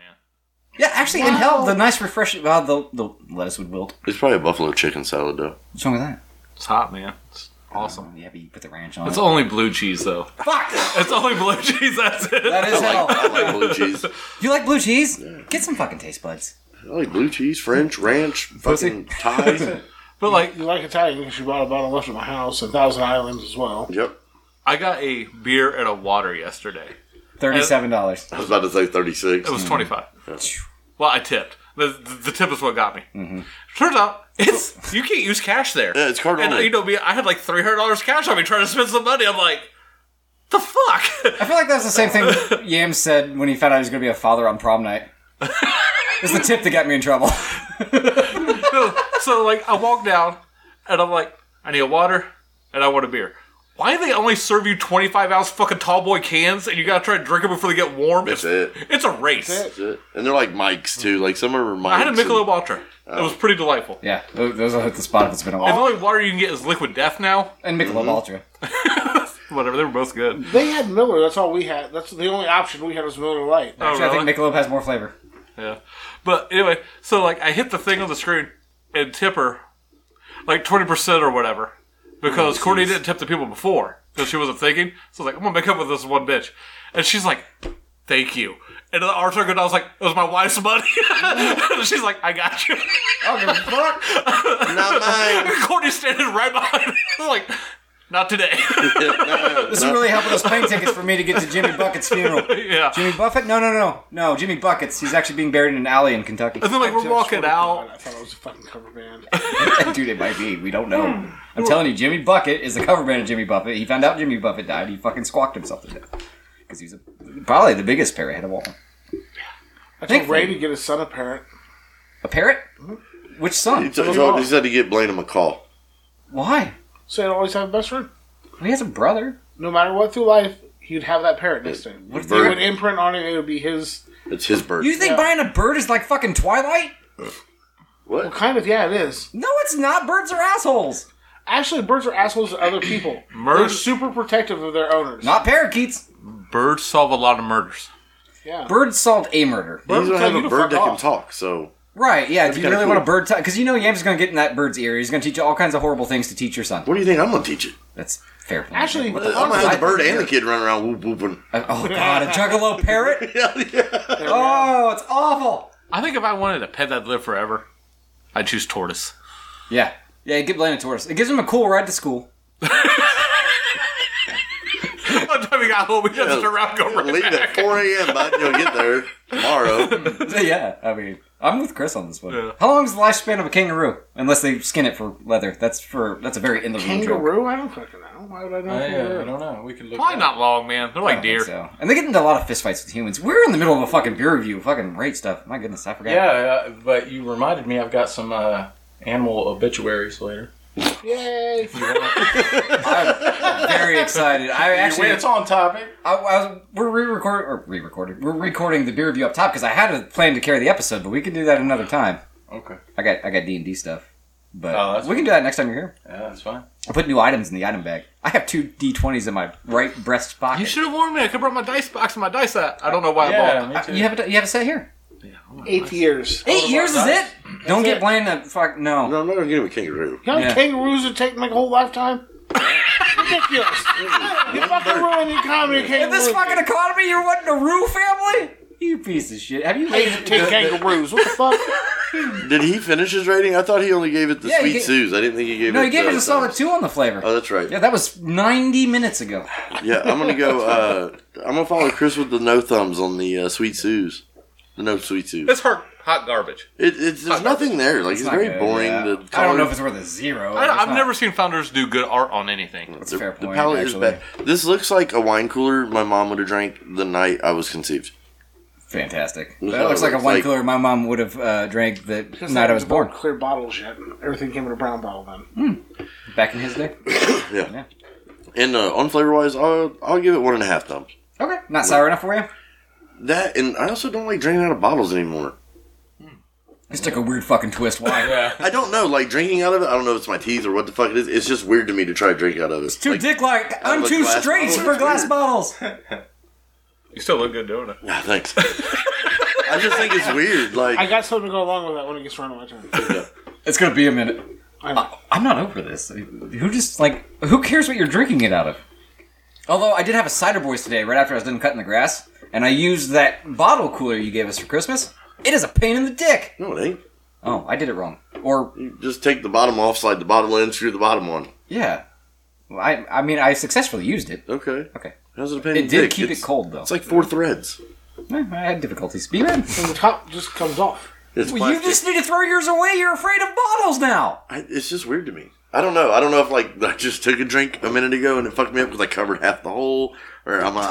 [SPEAKER 1] Yeah, actually, in Hell, the nice refreshing. Well, the the lettuce would wilt.
[SPEAKER 2] It's probably a buffalo chicken salad, though.
[SPEAKER 1] What's wrong with that? Oh,
[SPEAKER 3] It's hot, man. It's awesome.
[SPEAKER 1] Yeah, but you put the ranch on.
[SPEAKER 3] It's
[SPEAKER 1] it.
[SPEAKER 3] only blue cheese, though.
[SPEAKER 1] Fuck.
[SPEAKER 3] It's only blue cheese. That's it.
[SPEAKER 1] That is
[SPEAKER 2] I
[SPEAKER 1] hell.
[SPEAKER 2] like blue cheese.
[SPEAKER 1] You like blue cheese? Get some fucking taste buds.
[SPEAKER 2] I like blue cheese, French, ranch, fucking Thai.
[SPEAKER 3] but like,
[SPEAKER 6] You like Italian because you bought a bottle left at my house, and Thousand Islands as well.
[SPEAKER 2] yep.
[SPEAKER 3] I got a beer and a water yesterday.
[SPEAKER 1] Thirty-seven dollars.
[SPEAKER 2] I was about to say 36.
[SPEAKER 3] It was twenty five. Well, I tipped. The, the, the tip is what got me. Turns out it's you can't use cash there.
[SPEAKER 2] Mm-hmm. Yeah, it's card
[SPEAKER 3] and
[SPEAKER 2] only.
[SPEAKER 3] you know me. I had like three hundred dollars cash on me trying to spend some money. I'm like, the fuck.
[SPEAKER 1] I feel like that's the same thing Yam said when he found out he was going to be a father on prom night. It's the tip that got me in trouble.
[SPEAKER 3] so like, I walk down and I'm like, I need a water and I want a beer. Why do they only serve you twenty five ounce fucking tall boy cans and you gotta try to drink them before they get warm?
[SPEAKER 2] That's
[SPEAKER 3] it's,
[SPEAKER 2] it.
[SPEAKER 3] it's a race.
[SPEAKER 2] That's it. And they're like mics, too. Like, some of them are mics.
[SPEAKER 3] I had a Michelob
[SPEAKER 2] and-
[SPEAKER 3] Ultra.
[SPEAKER 2] Oh.
[SPEAKER 3] It was pretty delightful.
[SPEAKER 1] Yeah, tho- those will hit the spot if it's been a
[SPEAKER 3] And the
[SPEAKER 1] while.
[SPEAKER 3] only water you can get is Liquid Death now.
[SPEAKER 1] And Michelob Ultra.
[SPEAKER 3] Whatever, they were both good.
[SPEAKER 6] They had Miller. That's all we had. That's the only option we had was Miller Lite.
[SPEAKER 3] Oh,
[SPEAKER 1] Actually, I
[SPEAKER 3] really?
[SPEAKER 1] think Michelob has more flavor.
[SPEAKER 3] Yeah. But anyway, so like I hit the thing on the screen and tipper like twenty percent or whatever.
[SPEAKER 6] Oh,
[SPEAKER 3] Because Courtney didn't tip the people before because she wasn't thinking. So I was like, I'm gonna make up with this one bitch. And she's like, thank you. And the archer goes, I was like, it was my wife's money. She's like, I got you.
[SPEAKER 1] fuck.
[SPEAKER 2] Not mine.
[SPEAKER 3] Courtney's standing right behind me. like, not today.
[SPEAKER 1] This is really helping those plane tickets for me to get to Jimmy Bucket's funeral.
[SPEAKER 3] yeah.
[SPEAKER 1] Jimmy Buffett? No, no, no, no. Jimmy Bucket's. He's actually being buried in an alley in Kentucky.
[SPEAKER 3] And then like we're
[SPEAKER 6] Just swear
[SPEAKER 3] walking
[SPEAKER 6] to God,
[SPEAKER 3] out.
[SPEAKER 6] I thought it was a fucking cover band.
[SPEAKER 1] Dude, it might be. We don't know. I'm telling you, Jimmy Bucket is the cover band of Jimmy Buffett. He found out Jimmy Buffett died. He fucking squawked himself to death because he's a, probably the biggest parrot head of all.
[SPEAKER 6] I
[SPEAKER 1] Thankfully.
[SPEAKER 6] told Ray to get his son a parent.
[SPEAKER 1] A parrot? Which
[SPEAKER 2] He,
[SPEAKER 1] son?
[SPEAKER 2] told- he told- he said to get Blaine him a call.
[SPEAKER 1] Why?
[SPEAKER 6] So he'd always have a best friend.
[SPEAKER 1] He has a brother.
[SPEAKER 6] No matter what through life, he'd have that parent next to him.
[SPEAKER 1] What if
[SPEAKER 6] He
[SPEAKER 2] Bird.
[SPEAKER 6] would imprint on it. It would be his.
[SPEAKER 2] It's his bird.
[SPEAKER 1] You think
[SPEAKER 6] Yeah.
[SPEAKER 1] buying a bird is like fucking Twilight?
[SPEAKER 6] Well,
[SPEAKER 2] what?
[SPEAKER 6] kind of. Yeah, it is.
[SPEAKER 1] No, it's not. Birds are assholes.
[SPEAKER 6] Actually, birds are assholes to other people. They're
[SPEAKER 3] Murders.
[SPEAKER 6] super protective of their owners.
[SPEAKER 1] Not parakeets.
[SPEAKER 3] Birds solve a lot of murders.
[SPEAKER 6] yeah.
[SPEAKER 1] Birds solved a murder.
[SPEAKER 2] You don't
[SPEAKER 6] tell
[SPEAKER 2] have
[SPEAKER 6] you
[SPEAKER 2] a
[SPEAKER 6] to
[SPEAKER 2] bird
[SPEAKER 6] fuck
[SPEAKER 2] that can
[SPEAKER 6] off.
[SPEAKER 2] talk, so
[SPEAKER 1] Right, yeah. Do you
[SPEAKER 2] kinda
[SPEAKER 1] really want a
[SPEAKER 2] cool.
[SPEAKER 1] bird? Because you know Yams is going to get in that bird's ear. He's going to teach you all kinds of horrible things to teach your son.
[SPEAKER 2] what do you think I'm gonna teach it?
[SPEAKER 1] That's fair. point.
[SPEAKER 6] Actually,
[SPEAKER 1] What
[SPEAKER 2] I'm gonna
[SPEAKER 1] fuck?
[SPEAKER 2] have the bird and the kid running around whoop whooping.
[SPEAKER 1] Uh, Oh god, a juggalo parrot? Oh, it's awful.
[SPEAKER 3] I think if I wanted a pet that'd live forever, I'd choose tortoise.
[SPEAKER 1] Yeah. Yeah, get Blaine a tortoise. It gives him a cool ride to school.
[SPEAKER 3] One time we got home, we just
[SPEAKER 2] Yeah.
[SPEAKER 3] around go right
[SPEAKER 2] Leave at 4 a.m. bud. You'll get there tomorrow.
[SPEAKER 1] yeah, I mean, I'm with Chris on this one.
[SPEAKER 3] Yeah.
[SPEAKER 1] How long is the lifespan of a kangaroo? Unless they skin it for leather. That's for that's a very in the room
[SPEAKER 5] Oh,
[SPEAKER 1] joke.
[SPEAKER 6] kangaroo? I don't fucking know. Why would I know?
[SPEAKER 1] Oh,
[SPEAKER 5] I, uh, I
[SPEAKER 6] kangaroo?
[SPEAKER 5] don't know. We can look.
[SPEAKER 3] Probably
[SPEAKER 5] it
[SPEAKER 3] not
[SPEAKER 5] up.
[SPEAKER 3] long, man. They're
[SPEAKER 1] I
[SPEAKER 3] like
[SPEAKER 1] don't
[SPEAKER 3] deer.
[SPEAKER 1] think So. And they get into a lot of fistfights with humans. We're in the middle of a fucking beer review, fucking rate stuff. My goodness, I forgot.
[SPEAKER 5] Yeah, uh, but you reminded me. I've got some uh, animal obituaries later.
[SPEAKER 6] Yay!
[SPEAKER 1] I'm very excited. I actually,
[SPEAKER 5] Wait, it's on topic.
[SPEAKER 1] I, I was, we're re-recording or re-recording. We're recording the beer review up top because I had a plan to carry the episode, but we can do that another time.
[SPEAKER 5] Okay.
[SPEAKER 1] I got I got D and D stuff, but
[SPEAKER 5] Oh, that's
[SPEAKER 1] we can do that next time you're here.
[SPEAKER 5] Yeah, that's fine.
[SPEAKER 1] I put new items in the item bag. I have two D twenties in my right breast pocket.
[SPEAKER 3] You should have warned me. I could have brought my dice box and my dice set. I don't know why I
[SPEAKER 5] Yeah,
[SPEAKER 3] bought.
[SPEAKER 5] me
[SPEAKER 1] I-
[SPEAKER 5] too.
[SPEAKER 1] you have it. You have it set here.
[SPEAKER 6] Eight years.
[SPEAKER 1] Eight years is it?
[SPEAKER 5] dice.
[SPEAKER 1] Don't get
[SPEAKER 6] it.
[SPEAKER 1] blamed. That fuck no.
[SPEAKER 2] No, I'm not gonna get him a kangaroo.
[SPEAKER 6] You know,
[SPEAKER 1] Yeah.
[SPEAKER 6] kangaroos would take my whole lifetime. Ridiculous! you fucking ruined the economy,
[SPEAKER 1] In
[SPEAKER 6] kangaroos.
[SPEAKER 1] this fucking economy, you're wanting a Roo family? You piece of shit. Have you?
[SPEAKER 6] I used to take kangaroos. What the fuck?
[SPEAKER 2] Did he finish his rating? I thought he only gave it the
[SPEAKER 1] Yeah, he
[SPEAKER 2] sweet
[SPEAKER 1] gave-
[SPEAKER 2] Sue's. I didn't think he gave it.
[SPEAKER 1] No, you gave it a
[SPEAKER 2] the other
[SPEAKER 1] solid
[SPEAKER 2] times.
[SPEAKER 1] two on the flavor.
[SPEAKER 2] Oh, that's right.
[SPEAKER 1] yeah, that was 90 minutes ago.
[SPEAKER 2] Yeah, I'm gonna go. Uh, I'm gonna follow Chris with the no thumbs on the uh, sweet Sue's. The no sweet Sue's.
[SPEAKER 3] It's her hot garbage.
[SPEAKER 2] It, it's there's nothing there. Like it's,
[SPEAKER 1] not
[SPEAKER 2] very
[SPEAKER 1] good,
[SPEAKER 2] boring.
[SPEAKER 1] yeah.
[SPEAKER 2] The
[SPEAKER 1] I don't
[SPEAKER 2] color-
[SPEAKER 1] know if it's worth a zero.
[SPEAKER 3] I,
[SPEAKER 1] It's
[SPEAKER 3] I've
[SPEAKER 1] not-
[SPEAKER 3] never seen founders do good art on anything.
[SPEAKER 1] That's a fair
[SPEAKER 2] the
[SPEAKER 1] point,
[SPEAKER 2] palette
[SPEAKER 1] actually.
[SPEAKER 2] is bad. This looks like a wine cooler my mom would have drank the night I was conceived.
[SPEAKER 1] Fantastic.
[SPEAKER 2] No,
[SPEAKER 1] That looks like a
[SPEAKER 2] it's
[SPEAKER 1] wine
[SPEAKER 2] like-
[SPEAKER 1] cooler my mom would have uh, drank the night I was
[SPEAKER 6] They
[SPEAKER 1] born.
[SPEAKER 6] bought Clear bottles yet. Everything came in a brown bottle then.
[SPEAKER 1] Back in his day.
[SPEAKER 2] Yeah.
[SPEAKER 1] Yeah.
[SPEAKER 2] And uh, on flavor wise, I'll, I'll give it one and a half thumbs.
[SPEAKER 1] Okay, not sour enough for you.
[SPEAKER 2] That and I also don't like drinking out of bottles anymore.
[SPEAKER 1] This took a weird fucking twist. Why?
[SPEAKER 2] I don't know, like drinking out of it. I don't know if it's my teeth or what the fuck it is. It's just weird to me to try to drink out of it.
[SPEAKER 1] It's too
[SPEAKER 2] Like,
[SPEAKER 1] dick like. I'm
[SPEAKER 2] of a
[SPEAKER 1] too
[SPEAKER 2] glass
[SPEAKER 1] straight
[SPEAKER 2] bottle,
[SPEAKER 1] for
[SPEAKER 2] it's
[SPEAKER 1] glass
[SPEAKER 2] weird.
[SPEAKER 1] bottles.
[SPEAKER 3] You still look good doing it.
[SPEAKER 2] nah, thanks. I just think it's weird. Like
[SPEAKER 6] I got something to go along with that when it gets around to my turn.
[SPEAKER 1] It's gonna be a minute.
[SPEAKER 6] I
[SPEAKER 1] I- I'm not over this. Who just like who cares what you're drinking it out of? Although I did have a cider boys today right after I was done cutting the grass, and I used that bottle cooler you gave us for Christmas. It is a pain in the dick.
[SPEAKER 2] no, it ain't.
[SPEAKER 1] Oh, I did it wrong. Or
[SPEAKER 2] You just take the bottom off, slide the bottom in, screw the bottom on.
[SPEAKER 1] yeah, Well, I I mean I successfully used it.
[SPEAKER 2] Okay.
[SPEAKER 1] Okay.
[SPEAKER 2] How's it a pain? in
[SPEAKER 1] It
[SPEAKER 2] the
[SPEAKER 1] did
[SPEAKER 2] dick?
[SPEAKER 1] keep
[SPEAKER 2] It's-
[SPEAKER 1] it cold though.
[SPEAKER 2] It's like four threads.
[SPEAKER 1] Eh, I had difficulties. Be ready.
[SPEAKER 6] And the top just comes off.
[SPEAKER 2] It's
[SPEAKER 1] Well, you
[SPEAKER 2] plastic.
[SPEAKER 1] just need to throw yours away. You're afraid of bottles now.
[SPEAKER 2] I, it's just weird to me. I don't know. I don't know if like I just took a drink a minute ago and it fucked me up because I covered half the hole, or I'm uh, uh,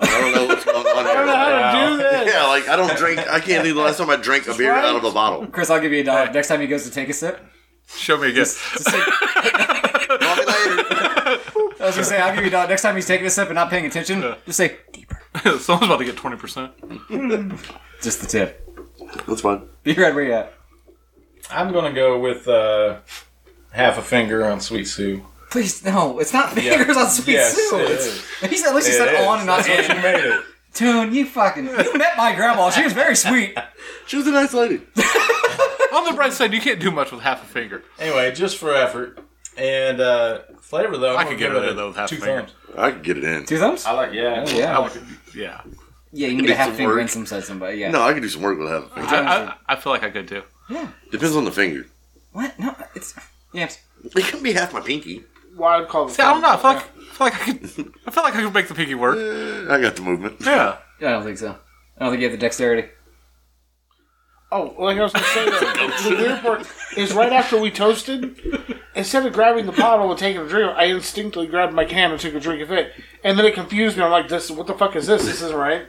[SPEAKER 2] I don't know what's going on.
[SPEAKER 6] I don't know how
[SPEAKER 2] Here.
[SPEAKER 6] to do this.
[SPEAKER 2] Yeah, like I don't drink. I can't think the last time I drank a beer out of a bottle.
[SPEAKER 1] Chris, I'll give you a dollar next time he goes to take a sip.
[SPEAKER 3] Show me again.
[SPEAKER 1] Just take-
[SPEAKER 2] Talk later.
[SPEAKER 1] I was gonna say I'll give you a dollar next time he's taking a sip and not paying attention. Just say deeper.
[SPEAKER 3] Someone's about to get twenty percent.
[SPEAKER 1] Just the tip.
[SPEAKER 2] That's fine.
[SPEAKER 1] Be right where you at.
[SPEAKER 5] I'm gonna go with uh, half a finger on Sweet Sue.
[SPEAKER 1] Please, no, it's not fingers on Sweet
[SPEAKER 5] Yes,
[SPEAKER 1] Sue.
[SPEAKER 5] it
[SPEAKER 1] It's- He said, at least he
[SPEAKER 5] It
[SPEAKER 1] said
[SPEAKER 5] is.
[SPEAKER 1] on and not
[SPEAKER 5] And
[SPEAKER 1] Sweet
[SPEAKER 5] you made it.
[SPEAKER 1] Tune, you fucking. You met my grandma. She was very sweet.
[SPEAKER 2] She was a nice lady.
[SPEAKER 3] On the bright side, you can't do much with half a finger.
[SPEAKER 5] Anyway, just for effort and uh, flavor though. I'm
[SPEAKER 3] I
[SPEAKER 5] gonna
[SPEAKER 3] could get
[SPEAKER 5] give
[SPEAKER 3] rid
[SPEAKER 5] it
[SPEAKER 3] of
[SPEAKER 5] a
[SPEAKER 3] those half
[SPEAKER 5] two
[SPEAKER 3] fingers.
[SPEAKER 5] thumbs.
[SPEAKER 1] Oh,
[SPEAKER 2] I could get it in.
[SPEAKER 1] Two thumbs?
[SPEAKER 5] I like yeah.
[SPEAKER 1] Yeah.
[SPEAKER 3] Yeah,
[SPEAKER 1] Yeah, you need
[SPEAKER 2] Need
[SPEAKER 1] to have
[SPEAKER 2] some
[SPEAKER 1] finger
[SPEAKER 2] work.
[SPEAKER 1] and some said somebody. Yeah.
[SPEAKER 2] No, I could do some work with half a finger.
[SPEAKER 3] I, I, I feel like I could too.
[SPEAKER 2] Depends on the finger.
[SPEAKER 1] What? No, it's yeah.
[SPEAKER 2] It can be half my pinky.
[SPEAKER 6] Why I'd call it.
[SPEAKER 3] See, I don't know. I feel like I feel like I could. I feel like I could make the pinky work.
[SPEAKER 2] I got the movement.
[SPEAKER 3] Yeah.
[SPEAKER 1] I don't think so. I don't think you have the dexterity.
[SPEAKER 6] Oh, like I was gonna say, the, the weird part is right after we toasted. Instead of grabbing the bottle and taking a drink, I instinctively grabbed my can and took a drink of it, and then it confused me. I'm like, "This, what the fuck is this? This isn't right."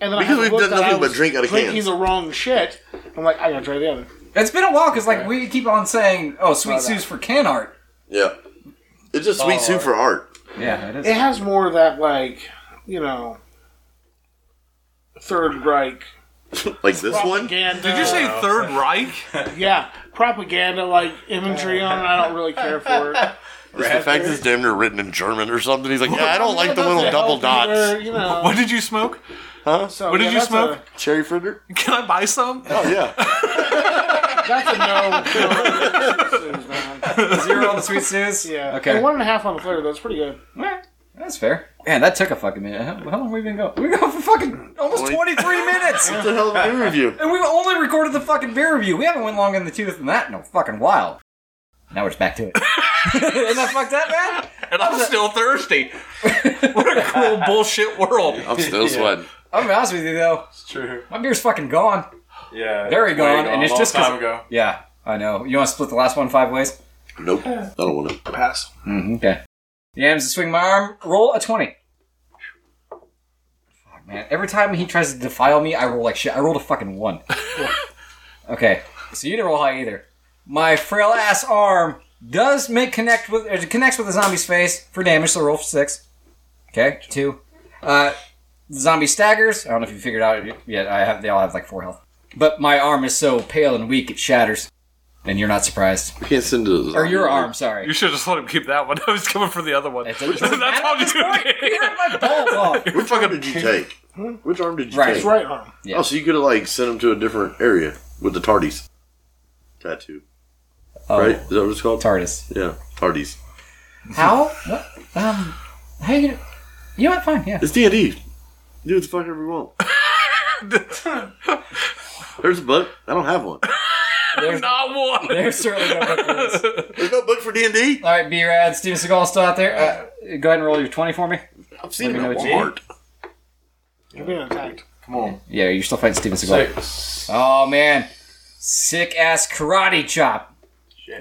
[SPEAKER 6] And then
[SPEAKER 2] Because
[SPEAKER 6] I
[SPEAKER 2] we've
[SPEAKER 6] looked
[SPEAKER 2] done
[SPEAKER 6] that
[SPEAKER 2] nothing
[SPEAKER 6] I
[SPEAKER 2] but
[SPEAKER 6] was
[SPEAKER 2] drink out of
[SPEAKER 6] drinking
[SPEAKER 2] cans.
[SPEAKER 6] the wrong shit. I'm like, I gotta try the other.
[SPEAKER 1] It's been a while because like we keep on saying, "Oh, sweet Sue's for can art."
[SPEAKER 2] Yeah. It's a sweet suit for art.
[SPEAKER 1] Yeah, it
[SPEAKER 6] It
[SPEAKER 1] is.
[SPEAKER 6] has more of that like, you know, Third Reich.
[SPEAKER 2] Like this one.
[SPEAKER 6] propaganda.
[SPEAKER 3] Did you say Third Reich?
[SPEAKER 6] yeah propaganda like imagery on it? I don't really care for it.
[SPEAKER 2] Just the fact it's damn near written in German or something. He's like, yeah, I don't like the
[SPEAKER 6] Doesn't
[SPEAKER 2] little double
[SPEAKER 6] help either,
[SPEAKER 2] dots.
[SPEAKER 6] You know.
[SPEAKER 3] What did you smoke?
[SPEAKER 6] So,
[SPEAKER 3] What did
[SPEAKER 6] yeah,
[SPEAKER 3] you
[SPEAKER 6] that's
[SPEAKER 3] smoke?
[SPEAKER 6] a-
[SPEAKER 2] Cherry fritter?
[SPEAKER 3] Can I buy some?
[SPEAKER 2] Oh, yeah.
[SPEAKER 6] that's a no. no man.
[SPEAKER 1] Zero on the sweet Sue's.
[SPEAKER 6] yeah.
[SPEAKER 1] Okay.
[SPEAKER 6] And one and a half on the flavor. That's pretty good.
[SPEAKER 1] Alright, That's fair. Man, that took a fucking minute. How, how long have we been going? We've been going for fucking almost
[SPEAKER 2] Twenty-
[SPEAKER 1] 23 minutes!
[SPEAKER 2] what the hell of a beer review?
[SPEAKER 1] And we've only recorded the fucking beer review. We haven't went long in the tooth in that in a fucking while. Now we're just back to it. Isn't that fucked up, man?
[SPEAKER 3] And I'm still thirsty. What a cruel bullshit world.
[SPEAKER 2] I'm still sweating.
[SPEAKER 1] I'll be honest with you, though.
[SPEAKER 5] It's true.
[SPEAKER 1] My beer's fucking gone.
[SPEAKER 5] Yeah.
[SPEAKER 1] Very
[SPEAKER 5] way
[SPEAKER 1] gone, and it's
[SPEAKER 5] Long
[SPEAKER 1] just 'cause-
[SPEAKER 5] time ago.
[SPEAKER 1] Yeah, I know. You want to split the last one five ways?
[SPEAKER 2] Nope. I don't want to.
[SPEAKER 6] Pass.
[SPEAKER 1] Mm-hmm. Okay. Yams, swing my arm. Roll a 20. Fuck, man. Every time he tries to defile me, I roll like shit. I rolled a fucking one. okay. So you didn't roll high either. My frail ass arm does make connect with it connects with the zombie's face for damage, so roll for six. Okay, two. Uh, the zombie staggers. I don't know if you figured out yet. I have. They all have like four health. But my arm is so pale and weak it shatters, and you're not surprised.
[SPEAKER 2] I can't send to
[SPEAKER 1] Or your arm, sorry.
[SPEAKER 3] You should just let him keep that one. I was coming for the other one.
[SPEAKER 1] It's
[SPEAKER 3] That's
[SPEAKER 1] a- it's a-
[SPEAKER 3] all you
[SPEAKER 1] Point. He ripped my balls off.
[SPEAKER 2] Which arm did you take? Which arm did you
[SPEAKER 1] Right.
[SPEAKER 2] take?
[SPEAKER 6] Right arm.
[SPEAKER 2] Oh, so you could have like sent him to a different area with the tardies tattoo,
[SPEAKER 1] Oh.
[SPEAKER 2] right? Is that what it's called?
[SPEAKER 1] TARDIS.
[SPEAKER 2] yeah, tardies.
[SPEAKER 1] How? What? Um, how you gonna... You know what? Fine, yeah.
[SPEAKER 2] It's D and D. Do what the fuck ever you want. There's a book. I don't have one.
[SPEAKER 3] did. Not one.
[SPEAKER 1] There's certainly no book rules.
[SPEAKER 2] There's no book for D and D.
[SPEAKER 1] All right, B-Rad, Steven Seagal still out there. Uh, go ahead and roll your 20 for me.
[SPEAKER 2] I've seen it
[SPEAKER 1] know
[SPEAKER 2] at
[SPEAKER 1] what
[SPEAKER 2] Walmart.
[SPEAKER 6] You're being attacked.
[SPEAKER 5] Come on.
[SPEAKER 1] Yeah, you're still fighting Steven Seagal.
[SPEAKER 5] Six.
[SPEAKER 1] Oh, man. Sick-ass karate chop.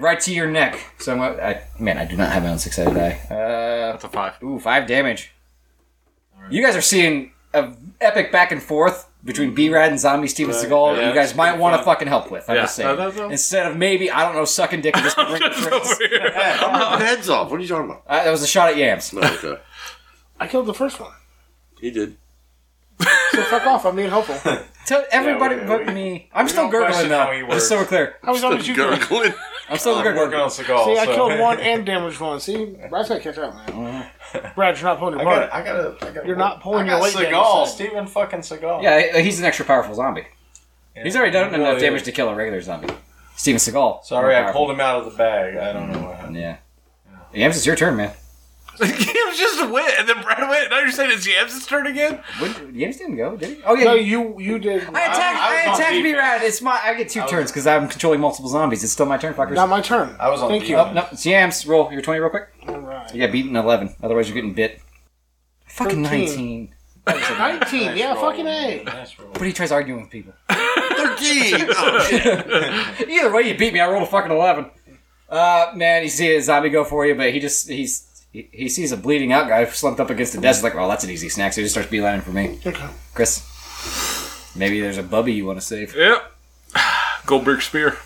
[SPEAKER 1] Right to your neck. So I'm gonna... I, man, I do not have my own six-sided die. Uh,
[SPEAKER 3] That's a five.
[SPEAKER 1] Ooh, five damage. You guys are seeing a epic back and forth between B-Rad and Zombie Steven Seagal.
[SPEAKER 5] Mm-hmm. yeah,
[SPEAKER 1] you guys
[SPEAKER 5] it's
[SPEAKER 1] might
[SPEAKER 5] pretty
[SPEAKER 1] want to
[SPEAKER 5] fun.
[SPEAKER 1] fucking help with. I'm
[SPEAKER 3] Yeah.
[SPEAKER 1] just
[SPEAKER 3] No,
[SPEAKER 1] saying.
[SPEAKER 3] that's all.
[SPEAKER 1] Instead of maybe I don't know sucking dick and just ring
[SPEAKER 3] Just
[SPEAKER 1] friends.
[SPEAKER 3] over here.
[SPEAKER 2] Your head's off. What are you talking about?
[SPEAKER 1] Uh, that was a shot at yams.
[SPEAKER 2] No, okay.
[SPEAKER 6] I killed the first one.
[SPEAKER 2] He did.
[SPEAKER 6] So fuck off. I'm being helpful.
[SPEAKER 1] Tell everybody
[SPEAKER 5] we-
[SPEAKER 1] but
[SPEAKER 5] we-
[SPEAKER 1] me. I'm still
[SPEAKER 5] don't
[SPEAKER 1] gurgling
[SPEAKER 5] question
[SPEAKER 1] though.
[SPEAKER 5] how he
[SPEAKER 1] Just so we're clear,
[SPEAKER 6] How was that with you? doing?
[SPEAKER 2] Gurgling.
[SPEAKER 1] I'm still
[SPEAKER 5] I'm
[SPEAKER 1] gurgling.
[SPEAKER 5] working on Seagal.
[SPEAKER 6] See, I
[SPEAKER 5] so-
[SPEAKER 6] killed one and damaged one. See, Brad's gotta catch up, man. Brad, you're not pulling your
[SPEAKER 5] I
[SPEAKER 6] part.
[SPEAKER 5] got. I got. I got.
[SPEAKER 6] You're not pulling your weight. down,
[SPEAKER 5] Seagal.
[SPEAKER 6] so-
[SPEAKER 5] Steven fucking Seagal.
[SPEAKER 1] Yeah, he- he's an extra powerful zombie. He's already done
[SPEAKER 5] Well,
[SPEAKER 1] enough
[SPEAKER 5] yeah.
[SPEAKER 1] damage to kill a regular zombie. Steven Seagal.
[SPEAKER 5] Sorry,
[SPEAKER 1] more
[SPEAKER 5] I
[SPEAKER 1] powerful.
[SPEAKER 5] pulled him out of the bag. I don't know what happened.
[SPEAKER 1] Yeah. Yams, it's your turn, man.
[SPEAKER 3] It was just a wit, and then Brad went. Now you're saying it's Yams' turn again?
[SPEAKER 1] When, Yams didn't go, did he? Oh yeah,
[SPEAKER 6] No,
[SPEAKER 1] you-
[SPEAKER 6] you you did.
[SPEAKER 1] I attacked.
[SPEAKER 5] I was
[SPEAKER 1] I,
[SPEAKER 5] on
[SPEAKER 1] attacked
[SPEAKER 5] defense.
[SPEAKER 1] B-Rad. It's my. I get two turns because I'm controlling multiple zombies. It's still my turn, fuckers.
[SPEAKER 6] Not my turn.
[SPEAKER 5] I was on
[SPEAKER 6] Thank
[SPEAKER 5] the-
[SPEAKER 6] you.
[SPEAKER 5] Oh,
[SPEAKER 1] No, it's Yams. Roll your twenty real quick.
[SPEAKER 6] All right.
[SPEAKER 1] You got beaten eleven. Otherwise, you're getting bit. Fucking
[SPEAKER 6] Thirteen.
[SPEAKER 1] nineteen.
[SPEAKER 6] 19. Yeah,
[SPEAKER 5] Nice roll.
[SPEAKER 6] fucking A.
[SPEAKER 5] Nice roll.
[SPEAKER 1] But he tries arguing with people.
[SPEAKER 2] Thirteen. Oh, shit.
[SPEAKER 1] Either way, you beat me. I rolled a fucking eleven. Uh, man, you see a zombie go for you, but he just he's. He he sees a bleeding out guy slumped up against the desk. He's like, well, that's an easy snack. So he just starts beelining for me.
[SPEAKER 6] Okay.
[SPEAKER 1] Chris, maybe there's a bubby you want to save.
[SPEAKER 3] Yep. Goldberg Spear.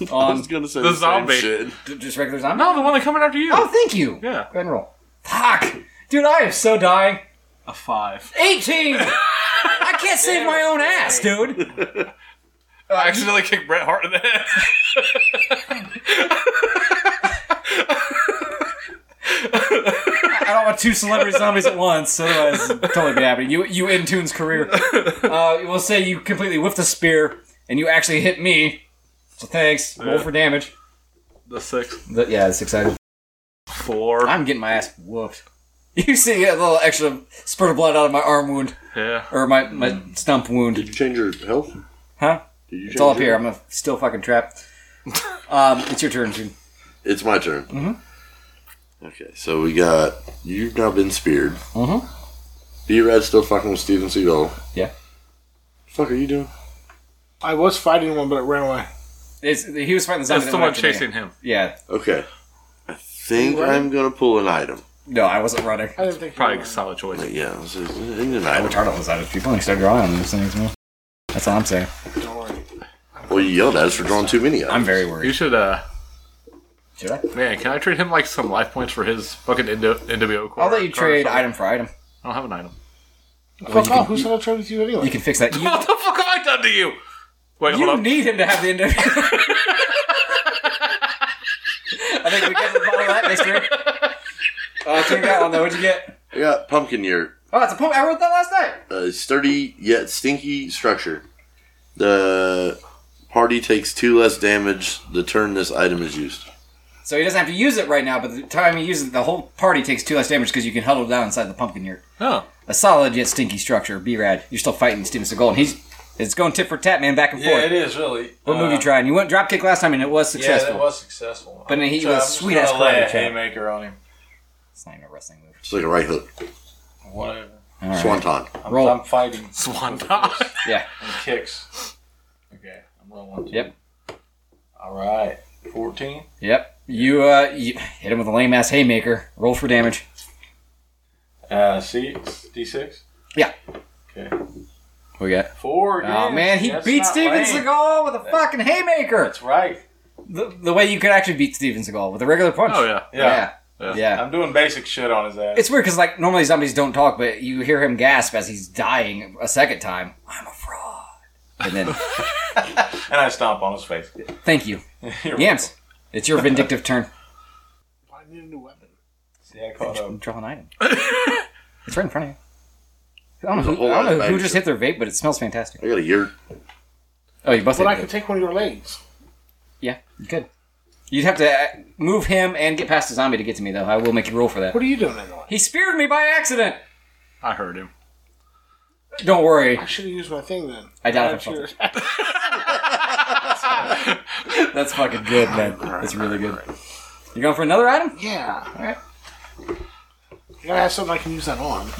[SPEAKER 2] I
[SPEAKER 1] On
[SPEAKER 2] was gonna say
[SPEAKER 3] The
[SPEAKER 2] the,
[SPEAKER 3] zombie.
[SPEAKER 2] Same shit.
[SPEAKER 1] just regular zombie?
[SPEAKER 3] No, the one that's coming after you.
[SPEAKER 1] Oh, thank you.
[SPEAKER 3] Yeah.
[SPEAKER 1] Go ahead and roll. Fuck. Dude, I am so dying.
[SPEAKER 3] A five.
[SPEAKER 1] 18! I can't save my own ass, dude.
[SPEAKER 3] I accidentally kicked Bret Hart in the head.
[SPEAKER 1] I don't want two celebrity zombies at once, otherwise it'd totally be happening. You you end Toon's career. Uh, we'll say you completely whiffed a spear and you actually hit me. So thanks. Roll for damage.
[SPEAKER 3] The six.
[SPEAKER 1] But yeah, it's exciting.
[SPEAKER 3] Four.
[SPEAKER 1] I'm getting my ass whooped. You see a little extra spurt of blood out of my arm wound
[SPEAKER 3] Yeah. Mm.
[SPEAKER 1] or my, my stump wound.
[SPEAKER 2] Did you change your health?
[SPEAKER 1] Huh?
[SPEAKER 2] Did you
[SPEAKER 1] It's all up
[SPEAKER 2] change
[SPEAKER 1] here.
[SPEAKER 2] your-
[SPEAKER 1] I'm a, still fucking trapped. Um, it's your turn, June.
[SPEAKER 2] It's my turn.
[SPEAKER 1] Mm-hmm.
[SPEAKER 2] Okay, so we got you've now been speared.
[SPEAKER 1] Mhm.
[SPEAKER 2] B Rad still fucking with Steven Seagal.
[SPEAKER 1] Yeah.
[SPEAKER 2] Fuck are you doing?
[SPEAKER 6] I was fighting one, but it ran away.
[SPEAKER 1] It's, he was fighting the zombie.
[SPEAKER 3] That's
[SPEAKER 1] that
[SPEAKER 3] the
[SPEAKER 1] went
[SPEAKER 3] one
[SPEAKER 1] after me.
[SPEAKER 3] chasing him.
[SPEAKER 1] Yeah.
[SPEAKER 2] Okay. I think
[SPEAKER 6] Are you ready?
[SPEAKER 2] I'm gonna pull an item.
[SPEAKER 1] No, I wasn't running.
[SPEAKER 6] I didn't think he
[SPEAKER 3] Probably a
[SPEAKER 6] ran.
[SPEAKER 3] solid choice.
[SPEAKER 2] Yeah, I was like, I need an
[SPEAKER 1] I
[SPEAKER 2] item.
[SPEAKER 1] retarded those out of people and started drawing on those things, man. That's all I'm saying.
[SPEAKER 6] Don't worry.
[SPEAKER 2] Well, you yelled at us for drawing too many items.
[SPEAKER 1] I'm very
[SPEAKER 3] You
[SPEAKER 1] worried.
[SPEAKER 3] should, uh,
[SPEAKER 1] Should I?
[SPEAKER 3] man, can I trade him like some life points for his fucking NWO NWO core?
[SPEAKER 1] I'll let you
[SPEAKER 3] card or
[SPEAKER 1] trade
[SPEAKER 3] something?
[SPEAKER 1] item for item.
[SPEAKER 3] I don't have an item.
[SPEAKER 6] Fuck off. Who's gonna trade with you anyway?
[SPEAKER 1] You can fix that. You,
[SPEAKER 3] What the fuck have I done to you? Wait,
[SPEAKER 1] you
[SPEAKER 3] hold up.
[SPEAKER 1] need him to have the end of I think we get to the bottom of that mystery. Uh, take that one though. What'd you get?
[SPEAKER 2] I got pumpkin year.
[SPEAKER 1] Oh, it's a poem. I wrote that last night.
[SPEAKER 2] A sturdy yet stinky structure. The party takes two less damage the turn this item is used.
[SPEAKER 1] So he doesn't have to use it right now, but the time he uses it, the whole party takes two less damage because you can huddle down inside the pumpkin here.
[SPEAKER 3] Oh.
[SPEAKER 1] A solid yet stinky structure. Be rad. You're still fighting Steven Seagal, and he's it's going tip for tap, man, back and
[SPEAKER 5] Yeah,
[SPEAKER 1] forth.
[SPEAKER 5] it is really. Uh,
[SPEAKER 1] What move you trying? You went dropkick last time, and it was
[SPEAKER 5] Yeah,
[SPEAKER 1] successful.
[SPEAKER 5] that was successful.
[SPEAKER 1] But then he
[SPEAKER 5] So
[SPEAKER 1] was
[SPEAKER 5] I'm just
[SPEAKER 1] sweet
[SPEAKER 5] gonna
[SPEAKER 1] ass
[SPEAKER 5] lay
[SPEAKER 1] karate
[SPEAKER 5] a
[SPEAKER 1] chop.
[SPEAKER 5] haymaker on him.
[SPEAKER 1] It's not even a wrestling move.
[SPEAKER 2] It's like a right hook.
[SPEAKER 5] Whatever.
[SPEAKER 1] All right.
[SPEAKER 2] Swanton.
[SPEAKER 5] I'm,
[SPEAKER 1] Roll.
[SPEAKER 5] I'm fighting
[SPEAKER 3] Swan
[SPEAKER 1] Yeah.
[SPEAKER 5] and kicks. Okay, I'm rolling.
[SPEAKER 1] Yep.
[SPEAKER 5] All right, fourteen.
[SPEAKER 1] Yep. You uh, you hit him with a lame ass haymaker. Roll for damage.
[SPEAKER 5] Uh, six, d six.
[SPEAKER 1] Yeah.
[SPEAKER 5] Okay,
[SPEAKER 1] We got.
[SPEAKER 5] four.
[SPEAKER 1] Oh
[SPEAKER 5] yeah.
[SPEAKER 1] man, he
[SPEAKER 5] That's
[SPEAKER 1] beat
[SPEAKER 5] not
[SPEAKER 1] Steven
[SPEAKER 5] lame.
[SPEAKER 1] Seagal with a fucking haymaker.
[SPEAKER 5] That's right.
[SPEAKER 1] The, the way you could actually beat Steven Seagal with a regular punch.
[SPEAKER 3] Oh, yeah.
[SPEAKER 1] Yeah.
[SPEAKER 5] Yeah.
[SPEAKER 1] Yeah.
[SPEAKER 3] Yeah.
[SPEAKER 5] I'm doing basic shit on his ass.
[SPEAKER 1] It's weird because like normally zombies don't talk, but you hear him gasp as he's dying a second time. I'm a fraud. And then
[SPEAKER 5] and I stomp on his face.
[SPEAKER 1] thank you, Yams. It's your vindictive turn.
[SPEAKER 6] I need a new weapon.
[SPEAKER 5] See, I caught up.
[SPEAKER 1] Draw an item. it's right in front of you. I don't know,
[SPEAKER 2] There's a
[SPEAKER 1] who, I
[SPEAKER 2] whole lot
[SPEAKER 1] don't know
[SPEAKER 2] of
[SPEAKER 1] who
[SPEAKER 2] bags
[SPEAKER 1] just
[SPEAKER 2] here.
[SPEAKER 1] hit their vape, but it smells fantastic.
[SPEAKER 2] I got a yurt.
[SPEAKER 1] Oh, you busted.
[SPEAKER 6] But I
[SPEAKER 1] it.
[SPEAKER 6] could take one of your legs.
[SPEAKER 1] Yeah, you could. You'd have to uh, move him and get past the zombie to get to me, though. I will make you roll for that.
[SPEAKER 6] What are you doing anyway?
[SPEAKER 1] He speared me by accident.
[SPEAKER 3] I heard him.
[SPEAKER 1] Don't worry,
[SPEAKER 6] I should have used my thing then.
[SPEAKER 1] I doubt
[SPEAKER 6] I'm
[SPEAKER 1] if I felt
[SPEAKER 6] sure.
[SPEAKER 1] it. That's fucking good, man. That's really good. You going for another item?
[SPEAKER 6] Yeah.
[SPEAKER 1] All right.
[SPEAKER 6] I gotta have something I can use that on.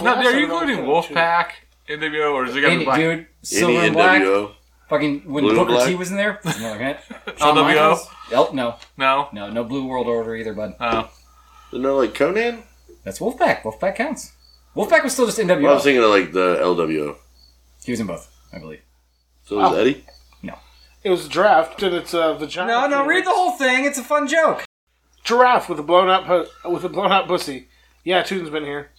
[SPEAKER 3] Now,
[SPEAKER 6] that's
[SPEAKER 3] are you
[SPEAKER 6] another
[SPEAKER 3] including
[SPEAKER 6] thing,
[SPEAKER 3] Wolfpack, NWO, or is it going
[SPEAKER 1] Any,
[SPEAKER 3] to be like
[SPEAKER 1] dude, silver
[SPEAKER 2] Any
[SPEAKER 1] and black.
[SPEAKER 2] NWO.
[SPEAKER 1] Fucking when
[SPEAKER 2] Blue and
[SPEAKER 1] Booker T
[SPEAKER 2] black.
[SPEAKER 1] was in there. No, okay. Shawn
[SPEAKER 3] LWO?
[SPEAKER 1] Michaels? Yep, no,
[SPEAKER 3] No.
[SPEAKER 1] no, no Blue World Order either, bud.
[SPEAKER 3] Oh.
[SPEAKER 2] Isn't that like Conan?
[SPEAKER 1] That's Wolfpack. Wolfpack counts. Wolfpack was still just NWO.
[SPEAKER 2] Well, I was thinking of like the LWO.
[SPEAKER 1] he was in both, I believe.
[SPEAKER 2] So was
[SPEAKER 6] Oh.
[SPEAKER 2] Eddie.
[SPEAKER 6] It was a giraffe, and it's a vagina.
[SPEAKER 1] No, no, read the whole thing. It's a fun joke.
[SPEAKER 6] giraffe with a blown out pu- with a blown out pussy. Yeah, Toon's been here.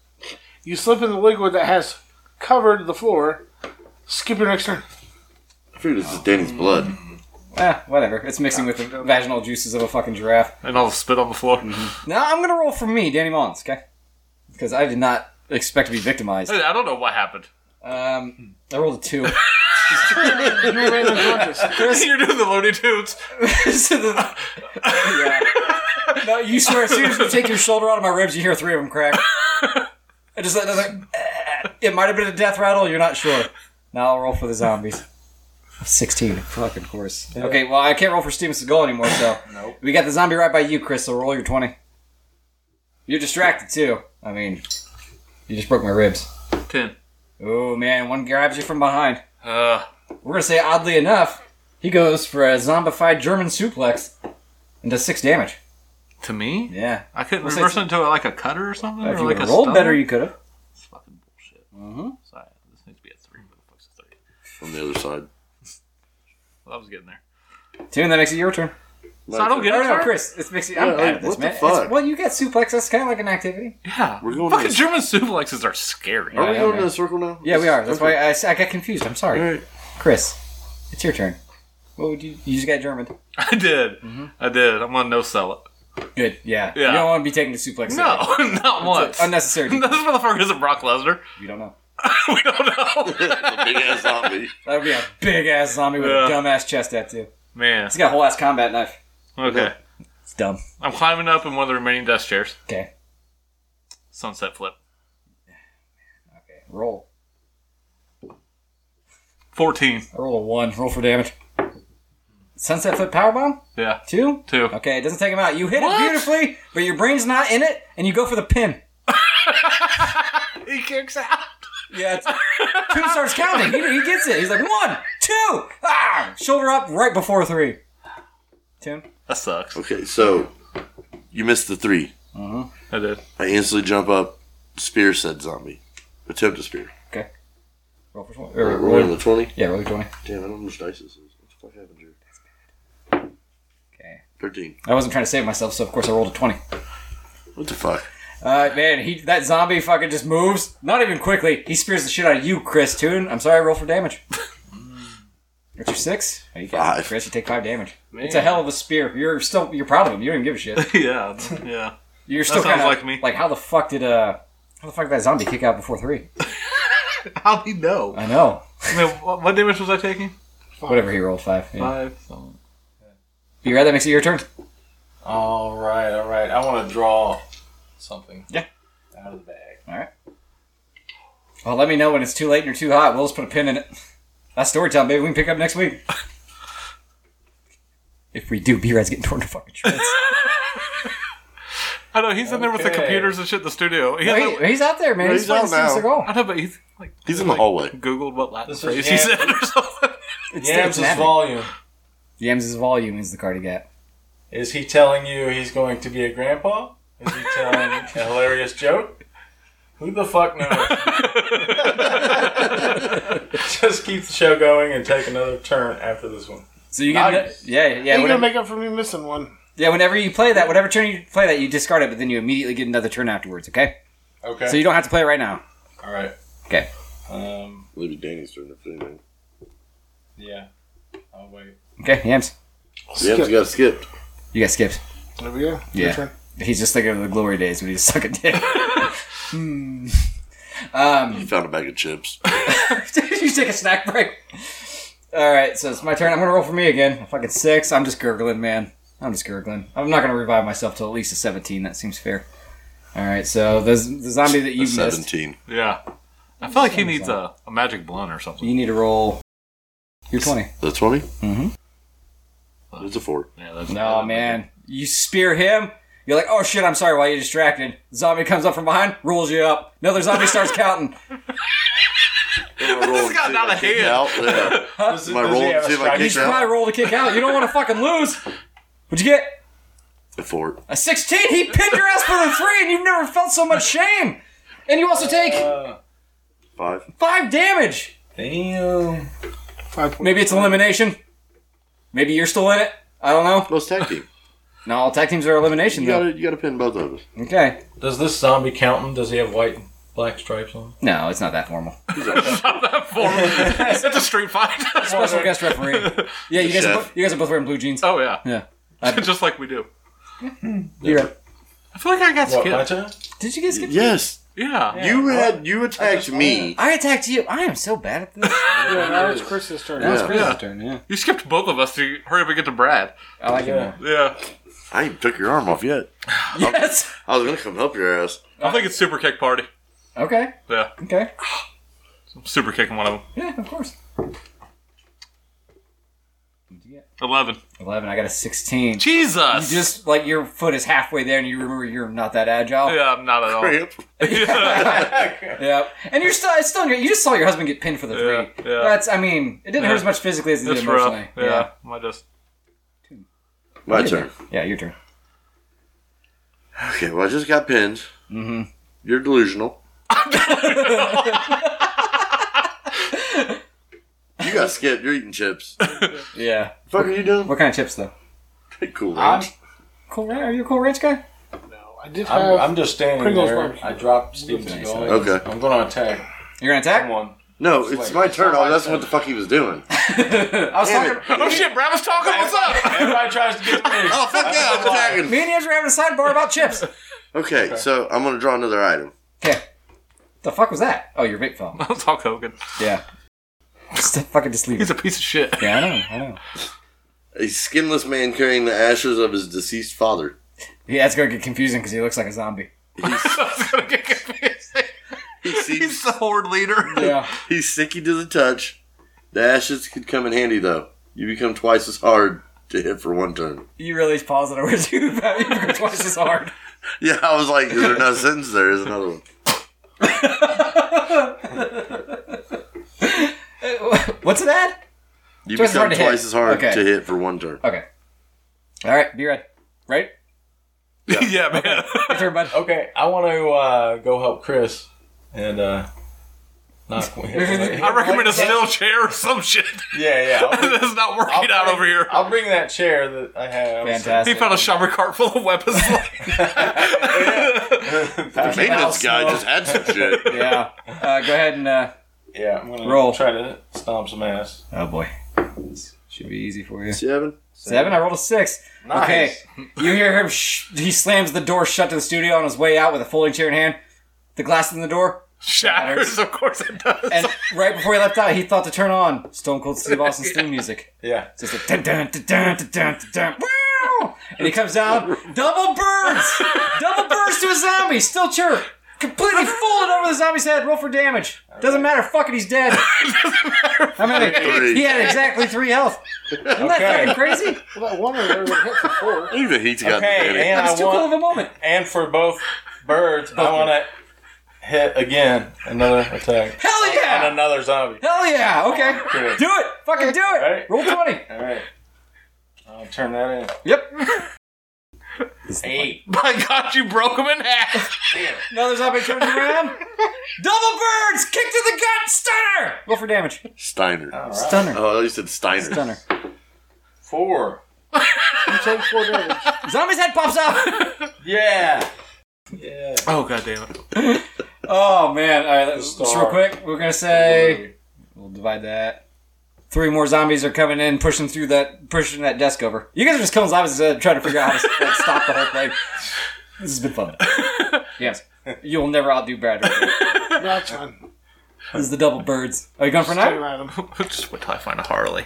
[SPEAKER 6] You slip in the liquid that has covered the floor. Skip your next turn.
[SPEAKER 2] I figured this is Danny's blood.
[SPEAKER 1] Ah, whatever. It's mixing with the vaginal juices of a fucking giraffe.
[SPEAKER 3] And all the spit on the floor.
[SPEAKER 1] Now I'm gonna roll for me, Danny Mullins, okay? Because I did not expect to be victimized.
[SPEAKER 3] I don't know what happened.
[SPEAKER 1] Um, I rolled a two.
[SPEAKER 6] You remain unconscious.
[SPEAKER 3] You're doing the Looney Tunes.
[SPEAKER 1] So the- yeah. No, you swear. As soon as you take your shoulder out of my ribs, you hear three of them crack. I just let another. It might have been a death rattle. You're not sure. Now I'll roll for the zombies. Sixteen, fucking course. Okay, well I can't roll for Steven Seagal anymore, so
[SPEAKER 5] Nope.
[SPEAKER 1] we got the zombie right by you, Chris. So roll your twenty. You're distracted too. I mean, you just broke my ribs.
[SPEAKER 3] Ten.
[SPEAKER 1] Oh man, one grabs you from behind.
[SPEAKER 3] Uh,
[SPEAKER 1] We're gonna say oddly enough, he goes for a zombified German suplex and does six damage.
[SPEAKER 3] to me?
[SPEAKER 1] Yeah.
[SPEAKER 3] I couldn't
[SPEAKER 1] Well,
[SPEAKER 3] reverse
[SPEAKER 1] since-
[SPEAKER 3] it into like a cutter or something?
[SPEAKER 1] If
[SPEAKER 3] or
[SPEAKER 1] you
[SPEAKER 3] like
[SPEAKER 1] like
[SPEAKER 3] a
[SPEAKER 1] rolled
[SPEAKER 3] stun?
[SPEAKER 1] better, you could have.
[SPEAKER 3] It's fucking bullshit.
[SPEAKER 1] Mhm.
[SPEAKER 3] Sorry, this needs to be a three. Motherfuckers, a three.
[SPEAKER 2] on the other side.
[SPEAKER 3] Well, I was getting there.
[SPEAKER 1] Tune, that makes it your turn.
[SPEAKER 3] So I don't get
[SPEAKER 1] No,
[SPEAKER 3] it.
[SPEAKER 1] no, Chris, it makes you. I'm
[SPEAKER 2] Yeah,
[SPEAKER 1] bad
[SPEAKER 2] like,
[SPEAKER 1] at this,
[SPEAKER 2] what the
[SPEAKER 1] man. It's-
[SPEAKER 2] fuck?
[SPEAKER 1] well, you get suplex. That's kind of like an activity.
[SPEAKER 3] Yeah.
[SPEAKER 2] We're going to
[SPEAKER 3] fucking
[SPEAKER 2] this-
[SPEAKER 3] German suplexes are scary.
[SPEAKER 2] Are we
[SPEAKER 1] Yeah,
[SPEAKER 2] going
[SPEAKER 1] okay.
[SPEAKER 2] in a circle now?
[SPEAKER 1] Yeah, we are. That's why I, s- I got confused. I'm sorry,
[SPEAKER 2] All right.
[SPEAKER 1] Chris. It's your turn. What would you? You just got German.
[SPEAKER 3] I did.
[SPEAKER 1] Mm-hmm.
[SPEAKER 3] I did. I'm gonna no sell it.
[SPEAKER 1] Good. Yeah.
[SPEAKER 3] Yeah.
[SPEAKER 1] You don't want to be taking the suplex.
[SPEAKER 3] No, not once.
[SPEAKER 1] It's unnecessary.
[SPEAKER 3] this motherfucker isn't Brock Lesnar.
[SPEAKER 1] You don't know.
[SPEAKER 3] we don't know.
[SPEAKER 2] the big ass zombie.
[SPEAKER 1] That would be a big ass zombie with
[SPEAKER 3] Yeah.
[SPEAKER 1] a dumb ass chest tattoo.
[SPEAKER 3] Man.
[SPEAKER 1] He's got a whole ass combat knife.
[SPEAKER 3] Okay.
[SPEAKER 1] It's dumb.
[SPEAKER 3] I'm climbing up in one of the remaining desk chairs.
[SPEAKER 1] Okay.
[SPEAKER 3] Sunset flip.
[SPEAKER 1] Okay. Roll.
[SPEAKER 3] 14.
[SPEAKER 1] I roll a one. Roll for damage. Sunset Flip Powerbomb?
[SPEAKER 3] Yeah.
[SPEAKER 1] Two?
[SPEAKER 3] Two.
[SPEAKER 1] Okay, it doesn't take him out. You hit it beautifully, but your brain's not in it, and you go for the pin.
[SPEAKER 3] He kicks out.
[SPEAKER 1] Yeah, it's, two starts counting. He, he gets it. He's like, one, two, ah! Shoulder up right before three. Tim?
[SPEAKER 3] That sucks.
[SPEAKER 2] Okay, so you missed the three.
[SPEAKER 3] I did.
[SPEAKER 2] I instantly jump up, spear said zombie. Attempt to spear.
[SPEAKER 1] Okay. Roll for 20.
[SPEAKER 2] All
[SPEAKER 1] Or,
[SPEAKER 2] right, we're rolling
[SPEAKER 1] roll,
[SPEAKER 2] the 20.
[SPEAKER 1] yeah, roll your 20.
[SPEAKER 2] Damn, I don't know how much dice this is. What the fuck happened here?
[SPEAKER 1] Okay.
[SPEAKER 2] 13.
[SPEAKER 1] I wasn't trying to save myself, so of course I rolled a 20.
[SPEAKER 2] What the fuck?
[SPEAKER 1] Uh, man, he that zombie fucking just moves. Not even quickly. He spears the shit out of you, Chris Toon. I'm sorry, roll for damage. What's your six? Oh, you got it.
[SPEAKER 2] Five.
[SPEAKER 1] Chris, you take five damage. It's a hell of a spear. You're still you're proud of him. You don't even give a shit.
[SPEAKER 3] yeah. Yeah.
[SPEAKER 1] You're still
[SPEAKER 3] sounds
[SPEAKER 1] kind of
[SPEAKER 3] like me.
[SPEAKER 1] Like how the fuck did uh how the fuck did that zombie kick out before three?
[SPEAKER 3] How'd he know?
[SPEAKER 1] I know.
[SPEAKER 3] I mean, what, what damage was I taking?
[SPEAKER 1] Whatever he rolled five. Yeah.
[SPEAKER 3] Five. so-
[SPEAKER 1] You read that makes it your turn.
[SPEAKER 5] All right, all right. I want to draw something.
[SPEAKER 1] Yeah.
[SPEAKER 5] Out of the bag.
[SPEAKER 1] All right. Well, let me know when it's too late and you're too hot. We'll just put a pin in it. That's story time, baby. We can pick up next week. if we do, B-Rad's getting torn to fucking shreds.
[SPEAKER 3] I know he's in there with the
[SPEAKER 5] Okay.
[SPEAKER 3] computers and shit in the studio. He
[SPEAKER 1] Wait,
[SPEAKER 3] hasn't-
[SPEAKER 1] he's out there, man.
[SPEAKER 2] No,
[SPEAKER 1] he's
[SPEAKER 2] he's out
[SPEAKER 1] playing Steven
[SPEAKER 2] now.
[SPEAKER 1] Seagal.
[SPEAKER 3] I know, but he's like
[SPEAKER 2] He's in the hallway.
[SPEAKER 3] Googled what Latin
[SPEAKER 5] This is
[SPEAKER 3] phrase he
[SPEAKER 5] Yams.
[SPEAKER 3] said or something.
[SPEAKER 5] Yams'
[SPEAKER 1] Dave Nappy.
[SPEAKER 5] volume.
[SPEAKER 1] Yams' volume is the card he got.
[SPEAKER 5] Is he telling you he's going to be a grandpa? Is he telling a hilarious joke? Who the fuck knows? Just keep the show going and take another turn after this one.
[SPEAKER 1] So you get
[SPEAKER 6] Nice.
[SPEAKER 1] yeah, yeah.
[SPEAKER 6] You're
[SPEAKER 1] Whenever,
[SPEAKER 6] gonna make up for me missing one.
[SPEAKER 1] yeah, whenever you play that, whatever turn you play that, you discard it, but then you immediately get another turn afterwards. Okay,
[SPEAKER 5] Okay.
[SPEAKER 1] so you don't have to play it right now.
[SPEAKER 5] All right.
[SPEAKER 1] Okay.
[SPEAKER 5] Um.
[SPEAKER 2] Maybe Danny's turn if anything.
[SPEAKER 5] Yeah. I'll wait.
[SPEAKER 1] Okay, Yams,
[SPEAKER 2] Yeah,
[SPEAKER 6] Skip.
[SPEAKER 2] he got skipped.
[SPEAKER 1] you got skipped.
[SPEAKER 6] There we go.
[SPEAKER 1] Yeah.
[SPEAKER 6] Your turn.
[SPEAKER 1] He's just thinking of the glory days when he's sucking dick. Hmm. Um,
[SPEAKER 2] He found a bag of chips.
[SPEAKER 1] did you take a snack break? All right, so it's my turn. I'm gonna roll for me again. A fucking six. I'm just gurgling, man. I'm just gurgling. I'm not gonna revive myself till at least a 17. That seems fair. All right, so the, z- the zombie that you missed,
[SPEAKER 2] 17.
[SPEAKER 3] Yeah. I feel like he needs a, a magic blunt or something.
[SPEAKER 1] you need to roll your 20.
[SPEAKER 2] The 20?
[SPEAKER 1] Mhm.
[SPEAKER 2] Mm-hmm. It's a 4.
[SPEAKER 3] Yeah, that's
[SPEAKER 1] No, man. You spear him. You're like, oh shit, I'm sorry, while you're distracted. Zombie comes up from behind, rolls you up. Another zombie starts counting.
[SPEAKER 2] This
[SPEAKER 3] got out of hand.
[SPEAKER 2] Yeah.
[SPEAKER 5] Does,
[SPEAKER 2] Am I rolling to see if I
[SPEAKER 5] strike?
[SPEAKER 2] can-
[SPEAKER 1] You should probably roll to kick out. You don't want to fucking lose. What'd you get?
[SPEAKER 2] A 4.
[SPEAKER 1] A 16? He pinned your ass for a 3 and you've never felt so much shame. And you also take
[SPEAKER 2] 5.
[SPEAKER 1] 5 damage.
[SPEAKER 5] Damn.
[SPEAKER 6] Five points.
[SPEAKER 1] Maybe it's elimination. Maybe you're still in it. I don't know.
[SPEAKER 2] Most tag team.
[SPEAKER 1] No, all tag teams are elimination,
[SPEAKER 2] You
[SPEAKER 1] though.
[SPEAKER 2] gotta, you gotta pin both of us.
[SPEAKER 1] Okay.
[SPEAKER 5] Does this zombie count him? Does he have white and black stripes on?
[SPEAKER 1] No, it's not that formal.
[SPEAKER 3] It's a street fight.
[SPEAKER 1] Special guest referee. Yeah, you guys, are
[SPEAKER 2] Chef.
[SPEAKER 1] both, you guys are both wearing blue jeans.
[SPEAKER 3] oh, yeah.
[SPEAKER 1] Yeah.
[SPEAKER 3] Just like we do.
[SPEAKER 1] You're right.
[SPEAKER 3] I feel like I got
[SPEAKER 5] What,
[SPEAKER 3] skipped.
[SPEAKER 5] my turn?
[SPEAKER 1] Did you guys get
[SPEAKER 2] Yes.
[SPEAKER 3] Yeah.
[SPEAKER 2] You had, you attacked me.
[SPEAKER 1] I attacked you. I am so bad at this.
[SPEAKER 6] Yeah, now it's Chris's turn.
[SPEAKER 1] Now it's
[SPEAKER 2] Yeah.
[SPEAKER 1] Chris's
[SPEAKER 3] Yeah.
[SPEAKER 1] turn, yeah.
[SPEAKER 3] You skipped both of us to hurry up and get to Brad.
[SPEAKER 1] I like it
[SPEAKER 5] Yeah.
[SPEAKER 1] more.
[SPEAKER 3] Yeah.
[SPEAKER 2] I ain't took your arm off yet.
[SPEAKER 1] Yes!
[SPEAKER 2] I was gonna come help your ass.
[SPEAKER 3] I think it's Super Kick Party.
[SPEAKER 1] Okay,
[SPEAKER 3] Yeah.
[SPEAKER 1] okay.
[SPEAKER 3] I'm super kicking one of them.
[SPEAKER 1] Yeah, of course. What'd you get?
[SPEAKER 3] 11.
[SPEAKER 1] 11, I got a 16.
[SPEAKER 3] Jesus!
[SPEAKER 1] You just, like, your foot is halfway there and you remember you're not that agile.
[SPEAKER 3] yeah, I'm not at all.
[SPEAKER 2] Cramp.
[SPEAKER 1] Yep. And you're still, it's still, in your- you just saw your husband get pinned for the
[SPEAKER 3] Yeah,
[SPEAKER 1] three.
[SPEAKER 3] yeah.
[SPEAKER 1] That's, I mean, it didn't hurt
[SPEAKER 3] Yeah.
[SPEAKER 1] as much physically as it
[SPEAKER 3] That's
[SPEAKER 1] did
[SPEAKER 3] rough.
[SPEAKER 1] emotionally.
[SPEAKER 3] Yeah. I just.
[SPEAKER 2] My turn.
[SPEAKER 1] Yeah, your turn.
[SPEAKER 2] Okay, well, I just got pinned. Mm-hmm. You're delusional. you got skipped. You're eating chips.
[SPEAKER 1] Yeah.
[SPEAKER 2] fuck are you doing?
[SPEAKER 1] What kind of chips, though?
[SPEAKER 2] Cool.
[SPEAKER 5] I'm,
[SPEAKER 2] Ranch.
[SPEAKER 1] Cool Ranch? Are you a Cool Ranch guy?
[SPEAKER 6] I did
[SPEAKER 5] I'm,
[SPEAKER 6] have.
[SPEAKER 5] I'm just standing
[SPEAKER 6] Pringles
[SPEAKER 5] there.
[SPEAKER 6] barbecue.
[SPEAKER 5] I dropped Steven's
[SPEAKER 1] Okay.
[SPEAKER 5] going.
[SPEAKER 2] Okay.
[SPEAKER 5] I'm going to attack
[SPEAKER 1] You're going to attack?
[SPEAKER 5] someone.
[SPEAKER 2] No, it's my turn. Oh, that's what the fuck he was doing.
[SPEAKER 1] I was
[SPEAKER 2] Damn
[SPEAKER 1] talking
[SPEAKER 2] it.
[SPEAKER 3] Oh shit, Brad was talking? What's up?
[SPEAKER 5] Everybody tries to get me.
[SPEAKER 2] Oh, fuck yeah, I'm attacking.
[SPEAKER 1] Me and Andrew were having a sidebar about chips.
[SPEAKER 2] Okay, so I'm gonna draw another item.
[SPEAKER 1] Okay. The fuck was that? Oh, your vape fell.
[SPEAKER 3] That was Hulk Hogan.
[SPEAKER 1] Yeah. Just fucking just leave
[SPEAKER 3] He's
[SPEAKER 1] it.
[SPEAKER 3] a piece of shit.
[SPEAKER 1] Yeah, I know, I know.
[SPEAKER 2] A skinless man carrying the ashes of his deceased father.
[SPEAKER 1] Yeah, it's gonna get confusing because he looks like a zombie.
[SPEAKER 3] That's gonna get confusing.
[SPEAKER 2] He
[SPEAKER 3] He's
[SPEAKER 2] seems
[SPEAKER 3] the horde leader.
[SPEAKER 1] Yeah.
[SPEAKER 2] he's sicky to the touch. The ashes could come in handy though. You become twice as hard to hit for one turn.
[SPEAKER 1] You really paused it over two twice as hard.
[SPEAKER 2] Yeah, I was like, is there no sentence there? Is another one.
[SPEAKER 1] What's that?
[SPEAKER 2] You
[SPEAKER 1] Twice as
[SPEAKER 2] become
[SPEAKER 1] hard to hit.
[SPEAKER 2] twice as hard
[SPEAKER 1] Okay.
[SPEAKER 2] to hit for one turn.
[SPEAKER 1] Okay. All right, be ready. Right?
[SPEAKER 3] Yeah, man.
[SPEAKER 1] Your turn, bud.
[SPEAKER 5] Okay, I want to uh, go help Chris and uh, not quit.
[SPEAKER 3] I recommend a steel chair or some shit.
[SPEAKER 5] yeah, yeah. I'll bring,
[SPEAKER 3] That's not working
[SPEAKER 5] I'll
[SPEAKER 3] out
[SPEAKER 5] bring-
[SPEAKER 3] over here.
[SPEAKER 5] I'll bring that chair that I have.
[SPEAKER 3] He
[SPEAKER 1] Fantastic.
[SPEAKER 3] found a shopper cart full of weapons.
[SPEAKER 2] The maintenance guy just had some shit.
[SPEAKER 1] Yeah. Uh, go ahead and. Uh...
[SPEAKER 5] Yeah, I'm gonna
[SPEAKER 1] Roll.
[SPEAKER 5] Try to stomp some ass.
[SPEAKER 1] Oh boy. This should be easy for you.
[SPEAKER 2] Seven.
[SPEAKER 1] Seven. I rolled a six.
[SPEAKER 5] Nice.
[SPEAKER 1] Okay. You hear him. Sh- he slams the door shut to the studio on his way out with a folding chair in hand. The glass in the door.
[SPEAKER 3] Shatters, of course it does.
[SPEAKER 1] And right before he left out, he thought to turn on Stone Cold Steve Austin's theme music.
[SPEAKER 5] Yeah.
[SPEAKER 1] It's just a dun dun dun dun dun dun dun. dun wow! And he comes down, double burns, double burns to a zombie, still chirp, completely folded over the zombie's head. Roll for damage. Doesn't matter. Fuck it, he's dead. How many?
[SPEAKER 2] Three.
[SPEAKER 1] He had exactly three health. Isn't that
[SPEAKER 5] Okay.
[SPEAKER 1] fucking crazy?
[SPEAKER 6] Well, that one over there that hit for four.
[SPEAKER 2] Even he's got the
[SPEAKER 5] Okay,
[SPEAKER 2] beginning.
[SPEAKER 5] and I
[SPEAKER 1] That's too cool of
[SPEAKER 5] want
[SPEAKER 1] a moment.
[SPEAKER 5] and for both birds, I want to hit again another attack
[SPEAKER 1] Hell
[SPEAKER 5] on
[SPEAKER 1] yeah!
[SPEAKER 5] another zombie.
[SPEAKER 1] Hell yeah! Okay,
[SPEAKER 5] Okay.
[SPEAKER 1] do it. Fucking do it.
[SPEAKER 5] Right?
[SPEAKER 1] Roll twenty.
[SPEAKER 5] All right, I'll turn that
[SPEAKER 1] Yep.
[SPEAKER 5] in. Eight.
[SPEAKER 3] My God, you broke him in half.
[SPEAKER 1] Another zombie turns around. Double burns, kick to the gut, stunner. Roll for damage.
[SPEAKER 2] Steiner.
[SPEAKER 5] All right.
[SPEAKER 1] Stunner.
[SPEAKER 2] Oh, you said Steiner.
[SPEAKER 1] Stunner.
[SPEAKER 5] Four.
[SPEAKER 6] You take four damage.
[SPEAKER 1] Zombie's head pops out.
[SPEAKER 5] Yeah. Yeah.
[SPEAKER 3] Oh God damn it!
[SPEAKER 1] Oh man! All right, let's,
[SPEAKER 5] Star.
[SPEAKER 1] just real quick, we're gonna say we'll divide that. Three more zombies are coming in, pushing through that, pushing that desk over. You guys are just killing zombies instead of trying to figure out how to like, stop the whole thing. This has been fun. yes, you'll never outdo Brad. This
[SPEAKER 6] No, that's fine.
[SPEAKER 1] is the double birds. Are you going for
[SPEAKER 6] Take it
[SPEAKER 1] another
[SPEAKER 6] at him.
[SPEAKER 3] Just wait till I find a Harley.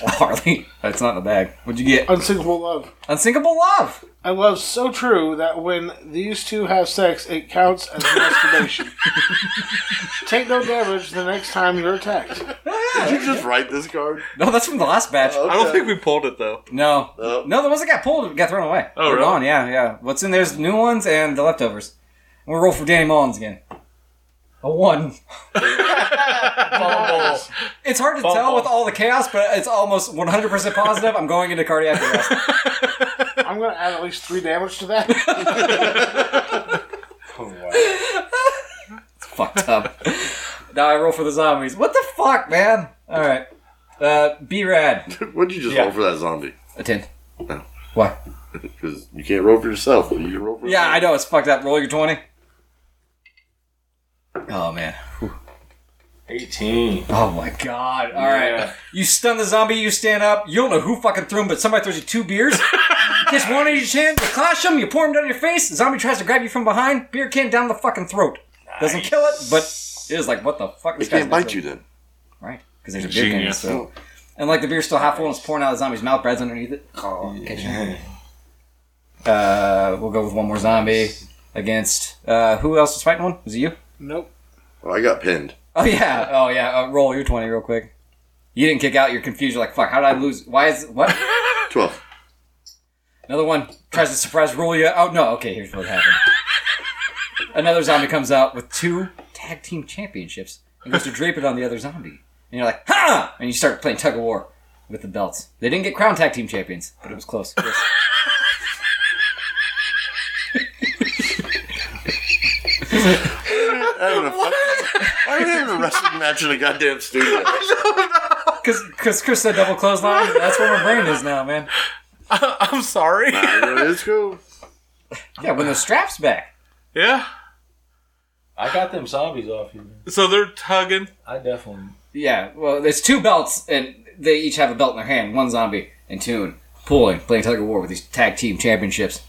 [SPEAKER 1] Harley? That's not in the bag. What'd you get?
[SPEAKER 6] Unsinkable love.
[SPEAKER 1] Unsinkable love.
[SPEAKER 6] I love so true that when these two have sex, it counts as masturbation. Take no damage the next time you're attacked.
[SPEAKER 2] Did you just write this card?
[SPEAKER 1] Oh, No, that's from the last batch.
[SPEAKER 2] Okay.
[SPEAKER 3] I don't think we pulled it though.
[SPEAKER 1] No,
[SPEAKER 2] Oh.
[SPEAKER 1] no, the ones that got pulled got thrown away.
[SPEAKER 3] Oh,
[SPEAKER 1] They're
[SPEAKER 3] really?
[SPEAKER 1] gone, Yeah, yeah. What's in there's new ones and the leftovers. And we'll roll for Danny Mullins again. A one.
[SPEAKER 5] Fumbles.
[SPEAKER 1] It's hard to tell with all the chaos, but it's almost 100% positive. I'm going into cardiac arrest.
[SPEAKER 6] I'm going to add at least three damage to that.
[SPEAKER 1] Fucked up. now I roll for the zombies. What the fuck, man? All right. Uh, B rad.
[SPEAKER 2] What'd you just roll for that zombie?
[SPEAKER 1] A ten.
[SPEAKER 2] No.
[SPEAKER 1] Why?
[SPEAKER 2] Because you can't roll for yourself. You can roll for
[SPEAKER 1] Yeah, I know it's fucked up. Roll your twenty. Oh man.
[SPEAKER 5] Eighteen.
[SPEAKER 1] Oh my god. All right.
[SPEAKER 5] Yeah.
[SPEAKER 1] You stun the zombie, you stand up. You don't know who fucking threw him, but somebody throws you two beers. Gets one in your chin, you clash him, you pour him down your face. The zombie tries to grab you from behind, beer can down the fucking throat. Doesn't kill it, but it is like, what the fuck?
[SPEAKER 2] They can't bite you then.
[SPEAKER 1] Right. Because there's a beer can in his
[SPEAKER 3] Genius.
[SPEAKER 1] throat. And like the beer's still half full and it's pouring out of the zombie's mouth, Brad's underneath it. Oh, catch him. Uh, we'll go with one more zombie against. Uh, who else was fighting one? Was it you?
[SPEAKER 6] nope.
[SPEAKER 2] Oh, I got pinned.
[SPEAKER 1] Oh yeah, oh yeah. Uh, roll your twenty real quick. You didn't kick out. You're confused. You're like, fuck. How did I lose? Why is what?
[SPEAKER 2] Twelve.
[SPEAKER 1] Another one tries to surprise roll you. Oh no. Okay, here's what happened. Another zombie comes out with two tag team championships and goes to drape it on the other zombie. And you're like, ha! And you start playing tug of war with the belts. They didn't get crowned tag team champions, but it was close.
[SPEAKER 2] I'm in a fucking, I'm in a wrestling match in a goddamn studio.
[SPEAKER 1] Because Chris said double clothesline. That's where my brain is now, man.
[SPEAKER 3] I'm sorry.
[SPEAKER 2] it's cool.
[SPEAKER 1] Yeah, when the strap's back.
[SPEAKER 3] Yeah.
[SPEAKER 5] I got them zombies off you. man.
[SPEAKER 3] So they're tugging.
[SPEAKER 5] I definitely.
[SPEAKER 1] Yeah, well, there's two belts, and they each have a belt in their hand. One zombie in tune, pulling, playing tug of war with these tag team championships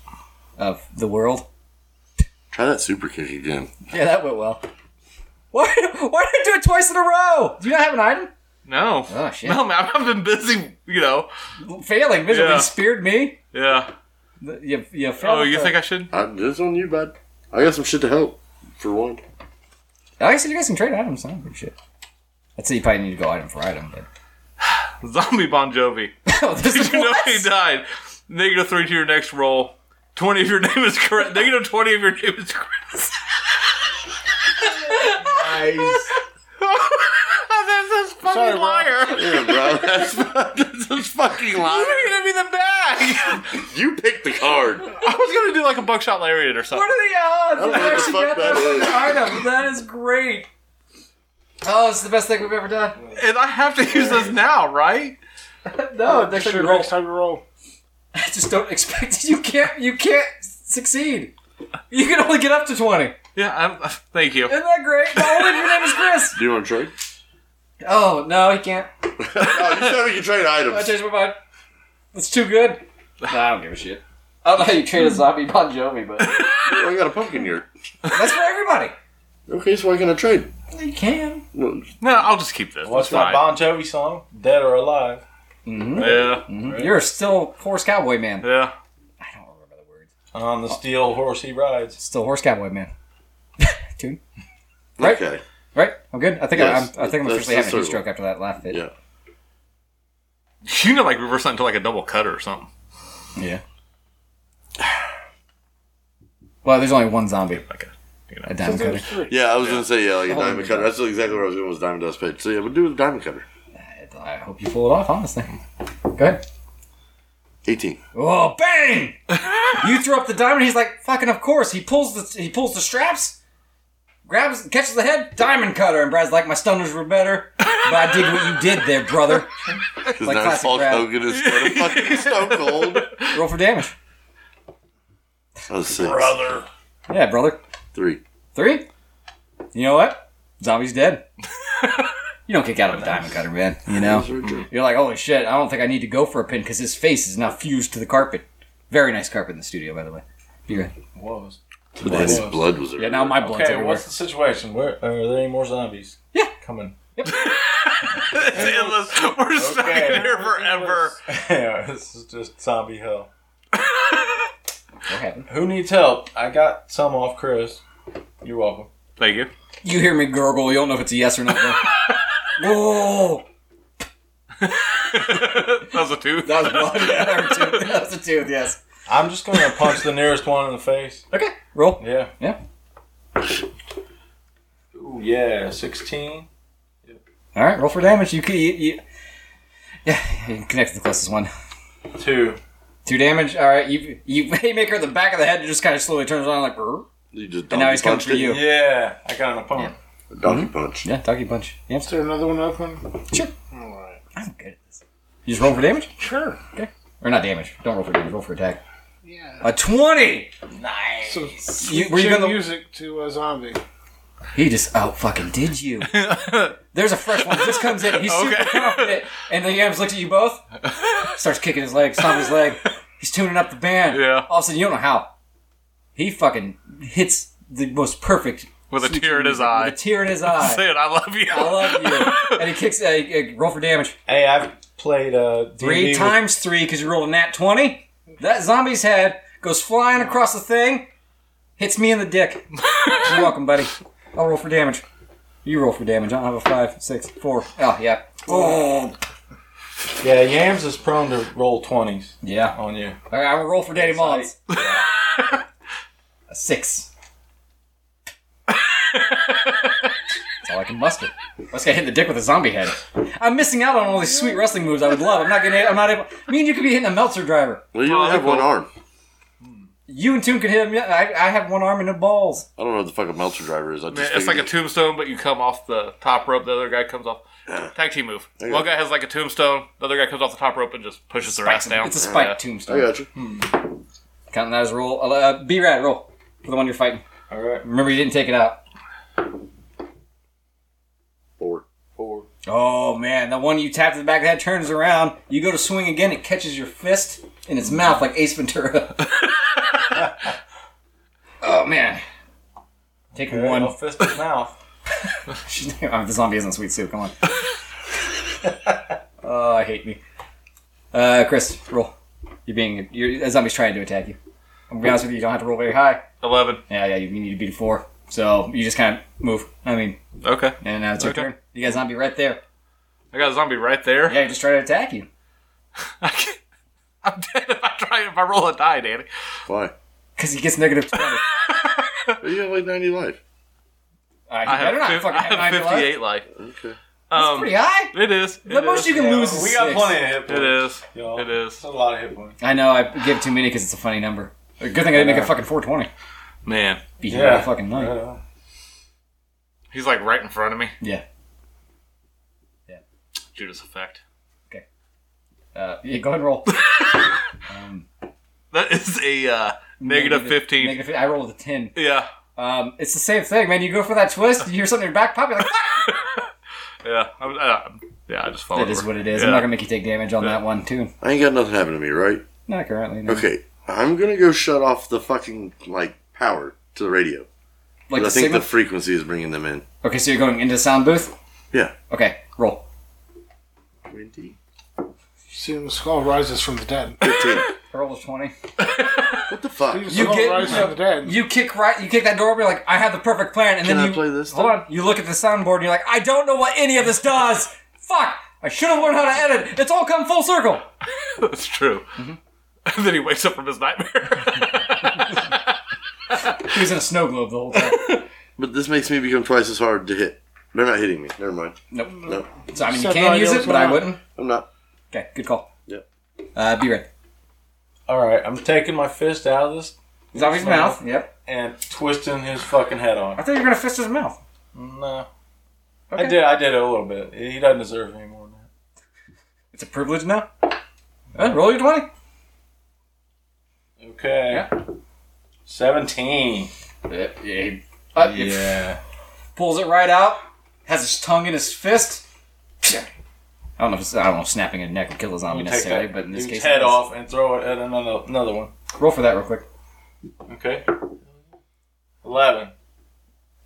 [SPEAKER 1] of the world.
[SPEAKER 2] Try that super kick again.
[SPEAKER 1] Yeah, that went well. Why? Why did I do it twice in a row? Do you not have an item?
[SPEAKER 3] No.
[SPEAKER 1] Oh, shit.
[SPEAKER 3] No, man, I've been busy, you know.
[SPEAKER 1] Failing miserably.
[SPEAKER 3] Yeah.
[SPEAKER 1] Speared me.
[SPEAKER 3] Yeah.
[SPEAKER 1] You, you failed.
[SPEAKER 3] Oh, you
[SPEAKER 1] the-
[SPEAKER 3] think I should?
[SPEAKER 2] I, this on you, bud. I got some shit to help. For one,
[SPEAKER 1] Like Oh, I said, you guys can trade items. I don't give a shit. I'd say you probably need to go item for item, but.
[SPEAKER 3] Zombie Bon Jovi.
[SPEAKER 1] Oh, this
[SPEAKER 3] Did
[SPEAKER 1] is
[SPEAKER 3] you know
[SPEAKER 1] what?
[SPEAKER 3] he died? Negative three to your next roll. Twenty if your name is correct. Negative twenty if your name is correct.
[SPEAKER 5] Nice.
[SPEAKER 3] That's this fucking
[SPEAKER 6] Sorry, bro.
[SPEAKER 3] liar.
[SPEAKER 2] yeah, bro. That's, that's just fucking
[SPEAKER 3] You
[SPEAKER 2] lying.
[SPEAKER 3] made me the bag.
[SPEAKER 2] You picked the card.
[SPEAKER 3] I was gonna do like a buckshot lariat or
[SPEAKER 1] What
[SPEAKER 3] something.
[SPEAKER 1] are the odds?
[SPEAKER 2] don't know
[SPEAKER 1] I
[SPEAKER 2] what the
[SPEAKER 1] actually got
[SPEAKER 2] fuck
[SPEAKER 1] that
[SPEAKER 2] that
[SPEAKER 1] from
[SPEAKER 2] is.
[SPEAKER 1] the item. That is great. Oh, it's the best thing we've ever done.
[SPEAKER 3] And I have to use this now, right?
[SPEAKER 1] No, Oh, next
[SPEAKER 6] Next
[SPEAKER 1] time you
[SPEAKER 6] time,
[SPEAKER 1] roll.
[SPEAKER 6] next time you roll.
[SPEAKER 1] I just don't expect you can't you can't succeed. You can only get up to twenty.
[SPEAKER 3] Yeah. I'm, thank you.
[SPEAKER 1] Isn't that great? Not only if your name is Chris.
[SPEAKER 2] Do you want to trade?
[SPEAKER 1] Oh no, he can't. Oh,
[SPEAKER 2] Oh, you said we could trade
[SPEAKER 1] I
[SPEAKER 2] items.
[SPEAKER 1] changed my mind. It's too good. Nah, I don't give a shit. I don't know how you trade a zombie Bon Jovi, but
[SPEAKER 2] I got a pumpkin here.
[SPEAKER 1] that's for everybody.
[SPEAKER 2] Okay, so why can I trade?
[SPEAKER 1] You can.
[SPEAKER 2] Well,
[SPEAKER 3] No, I'll just keep this.
[SPEAKER 5] What's
[SPEAKER 3] It's fine.
[SPEAKER 5] that Bon Jovi song? Dead or Alive?
[SPEAKER 3] Yeah.
[SPEAKER 1] Mm, You're still horse cowboy man.
[SPEAKER 3] Yeah.
[SPEAKER 1] I don't remember the words.
[SPEAKER 5] On the steel horse he rides.
[SPEAKER 1] Still horse cowboy man. Tune. Right.
[SPEAKER 2] okay.
[SPEAKER 1] Right. I'm good. I think
[SPEAKER 2] Yes.
[SPEAKER 1] I'm. I think I'm
[SPEAKER 2] That's-
[SPEAKER 1] officially having a
[SPEAKER 2] that's
[SPEAKER 1] heat
[SPEAKER 2] certain.
[SPEAKER 1] stroke after that laugh fit.
[SPEAKER 2] Yeah.
[SPEAKER 3] You know, like reverse that into like a double cutter or something.
[SPEAKER 1] Yeah. Well, there's only one zombie.
[SPEAKER 3] Like a, you
[SPEAKER 1] A
[SPEAKER 3] know.
[SPEAKER 1] diamond cutter.
[SPEAKER 2] Yeah, I was gonna say yeah, like a
[SPEAKER 1] Oh
[SPEAKER 2] diamond cutter. That's exactly what I was doing was diamond dust page. So yeah, we'll do it with a diamond cutter.
[SPEAKER 1] I hope you pull it off, honestly. Go ahead.
[SPEAKER 2] Eighteen.
[SPEAKER 1] Oh, bang! you throw up the diamond. He's like, fucking, of course. He pulls the he pulls the straps, grabs, catches the head, diamond cutter. And Brad's like, my stunners were better, but I dig what you did there, brother.
[SPEAKER 2] Because
[SPEAKER 1] Like
[SPEAKER 2] now
[SPEAKER 1] classic
[SPEAKER 2] Hulk
[SPEAKER 1] Brad.
[SPEAKER 2] Hogan instead of fucking Stone Cold. That
[SPEAKER 1] Roll for damage.
[SPEAKER 2] was six.
[SPEAKER 5] Brother.
[SPEAKER 1] Yeah, brother.
[SPEAKER 2] Three.
[SPEAKER 1] Three. You know what? Zombie's dead. you don't kick out of a diamond cutter, man. You know.
[SPEAKER 2] Those are true.
[SPEAKER 1] You're like, holy shit, I don't think I need to go for a pin because his face is now fused to the carpet. Very nice carpet in the studio, by the way. You're right.
[SPEAKER 5] Was.
[SPEAKER 2] But then his blood was
[SPEAKER 1] Yeah,
[SPEAKER 2] everywhere.
[SPEAKER 1] now my blood's
[SPEAKER 5] Okay,
[SPEAKER 1] everywhere.
[SPEAKER 5] what's the situation? Where are there any more zombies?
[SPEAKER 1] Yeah.
[SPEAKER 5] Coming.
[SPEAKER 3] It's endless. We're stuck in here forever.
[SPEAKER 5] yeah, this is just zombie hell.
[SPEAKER 1] What happened?
[SPEAKER 5] Who needs help? I got some off Chris. You're welcome.
[SPEAKER 3] Thank you.
[SPEAKER 1] You hear me gurgle, you don't know if it's a yes or no. Whoa!
[SPEAKER 3] that was a two.
[SPEAKER 1] That was blood. that was a tooth. That was a tooth, yes.
[SPEAKER 5] I'm just gonna punch the nearest one in the face.
[SPEAKER 1] Okay, roll.
[SPEAKER 5] Yeah.
[SPEAKER 1] Yeah.
[SPEAKER 5] Ooh, yeah, 16.
[SPEAKER 1] Alright, roll for damage. You can. You, you, yeah, you can connect to the closest one.
[SPEAKER 5] Two.
[SPEAKER 1] Two damage. Alright, you you haymaker at the back of the head, it just kind of slowly turns on, like, "Brr."
[SPEAKER 2] You just
[SPEAKER 1] and now he's coming
[SPEAKER 2] donkey
[SPEAKER 1] for you.
[SPEAKER 5] Yeah, I got an opponent.
[SPEAKER 2] punched it. Donkey punch.
[SPEAKER 1] Yeah, doggy punch. Yeah,
[SPEAKER 6] Is there another one open?
[SPEAKER 1] sure.
[SPEAKER 6] Alright.
[SPEAKER 1] I'm good at this. You just roll for damage?
[SPEAKER 6] Sure.
[SPEAKER 1] Or not damage. Don't roll for damage. Roll for attack.
[SPEAKER 6] Yeah.
[SPEAKER 1] A twenty.
[SPEAKER 6] So,
[SPEAKER 1] You, were
[SPEAKER 6] we
[SPEAKER 1] you
[SPEAKER 6] gonna...
[SPEAKER 1] gonna?
[SPEAKER 6] music to a zombie.
[SPEAKER 1] He just oh fucking did you? There's a fresh one. Just comes in. He's super
[SPEAKER 3] Okay.
[SPEAKER 1] confident, and the Yams looks at you both, starts kicking his leg, stomping his leg. He's tuning up the band.
[SPEAKER 3] Yeah.
[SPEAKER 1] All of a sudden, you don't know how. He fucking hits the most perfect
[SPEAKER 3] With a
[SPEAKER 1] switch
[SPEAKER 3] tear in his
[SPEAKER 1] music, with
[SPEAKER 3] eye.
[SPEAKER 1] a tear in his eye.
[SPEAKER 3] Saying I love you.
[SPEAKER 1] I love you. And he kicks. A, roll for damage.
[SPEAKER 5] Hey, I've played uh,
[SPEAKER 1] 3
[SPEAKER 5] D&D with-
[SPEAKER 1] times three because you rolled a nat 20. That zombie's head goes flying across the thing, hits me in the dick. You're welcome, buddy. I'll roll for damage. You roll for damage. I don't have a five, six, four. Oh, yeah. Oh,
[SPEAKER 5] Yeah, Yams is prone to roll 20s
[SPEAKER 1] yeah.
[SPEAKER 5] on you.
[SPEAKER 1] All right, I'm going to roll for Danny Mullins. a six. That's all I can muster. I just got hit in the dick with a zombie head. I'm missing out on all these sweet wrestling moves I would love. I'm not getting. I'm not able. Me and you could be hitting a Meltzer driver.
[SPEAKER 2] Well, you only have one arm.
[SPEAKER 1] You and Toon could hit him. Yeah, I, I have one arm and no balls.
[SPEAKER 2] I don't know what the fuck a Meltzer driver is. I just
[SPEAKER 3] Man, it's like a
[SPEAKER 2] figured
[SPEAKER 3] tombstone, but you come off the top rope. The other guy comes off. Tag team move.
[SPEAKER 2] you
[SPEAKER 3] One
[SPEAKER 2] go.
[SPEAKER 3] guy has like a tombstone. The other guy comes off the top rope and just pushes their ass down.
[SPEAKER 1] It's a spike
[SPEAKER 2] it- I
[SPEAKER 1] tombstone.
[SPEAKER 2] got you.
[SPEAKER 1] Counting that as a roll. Uh, B Rad, roll for the one you're fighting.
[SPEAKER 5] All right,
[SPEAKER 1] Remember, you didn't take it out.
[SPEAKER 2] Four.
[SPEAKER 5] four.
[SPEAKER 1] Oh man, the one you tap to the back of the head turns around. You go to swing again, it catches your fist in its mouth like Ace Ventura. oh man. Take
[SPEAKER 5] One
[SPEAKER 1] one.
[SPEAKER 5] fist in his mouth.
[SPEAKER 1] Oh, the zombie isn't sweet soup. Come on. Oh, I hate me. Uh, Chris, roll. You're being you're, a zombie's trying to attack you. I'm gonna be honest with you. You don't have to roll very high.
[SPEAKER 3] 11.
[SPEAKER 1] Yeah, yeah. You, you need to beat a four. So you just kind of move. I mean,
[SPEAKER 3] Okay.
[SPEAKER 1] and now it's your
[SPEAKER 3] Okay.
[SPEAKER 1] turn. You got a zombie right there.
[SPEAKER 3] I got a zombie right there.
[SPEAKER 1] Yeah, he just trying to attack you.
[SPEAKER 3] I can't- I'm dead if I try if I roll a die, Danny.
[SPEAKER 2] Why?
[SPEAKER 1] Because he gets negative Uh, 20. All
[SPEAKER 2] But you have like 90 life.
[SPEAKER 1] right, you
[SPEAKER 3] I have,
[SPEAKER 1] better not
[SPEAKER 3] fif-
[SPEAKER 1] fucking
[SPEAKER 3] I
[SPEAKER 1] have
[SPEAKER 3] have Um,
[SPEAKER 1] 58.
[SPEAKER 3] 58 life.
[SPEAKER 2] Okay.
[SPEAKER 1] That's pretty high.
[SPEAKER 3] It is.
[SPEAKER 1] The
[SPEAKER 3] It
[SPEAKER 1] most
[SPEAKER 3] is.
[SPEAKER 1] you can lose is
[SPEAKER 5] we got
[SPEAKER 1] six.
[SPEAKER 5] plenty of hit points.
[SPEAKER 3] It is.
[SPEAKER 5] y'all.
[SPEAKER 3] It is.
[SPEAKER 5] That's a lot of hit points.
[SPEAKER 1] I know, I give too many because it's a funny number. Good thing I didn't make a fucking 420.
[SPEAKER 3] Man,
[SPEAKER 1] Be here
[SPEAKER 5] Yeah.
[SPEAKER 1] all fucking night.
[SPEAKER 3] he's like right in front of me.
[SPEAKER 1] Yeah.
[SPEAKER 3] Judas effect.
[SPEAKER 1] Uh, yeah, go ahead and roll.
[SPEAKER 3] That is a uh, negative 15.
[SPEAKER 1] Negative, fif- I rolled a 10.
[SPEAKER 3] Yeah.
[SPEAKER 1] Um, it's the same thing, man. You go for that twist, you hear something in your back pop, you're like, "Ah!"
[SPEAKER 3] Yeah. I'm, uh, yeah, I just fall
[SPEAKER 1] That is
[SPEAKER 3] over.
[SPEAKER 1] what it is.
[SPEAKER 3] Yeah.
[SPEAKER 1] I'm not going to make you take damage on that one, too.
[SPEAKER 2] I ain't got nothing happen to me, right?
[SPEAKER 1] Not currently. No.
[SPEAKER 2] Okay. I'm gonna go shut off the fucking like power to the radio.
[SPEAKER 1] Like
[SPEAKER 2] 'Cause
[SPEAKER 1] the
[SPEAKER 2] I think
[SPEAKER 1] signal?
[SPEAKER 2] the frequency is bringing them in.
[SPEAKER 1] okay, so you're going into the sound booth?
[SPEAKER 2] Yeah.
[SPEAKER 1] Okay, roll.
[SPEAKER 2] 20.
[SPEAKER 6] See, the skull rises from the dead.
[SPEAKER 2] 15.
[SPEAKER 1] Roll a 20.
[SPEAKER 2] what the fuck?
[SPEAKER 6] The
[SPEAKER 1] You
[SPEAKER 6] skull
[SPEAKER 1] get-
[SPEAKER 6] rises
[SPEAKER 1] you-
[SPEAKER 6] from the dead.
[SPEAKER 1] You kick right. You kick that door open. You're like, I have the perfect plan. And
[SPEAKER 2] Can
[SPEAKER 1] then
[SPEAKER 2] I
[SPEAKER 1] you
[SPEAKER 2] play this
[SPEAKER 1] Hold
[SPEAKER 2] thing?
[SPEAKER 1] on. You look at the soundboard. and You're like, I don't know what any of this does. Fuck. I should have learned how to edit. It's all come full circle.
[SPEAKER 3] That's true.
[SPEAKER 1] Mm-hmm.
[SPEAKER 3] And then he wakes up from his nightmare.
[SPEAKER 1] He was in a snow globe the whole time.
[SPEAKER 2] But this makes me become twice as hard to hit. They're not hitting me. Never mind.
[SPEAKER 1] Nope.
[SPEAKER 2] No,
[SPEAKER 1] So I mean, you
[SPEAKER 6] Said
[SPEAKER 1] can
[SPEAKER 6] Ryan
[SPEAKER 1] use
[SPEAKER 6] Gosling.
[SPEAKER 1] it, but I wouldn't.
[SPEAKER 2] I'm not.
[SPEAKER 1] Okay. Good call.
[SPEAKER 2] Yeah.
[SPEAKER 1] Uh, be ready.
[SPEAKER 5] All right, I'm taking my fist out of this
[SPEAKER 1] Zombie's mouth. Yep.
[SPEAKER 5] and twisting his fucking head on.
[SPEAKER 1] I thought you were gonna fist his mouth.
[SPEAKER 5] No,
[SPEAKER 1] Okay.
[SPEAKER 5] I did. I did it a little bit. He doesn't deserve any more than that.
[SPEAKER 1] It's a privilege now. Uh, roll your twenty.
[SPEAKER 5] Okay.
[SPEAKER 1] Yeah.
[SPEAKER 5] Seventeen.
[SPEAKER 1] Yeah. Uh, he
[SPEAKER 5] Yeah.
[SPEAKER 1] Pulls it right out. Has his tongue in his fist. I don't know. If it's, I don't know. if Snapping a neck would kill a zombie
[SPEAKER 5] Take
[SPEAKER 1] necessarily,
[SPEAKER 5] that
[SPEAKER 1] but in this
[SPEAKER 5] dude's
[SPEAKER 1] case,
[SPEAKER 5] head
[SPEAKER 1] it is.
[SPEAKER 5] off and throw it at another another one.
[SPEAKER 1] Roll for that real quick.
[SPEAKER 5] Okay. Eleven.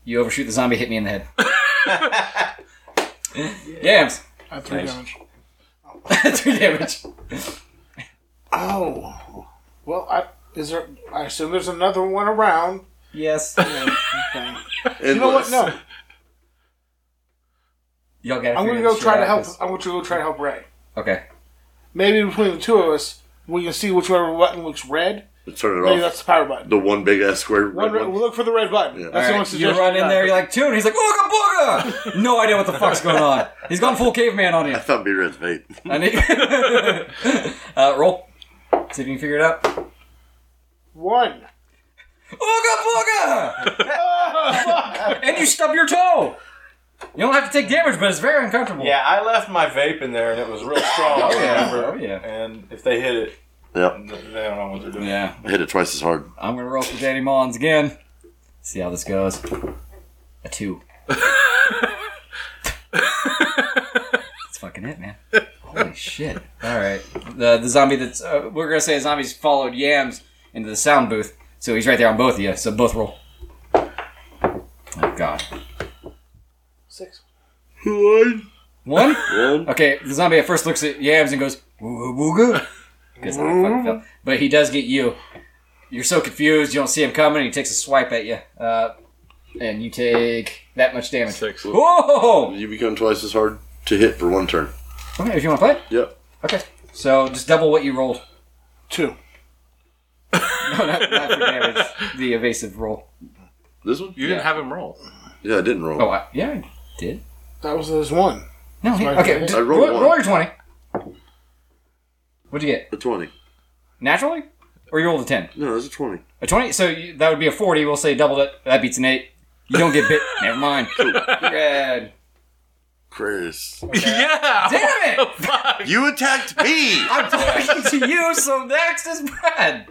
[SPEAKER 1] You overshoot the zombie, hit me in the head. Yams.
[SPEAKER 6] I three damage.
[SPEAKER 1] Two damage.
[SPEAKER 6] Oh. Well, I is there? I assume there's another one around.
[SPEAKER 1] Yes.
[SPEAKER 6] Okay.
[SPEAKER 2] Endless.
[SPEAKER 6] You know what? No,
[SPEAKER 1] Y'all got
[SPEAKER 6] I'm gonna go try to help. I want you to go try to help Ray.
[SPEAKER 1] Okay.
[SPEAKER 6] Maybe between the two of us, we can see whichever button looks red.
[SPEAKER 2] Let's turn it
[SPEAKER 6] Maybe
[SPEAKER 2] off.
[SPEAKER 6] that's the power button.
[SPEAKER 2] The one big ass square.
[SPEAKER 6] One,
[SPEAKER 2] Red
[SPEAKER 6] red,
[SPEAKER 2] one.
[SPEAKER 6] we'll look for the red button.
[SPEAKER 2] Yeah.
[SPEAKER 6] That's the
[SPEAKER 1] Alright, you
[SPEAKER 6] only suggestion.
[SPEAKER 1] run in
[SPEAKER 6] I've
[SPEAKER 1] there,
[SPEAKER 6] got.
[SPEAKER 1] you're like, Tune. He's like, Ooga Booga! no idea what the fuck's going on. He's gone full caveman on you.
[SPEAKER 2] I thought beer red's vape.
[SPEAKER 1] I need- uh, roll. See if you can figure it out. Ooga
[SPEAKER 6] one.
[SPEAKER 1] Booga! and you stub your toe! You don't have to take damage, but it's very uncomfortable.
[SPEAKER 5] Yeah, I left my vape in there and it was real strong. I remember.
[SPEAKER 1] Oh, yeah.
[SPEAKER 5] And if they hit it,
[SPEAKER 2] Yep.
[SPEAKER 5] th- they don't know what they're doing.
[SPEAKER 1] Oh, Yeah.
[SPEAKER 2] I hit it twice as hard.
[SPEAKER 1] I'm gonna roll for Danny Mullins again. See how this goes. A two. that's fucking it, man. Holy shit! All right, the the zombie that's uh, we're gonna say the zombie's followed Yams into the sound booth, so he's right there on both of you. So both roll. Oh god,
[SPEAKER 6] Six.
[SPEAKER 2] One.
[SPEAKER 1] one.
[SPEAKER 2] One.
[SPEAKER 1] Okay, the zombie at first looks at Yams and goes, "Wooga wooga." 'Cause I fucking fell. But he does get you. You're so confused, you don't see him coming, and he takes a swipe at you. Uh, and you take that much damage.
[SPEAKER 3] Six.
[SPEAKER 1] Whoa!
[SPEAKER 2] You become twice as hard to hit for one turn.
[SPEAKER 1] Okay, if you want to play it.
[SPEAKER 2] Yep.
[SPEAKER 1] Okay. So just double what you rolled.
[SPEAKER 6] Two.
[SPEAKER 1] No, not, not for damage. The evasive roll.
[SPEAKER 2] This one?
[SPEAKER 3] You didn't have him roll.
[SPEAKER 2] Yeah, I didn't roll.
[SPEAKER 1] Oh, I, yeah, I did.
[SPEAKER 6] That was his one.
[SPEAKER 1] No, he,
[SPEAKER 6] my
[SPEAKER 1] okay.
[SPEAKER 6] bad.
[SPEAKER 1] just
[SPEAKER 2] I rolled
[SPEAKER 1] roll,
[SPEAKER 2] one.
[SPEAKER 1] roll your 20. What'd you get?
[SPEAKER 2] A 20.
[SPEAKER 1] Naturally? Or you rolled a 10?
[SPEAKER 2] No, that's a 20.
[SPEAKER 1] A 20? So you, that would be a 40. We'll say double it. That beats an 8. You don't get bit. Never mind. Red.
[SPEAKER 2] Chris.
[SPEAKER 3] Yeah.
[SPEAKER 1] Damn it!
[SPEAKER 2] you attacked me!
[SPEAKER 1] I'm talking to you, so next is Brad.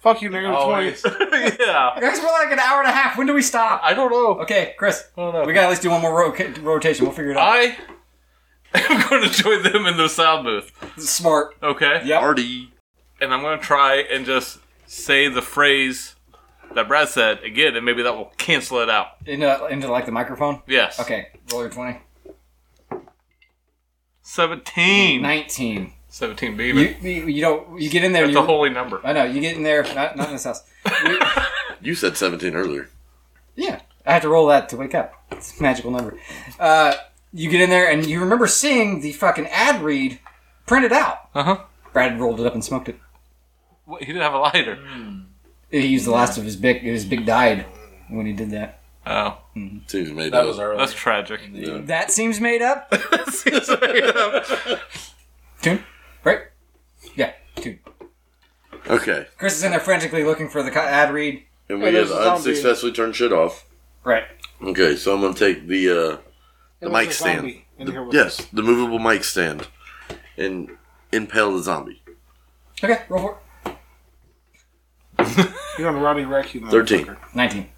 [SPEAKER 6] Fuck you, negative twenty.
[SPEAKER 5] Always.
[SPEAKER 3] yeah.
[SPEAKER 1] Guys, we're like an hour and a half. When do we stop?
[SPEAKER 3] I don't know.
[SPEAKER 1] Okay, Chris.
[SPEAKER 3] I don't know.
[SPEAKER 1] We gotta at least do one more roca- rotation. We'll figure it out.
[SPEAKER 3] I am going to join them in the sound booth.
[SPEAKER 1] Smart.
[SPEAKER 3] Okay.
[SPEAKER 1] Yep.
[SPEAKER 2] Artie.
[SPEAKER 3] And I'm going to try and just say the phrase that Brad said again, and maybe that will cancel it out.
[SPEAKER 1] uh, Into, into like the microphone.
[SPEAKER 3] Yes.
[SPEAKER 1] Okay, roll your twenty.
[SPEAKER 3] 17.
[SPEAKER 1] 19.
[SPEAKER 3] 17 baby.
[SPEAKER 1] You, you, you don't, you get in there.
[SPEAKER 3] That's
[SPEAKER 1] You,
[SPEAKER 3] a holy number.
[SPEAKER 1] I know, you get in there, not, not in this house. You-
[SPEAKER 2] You said 17 earlier.
[SPEAKER 1] yeah. I had to roll that to wake up. It's a magical number. Uh, you get in there and you remember seeing the fucking ad read printed out.
[SPEAKER 3] Uh huh.
[SPEAKER 1] Brad rolled it up and smoked it.
[SPEAKER 3] Wait, He didn't have a lighter.
[SPEAKER 1] He used the last of his big, his big died when he did that.
[SPEAKER 3] Oh,
[SPEAKER 2] Seems made
[SPEAKER 5] That
[SPEAKER 2] up.
[SPEAKER 5] was early.
[SPEAKER 3] that's tragic.
[SPEAKER 1] That seems made up.
[SPEAKER 3] Seems made up.
[SPEAKER 1] Tune, right? Yeah, tune.
[SPEAKER 2] Okay.
[SPEAKER 1] Chris is in there frantically looking for the co- ad read.
[SPEAKER 2] And
[SPEAKER 6] Hey,
[SPEAKER 2] we
[SPEAKER 6] there's
[SPEAKER 2] have
[SPEAKER 6] a zombie.
[SPEAKER 2] unsuccessfully turned shit off.
[SPEAKER 1] Right.
[SPEAKER 2] Okay, so I'm going to take the, uh, the mic stand. Yes, the movable mic stand. And impale the zombie.
[SPEAKER 1] Okay, roll for it.
[SPEAKER 6] You're on Roddy Recce.
[SPEAKER 2] 13.
[SPEAKER 6] motherfucker.
[SPEAKER 1] 19.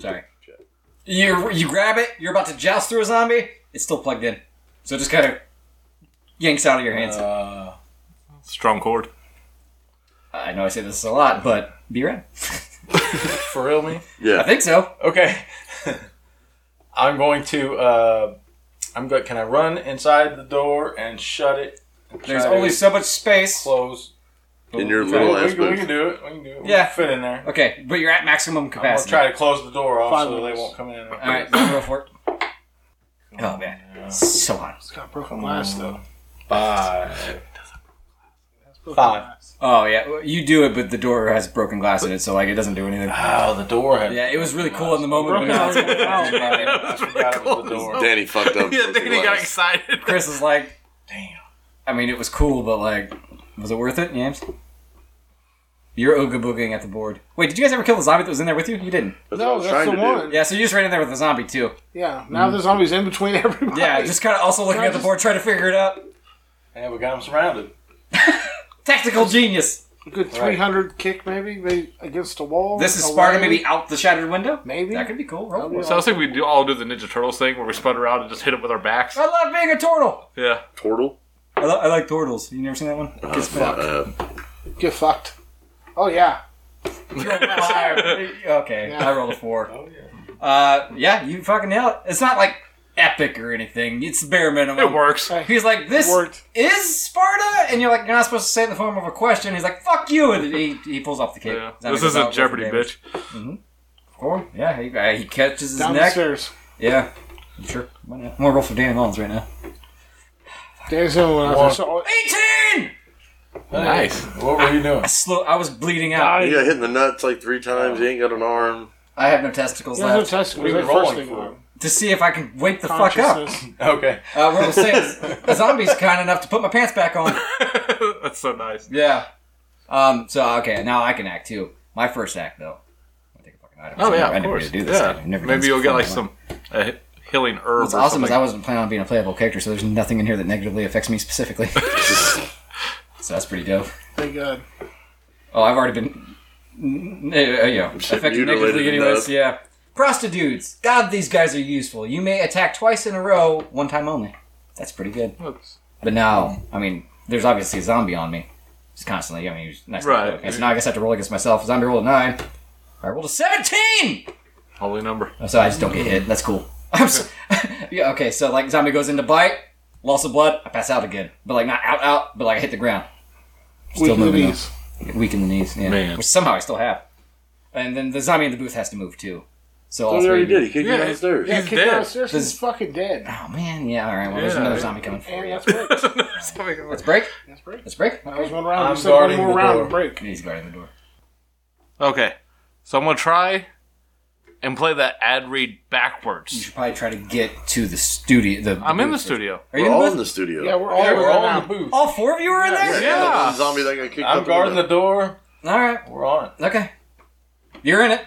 [SPEAKER 1] Sorry. You, you grab it, you're about to joust through a zombie, it's still plugged in. So it just kind of yanks out of your hands.
[SPEAKER 5] Uh,
[SPEAKER 3] Strong cord.
[SPEAKER 1] I know I say this a lot, but be ready.
[SPEAKER 5] for real, me?
[SPEAKER 1] I
[SPEAKER 2] Yeah.
[SPEAKER 1] think so.
[SPEAKER 5] Okay. I'm going to. Uh, I'm going. Can I run inside the door and shut it? And
[SPEAKER 1] There's
[SPEAKER 5] try
[SPEAKER 1] only
[SPEAKER 5] to
[SPEAKER 1] so much space.
[SPEAKER 5] close.
[SPEAKER 2] In your
[SPEAKER 1] Okay.
[SPEAKER 2] little
[SPEAKER 5] Oh, We,
[SPEAKER 2] ass
[SPEAKER 5] can- we
[SPEAKER 2] booth.
[SPEAKER 5] can do it. We can do it. We
[SPEAKER 1] Yeah.
[SPEAKER 5] can fit in there.
[SPEAKER 1] Okay, but you're at maximum
[SPEAKER 5] I'm gonna
[SPEAKER 1] capacity.
[SPEAKER 5] try to close the door off
[SPEAKER 6] Five
[SPEAKER 5] so they
[SPEAKER 6] minutes.
[SPEAKER 5] won't come in.
[SPEAKER 1] All right, roll for it. Oh man, so hot.
[SPEAKER 6] It's got broken
[SPEAKER 1] Oh.
[SPEAKER 6] glass though.
[SPEAKER 5] Five.
[SPEAKER 6] Broken
[SPEAKER 5] Five.
[SPEAKER 6] glass.
[SPEAKER 1] Oh yeah, well, you do it, but the door has broken glass in it, so like it doesn't do anything.
[SPEAKER 5] Oh, the door had.
[SPEAKER 1] Yeah, it was really cool in the moment.
[SPEAKER 6] Broken
[SPEAKER 1] but now it's-
[SPEAKER 5] I forgot it was the door.
[SPEAKER 2] Danny fucked up.
[SPEAKER 3] Yeah,
[SPEAKER 2] with the
[SPEAKER 3] Danny got
[SPEAKER 2] glass.
[SPEAKER 3] excited.
[SPEAKER 1] Chris is like,
[SPEAKER 5] Damn.
[SPEAKER 1] I mean, it was cool, but like, was it worth it, Yams? You're ooga booging at the board. Wait, did you guys ever kill the zombie that was in there with you? You didn't.
[SPEAKER 2] That's what I
[SPEAKER 6] No,
[SPEAKER 2] was
[SPEAKER 6] that's the
[SPEAKER 2] trying to do.
[SPEAKER 6] one. Yeah.
[SPEAKER 1] Yeah, so you just ran in there with the zombie too.
[SPEAKER 6] Now the zombie's in between everybody.
[SPEAKER 1] Yeah, just kind of also looking
[SPEAKER 6] I
[SPEAKER 1] at the
[SPEAKER 6] just-
[SPEAKER 1] board, trying to figure it out.
[SPEAKER 5] Yeah, we got them surrounded.
[SPEAKER 1] Tactical genius.
[SPEAKER 6] a good 300 kick maybe, maybe against a wall.
[SPEAKER 1] This is
[SPEAKER 6] away.
[SPEAKER 1] Sparta maybe out the shattered window.
[SPEAKER 6] Maybe.
[SPEAKER 1] that could be cool. Roll for it.
[SPEAKER 3] So I was thinking we do all do the Ninja Turtles thing where we spun around and just hit it with our backs.
[SPEAKER 1] I love being a turtle.
[SPEAKER 3] Yeah.
[SPEAKER 2] Portal?
[SPEAKER 1] I, li- I like turtles. You never seen that one?
[SPEAKER 2] Uh,
[SPEAKER 1] Gets
[SPEAKER 2] fu-
[SPEAKER 1] spit out.
[SPEAKER 2] uh,
[SPEAKER 6] Get fucked. Oh yeah.
[SPEAKER 1] okay,
[SPEAKER 6] Yeah.
[SPEAKER 1] I rolled a four.
[SPEAKER 3] Oh,
[SPEAKER 1] Uh, yeah, you fucking nail it. It's not like epic or anything. It's bare minimum.
[SPEAKER 3] It works.
[SPEAKER 1] He's like, this
[SPEAKER 6] Worked.
[SPEAKER 1] is Sparta, and you're like, you're not supposed to say it in the form of a question. He's like, fuck you, and he, he pulls off the cape.
[SPEAKER 3] Yeah.
[SPEAKER 1] Zombie
[SPEAKER 3] This
[SPEAKER 1] goes out,
[SPEAKER 3] isn't
[SPEAKER 1] rolls
[SPEAKER 3] Jeopardy,
[SPEAKER 1] for
[SPEAKER 3] bitch.
[SPEAKER 1] damage. Four. Yeah, he, uh, he catches his
[SPEAKER 6] Down the
[SPEAKER 1] neck.
[SPEAKER 6] stairs.
[SPEAKER 1] Yeah, sure. Why not? I'm gonna roll for Danny Mullins right now.
[SPEAKER 6] There's the only one oh, I saw.
[SPEAKER 1] 18.
[SPEAKER 5] Nice. What were you doing?
[SPEAKER 1] I slow. I was bleeding out.
[SPEAKER 2] You got hit in the nuts like three times. You ain't got an arm.
[SPEAKER 1] I have no testicles
[SPEAKER 6] There's no
[SPEAKER 1] left.
[SPEAKER 6] testicles.
[SPEAKER 5] We were
[SPEAKER 6] That's the first
[SPEAKER 5] rolling
[SPEAKER 6] thing
[SPEAKER 5] for
[SPEAKER 6] on.
[SPEAKER 1] to see if I can wake the fuck up.
[SPEAKER 6] Consciousness.
[SPEAKER 5] Okay.
[SPEAKER 1] Uh, what I'm saying is, the zombie's kind enough to put my pants back on.
[SPEAKER 3] That's so nice.
[SPEAKER 1] Yeah. Um. So okay, now I can act too. My first act though. I take a fucking
[SPEAKER 3] Oh,
[SPEAKER 1] item. I never, I never do this. I've never done
[SPEAKER 3] Maybe
[SPEAKER 1] this
[SPEAKER 3] you'll get
[SPEAKER 1] before in
[SPEAKER 3] like
[SPEAKER 1] my life.
[SPEAKER 3] some uh, healing herb.
[SPEAKER 1] What's
[SPEAKER 3] or
[SPEAKER 1] awesome is I
[SPEAKER 3] something.
[SPEAKER 1] wasn't planning on being a playable character, so there's nothing in here that negatively affects me specifically. so that's pretty dope.
[SPEAKER 6] Thank God.
[SPEAKER 1] Oh, I've already been, n- n- uh, you know, affected
[SPEAKER 2] mutilated
[SPEAKER 1] negatively anyways.
[SPEAKER 2] enough.
[SPEAKER 1] Yeah. Prostitutes. God, these guys are useful. You may attack twice in a row, one time only. That's pretty good.
[SPEAKER 3] That's-
[SPEAKER 1] But now, I mean, there's obviously a zombie on me. Just constantly. I mean, he's nice.
[SPEAKER 3] Right.
[SPEAKER 1] Okay, so now I guess I have to roll against myself. Zombie rolled a nine. I rolled a seventeen.
[SPEAKER 3] Holy number.
[SPEAKER 1] Oh, so I just don't get hit. That's cool. I'm so, yeah. Okay. So like, zombie goes into bite, loss of blood. I pass out again, but like not out out, but like I hit the ground. Still
[SPEAKER 6] Weak
[SPEAKER 1] moving though.
[SPEAKER 6] knees.
[SPEAKER 1] Weak in the knees. Yeah.
[SPEAKER 3] Man.
[SPEAKER 1] Which somehow I still have. And then the zombie in the booth has to move too. So all
[SPEAKER 2] Oh, he
[SPEAKER 1] three.
[SPEAKER 2] already
[SPEAKER 1] of you-
[SPEAKER 2] did. He kicked you
[SPEAKER 3] Yeah,
[SPEAKER 2] down the
[SPEAKER 3] it's-
[SPEAKER 2] stairs.
[SPEAKER 6] Yeah,
[SPEAKER 3] He's
[SPEAKER 6] kicked
[SPEAKER 3] dead.
[SPEAKER 6] out of stairs. He's
[SPEAKER 1] Does-
[SPEAKER 6] fucking dead.
[SPEAKER 1] Oh man. Yeah. All right. Well, there's
[SPEAKER 3] Yeah.
[SPEAKER 1] another zombie coming for
[SPEAKER 6] And
[SPEAKER 1] you.
[SPEAKER 6] that's great.
[SPEAKER 1] Let's break.
[SPEAKER 6] That's great.
[SPEAKER 1] Let's break.
[SPEAKER 6] That was one round.
[SPEAKER 5] I'm
[SPEAKER 6] You said one
[SPEAKER 5] guarding
[SPEAKER 6] more
[SPEAKER 5] the
[SPEAKER 6] round
[SPEAKER 5] door.
[SPEAKER 6] break.
[SPEAKER 1] He's guarding the door.
[SPEAKER 3] Okay. So I'm gonna try and play that ad read
[SPEAKER 1] You
[SPEAKER 3] backwards.
[SPEAKER 1] should probably try to get to the studio. The,
[SPEAKER 3] I'm in the
[SPEAKER 1] booth.
[SPEAKER 3] studio.
[SPEAKER 1] Are you
[SPEAKER 2] We're
[SPEAKER 1] in
[SPEAKER 2] all
[SPEAKER 1] the
[SPEAKER 2] in
[SPEAKER 1] booth?
[SPEAKER 2] the studio.
[SPEAKER 6] Yeah, we're all,
[SPEAKER 5] Yeah, we're all in
[SPEAKER 6] around.
[SPEAKER 5] the booth.
[SPEAKER 1] All four of you are in there.
[SPEAKER 2] Yeah, the
[SPEAKER 3] Yeah.
[SPEAKER 2] one zombie that got kicked out
[SPEAKER 5] I'm
[SPEAKER 2] the
[SPEAKER 5] guarding the
[SPEAKER 2] window.
[SPEAKER 5] door.
[SPEAKER 1] All right.
[SPEAKER 5] We're on it.
[SPEAKER 1] Okay. You're in it.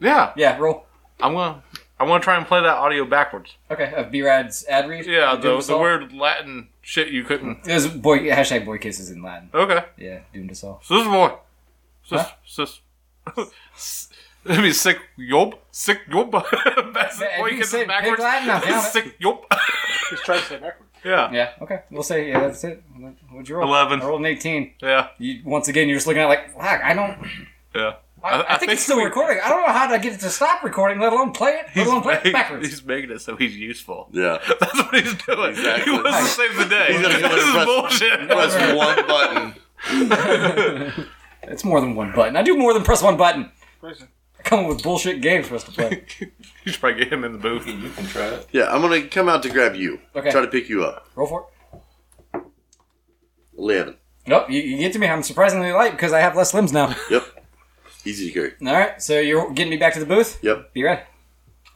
[SPEAKER 3] Yeah.
[SPEAKER 1] Yeah. Roll.
[SPEAKER 3] I'm gonna I'm gonna try and play that audio backwards.
[SPEAKER 1] Okay. Of B-Rad's ad read.
[SPEAKER 3] Yeah,
[SPEAKER 1] Doom
[SPEAKER 3] the,
[SPEAKER 1] us
[SPEAKER 3] the
[SPEAKER 1] all.
[SPEAKER 3] weird Latin shit you couldn't
[SPEAKER 1] It was boy hashtag boy kisses in Latin.
[SPEAKER 3] Okay.
[SPEAKER 1] Yeah. Doomed us all.
[SPEAKER 3] So this is more. Sis
[SPEAKER 1] Huh?
[SPEAKER 3] sis I mean sick yob. Sick yob. That's
[SPEAKER 1] Yeah, if
[SPEAKER 3] boy
[SPEAKER 1] you
[SPEAKER 3] gets
[SPEAKER 1] say
[SPEAKER 3] it
[SPEAKER 1] pig
[SPEAKER 3] backwards.
[SPEAKER 1] Latin, I'll count it.
[SPEAKER 3] sick yob.
[SPEAKER 6] He's trying to say backwards.
[SPEAKER 3] yeah.
[SPEAKER 1] Yeah. Okay. We'll say yeah. That's it. What'd you roll?
[SPEAKER 3] Eleven.
[SPEAKER 1] I rolled an eighteen.
[SPEAKER 3] Yeah.
[SPEAKER 1] You once again you're just looking at it like fuck. I don't.
[SPEAKER 3] Yeah.
[SPEAKER 1] I, I think it's still
[SPEAKER 3] we-
[SPEAKER 1] recording. I don't know how to get it to stop recording, let alone play it, let alone play it
[SPEAKER 3] making-
[SPEAKER 1] backwards.
[SPEAKER 3] he's making it so he's useful.
[SPEAKER 2] Yeah.
[SPEAKER 3] That's what he's doing.
[SPEAKER 2] Exactly.
[SPEAKER 3] He wants to save the day.
[SPEAKER 2] He's gonna come in
[SPEAKER 3] this is
[SPEAKER 2] and
[SPEAKER 3] bullshit.
[SPEAKER 2] Press one button.
[SPEAKER 1] It's more than one button. I do more than press one button.
[SPEAKER 6] Listen.
[SPEAKER 1] I come up with bullshit games for us to play.
[SPEAKER 3] You should probably get him in the booth.
[SPEAKER 5] You can try it.
[SPEAKER 2] Yeah, I'm gonna come out to grab you.
[SPEAKER 1] Okay.
[SPEAKER 2] Try to pick you up.
[SPEAKER 1] Roll for it.
[SPEAKER 2] Eleven.
[SPEAKER 1] Nope, you, you get to me. I'm surprisingly light because I have less limbs now.
[SPEAKER 2] Yep. Easy to carry.
[SPEAKER 1] All right, so you're getting me back to the booth.
[SPEAKER 2] Yep.
[SPEAKER 1] Be ready.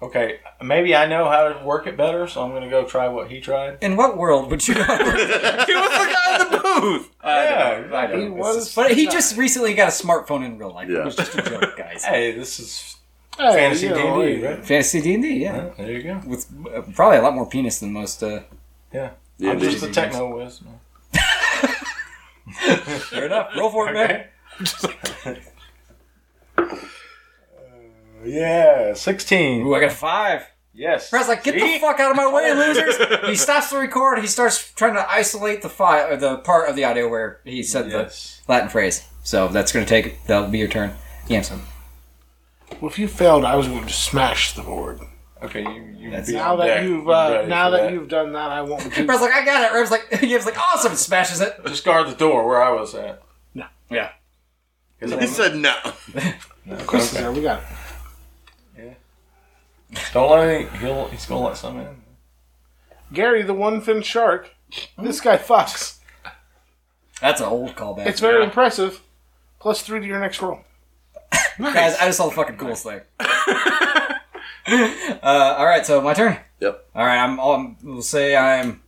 [SPEAKER 5] Okay, maybe I know how to work it better, so I'm gonna go try what he tried.
[SPEAKER 1] In what world would you?
[SPEAKER 3] he was the guy in the booth.
[SPEAKER 5] yeah, I
[SPEAKER 6] He
[SPEAKER 5] know.
[SPEAKER 6] was.
[SPEAKER 1] but he just recently got a smartphone in real life.
[SPEAKER 2] Yeah.
[SPEAKER 1] It was just a joke, guys.
[SPEAKER 5] Hey, this is
[SPEAKER 6] Hey,
[SPEAKER 5] fantasy
[SPEAKER 6] you
[SPEAKER 5] D&D,
[SPEAKER 6] know,
[SPEAKER 5] right?
[SPEAKER 1] Fantasy D and D, yeah,
[SPEAKER 5] There you go.
[SPEAKER 1] with uh, probably a lot more penis than most. Uh,
[SPEAKER 5] Yeah,
[SPEAKER 2] Yeah,
[SPEAKER 5] I'm
[SPEAKER 2] dude.
[SPEAKER 5] just a techno whiz. man.
[SPEAKER 1] Fair enough. Roll for it, man.
[SPEAKER 5] Okay. Yeah, sixteen.
[SPEAKER 1] Ooh, I got a five.
[SPEAKER 5] Yes.
[SPEAKER 1] Brad's like, get the fuck out of my way, losers! he stops the record. He starts trying to isolate the file, or the part of the audio where he said
[SPEAKER 5] Yes.
[SPEAKER 1] the Latin phrase. So that's going to take. That'll be your turn, Yamson.
[SPEAKER 6] Well, if you failed, I was going to smash the board.
[SPEAKER 5] Okay, you. you
[SPEAKER 1] That's-
[SPEAKER 5] be
[SPEAKER 6] Now
[SPEAKER 5] on
[SPEAKER 6] that
[SPEAKER 5] deck.
[SPEAKER 6] you've
[SPEAKER 5] You
[SPEAKER 6] uh,
[SPEAKER 5] ready
[SPEAKER 6] now
[SPEAKER 5] for
[SPEAKER 6] that you've done that, I won't. Do
[SPEAKER 1] Brad's like, I got it. Rev's like, Yam's like, awesome, smashes it.
[SPEAKER 5] just guard the door where I was at.
[SPEAKER 1] Yeah.
[SPEAKER 2] He said no.
[SPEAKER 6] Chris is there. We got it.
[SPEAKER 5] Don't let any. He'll. He's gonna let some in.
[SPEAKER 6] Gary, the one fin shark. This guy fucks.
[SPEAKER 1] That's an old callback,
[SPEAKER 6] It's very impressive. Plus three to your next roll.
[SPEAKER 1] guys. I just saw the fucking coolest thing. uh, all right, so my turn.
[SPEAKER 2] Yep.
[SPEAKER 1] All right, I'm. I'm we'll say I'm.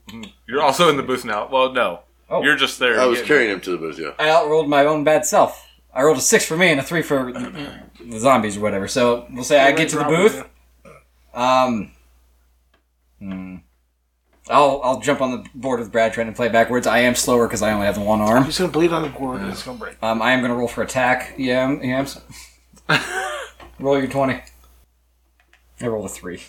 [SPEAKER 3] You're also in the booth now. Well, no.
[SPEAKER 1] Oh.
[SPEAKER 3] You're just there.
[SPEAKER 2] I was
[SPEAKER 3] Yeah.
[SPEAKER 2] carrying him to the booth, yeah.
[SPEAKER 1] I outrolled my own bad self. I rolled a six for me and a three for the, the zombies or whatever. So we'll say I get to the booth. Um, hmm. I'll I'll jump on the board with Brad trying to play backwards. I am slower because I only have the one arm.
[SPEAKER 6] He's gonna bleed on the board and it's gonna break.
[SPEAKER 1] Um, I am going to roll for attack. Yeah, I'm- yeah. I'm s- roll your twenty. I rolled a three.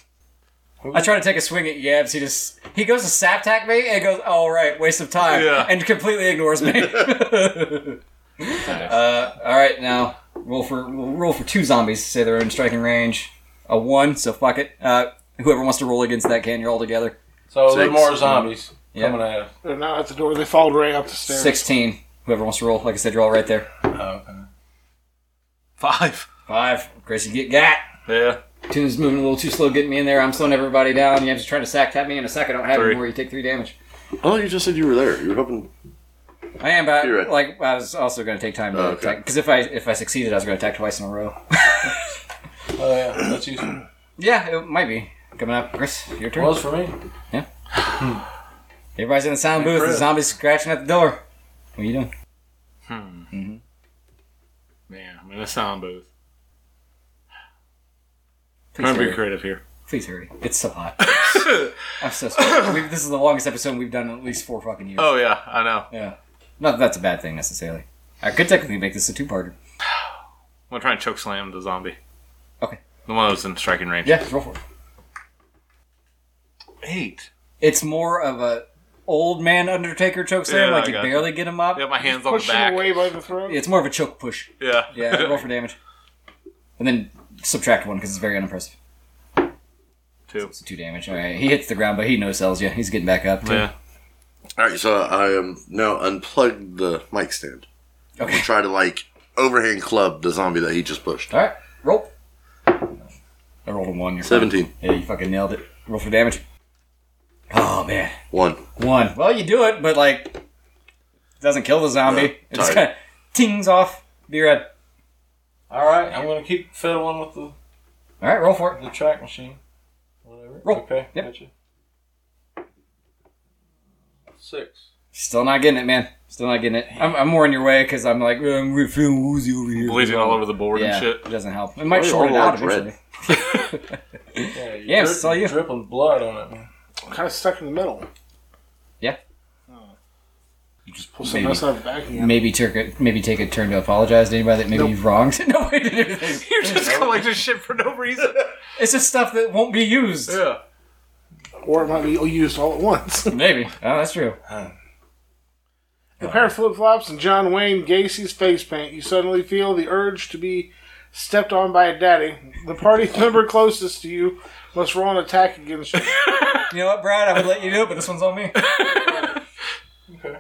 [SPEAKER 1] I try to take a swing at Yabs. He just he goes to sap tack me and goes, "All right, waste of time,"
[SPEAKER 3] Yeah.
[SPEAKER 1] and completely ignores me. uh, all right, now roll for we'll roll for two zombies. Say they're in striking range. A one, so fuck it. Uh, whoever wants to roll against that can, you're all together.
[SPEAKER 5] So there are
[SPEAKER 2] Six.
[SPEAKER 5] more zombies
[SPEAKER 1] Yeah.
[SPEAKER 5] coming at us.
[SPEAKER 6] They're now at the door. They followed Ray up the stairs.
[SPEAKER 1] Sixteen. Whoever wants to roll, like I said, you're all right there.
[SPEAKER 3] Five.
[SPEAKER 1] Five. Gracie, get gat.
[SPEAKER 3] Yeah.
[SPEAKER 1] Tune's moving a little too slow, getting me in there. I'm slowing everybody down. Yams is trying to sack tap me in a second. I don't have
[SPEAKER 3] Three.
[SPEAKER 1] anymore. You take three damage.
[SPEAKER 2] Oh, you just said you were there. You were hoping.
[SPEAKER 1] I am, but
[SPEAKER 2] You're right.
[SPEAKER 1] like I was also going to take time to
[SPEAKER 2] Oh,
[SPEAKER 1] attack
[SPEAKER 2] okay.
[SPEAKER 1] 'cause attack because if I if I succeeded, I was going to attack twice in a row.
[SPEAKER 5] Oh yeah, that's useful.
[SPEAKER 1] yeah, it might be coming up. Chris, your turn.
[SPEAKER 5] Was for me.
[SPEAKER 1] Everybody's in the sound booth. The
[SPEAKER 5] Chris.
[SPEAKER 1] zombies scratching at the door. What are you doing?
[SPEAKER 3] Man, I'm in a sound booth.
[SPEAKER 1] Please
[SPEAKER 3] Trying to be
[SPEAKER 1] hurry.
[SPEAKER 3] creative here.
[SPEAKER 1] Please hurry. It's so hot. I'm so sorry. We've, this is the longest episode we've done in at least four fucking years.
[SPEAKER 3] Oh yeah, I know.
[SPEAKER 1] Yeah. Not that that's a bad thing necessarily. I could technically make this a two-parter.
[SPEAKER 3] I'm gonna try and choke slam the zombie.
[SPEAKER 1] Okay.
[SPEAKER 3] The one that was in striking range.
[SPEAKER 1] Yeah, roll for it.
[SPEAKER 3] Eight.
[SPEAKER 1] It's more of a old man Undertaker choke slam,
[SPEAKER 3] Yeah,
[SPEAKER 1] like
[SPEAKER 3] I
[SPEAKER 1] you
[SPEAKER 3] got
[SPEAKER 1] barely get him up.
[SPEAKER 3] I got my hands on the
[SPEAKER 6] Push him
[SPEAKER 3] back.
[SPEAKER 6] away by the throat.
[SPEAKER 1] It's more of a choke push.
[SPEAKER 3] Yeah.
[SPEAKER 1] Yeah, roll for damage, and then subtract one because it's very unimpressive.
[SPEAKER 3] Two.
[SPEAKER 1] So two damage. All right, he hits the ground, but he no sells you. He's getting back up. Too.
[SPEAKER 3] Yeah.
[SPEAKER 2] All right, so I am now unplugged the mic stand.
[SPEAKER 1] Okay.
[SPEAKER 2] Try to like overhand club the zombie that he just pushed.
[SPEAKER 1] All right, roll. I rolled a one. You're fine.
[SPEAKER 2] Seventeen.
[SPEAKER 1] Yeah, you fucking nailed it. Roll for damage. Oh man,
[SPEAKER 2] One.
[SPEAKER 1] one. Well, you do it, but like, it doesn't kill the zombie.
[SPEAKER 2] Yeah,
[SPEAKER 1] it just
[SPEAKER 2] tight.
[SPEAKER 1] kind of tings off. Be red.
[SPEAKER 5] All right, I'm gonna keep fiddling with the
[SPEAKER 1] All right, roll for it.
[SPEAKER 5] the track machine. Whatever.
[SPEAKER 1] Roll.
[SPEAKER 5] Okay.
[SPEAKER 1] Yep.
[SPEAKER 5] Gotcha. Six.
[SPEAKER 1] Still not getting it, man. Still not getting it. I'm, I'm more in your way because I'm like, "Uh, I'm feeling woozy over here.
[SPEAKER 3] Bleeding all over the board
[SPEAKER 1] yeah,
[SPEAKER 3] and shit.
[SPEAKER 1] It doesn't help. It might
[SPEAKER 2] Oh, yeah,
[SPEAKER 1] short it
[SPEAKER 2] all
[SPEAKER 1] out
[SPEAKER 2] over red.
[SPEAKER 1] eventually.
[SPEAKER 5] Yeah, you
[SPEAKER 1] Yeah,
[SPEAKER 5] drip-
[SPEAKER 1] so you-
[SPEAKER 5] dripping blood on it, man.
[SPEAKER 6] kind of stuck in the middle.
[SPEAKER 1] Yeah.
[SPEAKER 6] You just pull something
[SPEAKER 1] Maybe.
[SPEAKER 6] else out of the back again.
[SPEAKER 1] Maybe take a, maybe take a turn to apologize to anybody that maybe you've wronged. no way to do this.
[SPEAKER 3] You're just collecting shit for no reason.
[SPEAKER 1] It's just stuff that won't be used.
[SPEAKER 3] yeah.
[SPEAKER 6] Or it might be used all at once.
[SPEAKER 1] Maybe. Oh, that's true.
[SPEAKER 6] A pair of flip flops and John Wayne Gacy's face paint. You suddenly feel the urge to be stepped on by a daddy. The party member closest to you must roll an attack against you.
[SPEAKER 1] You know what, Brad? I would let you do it, but this one's on me.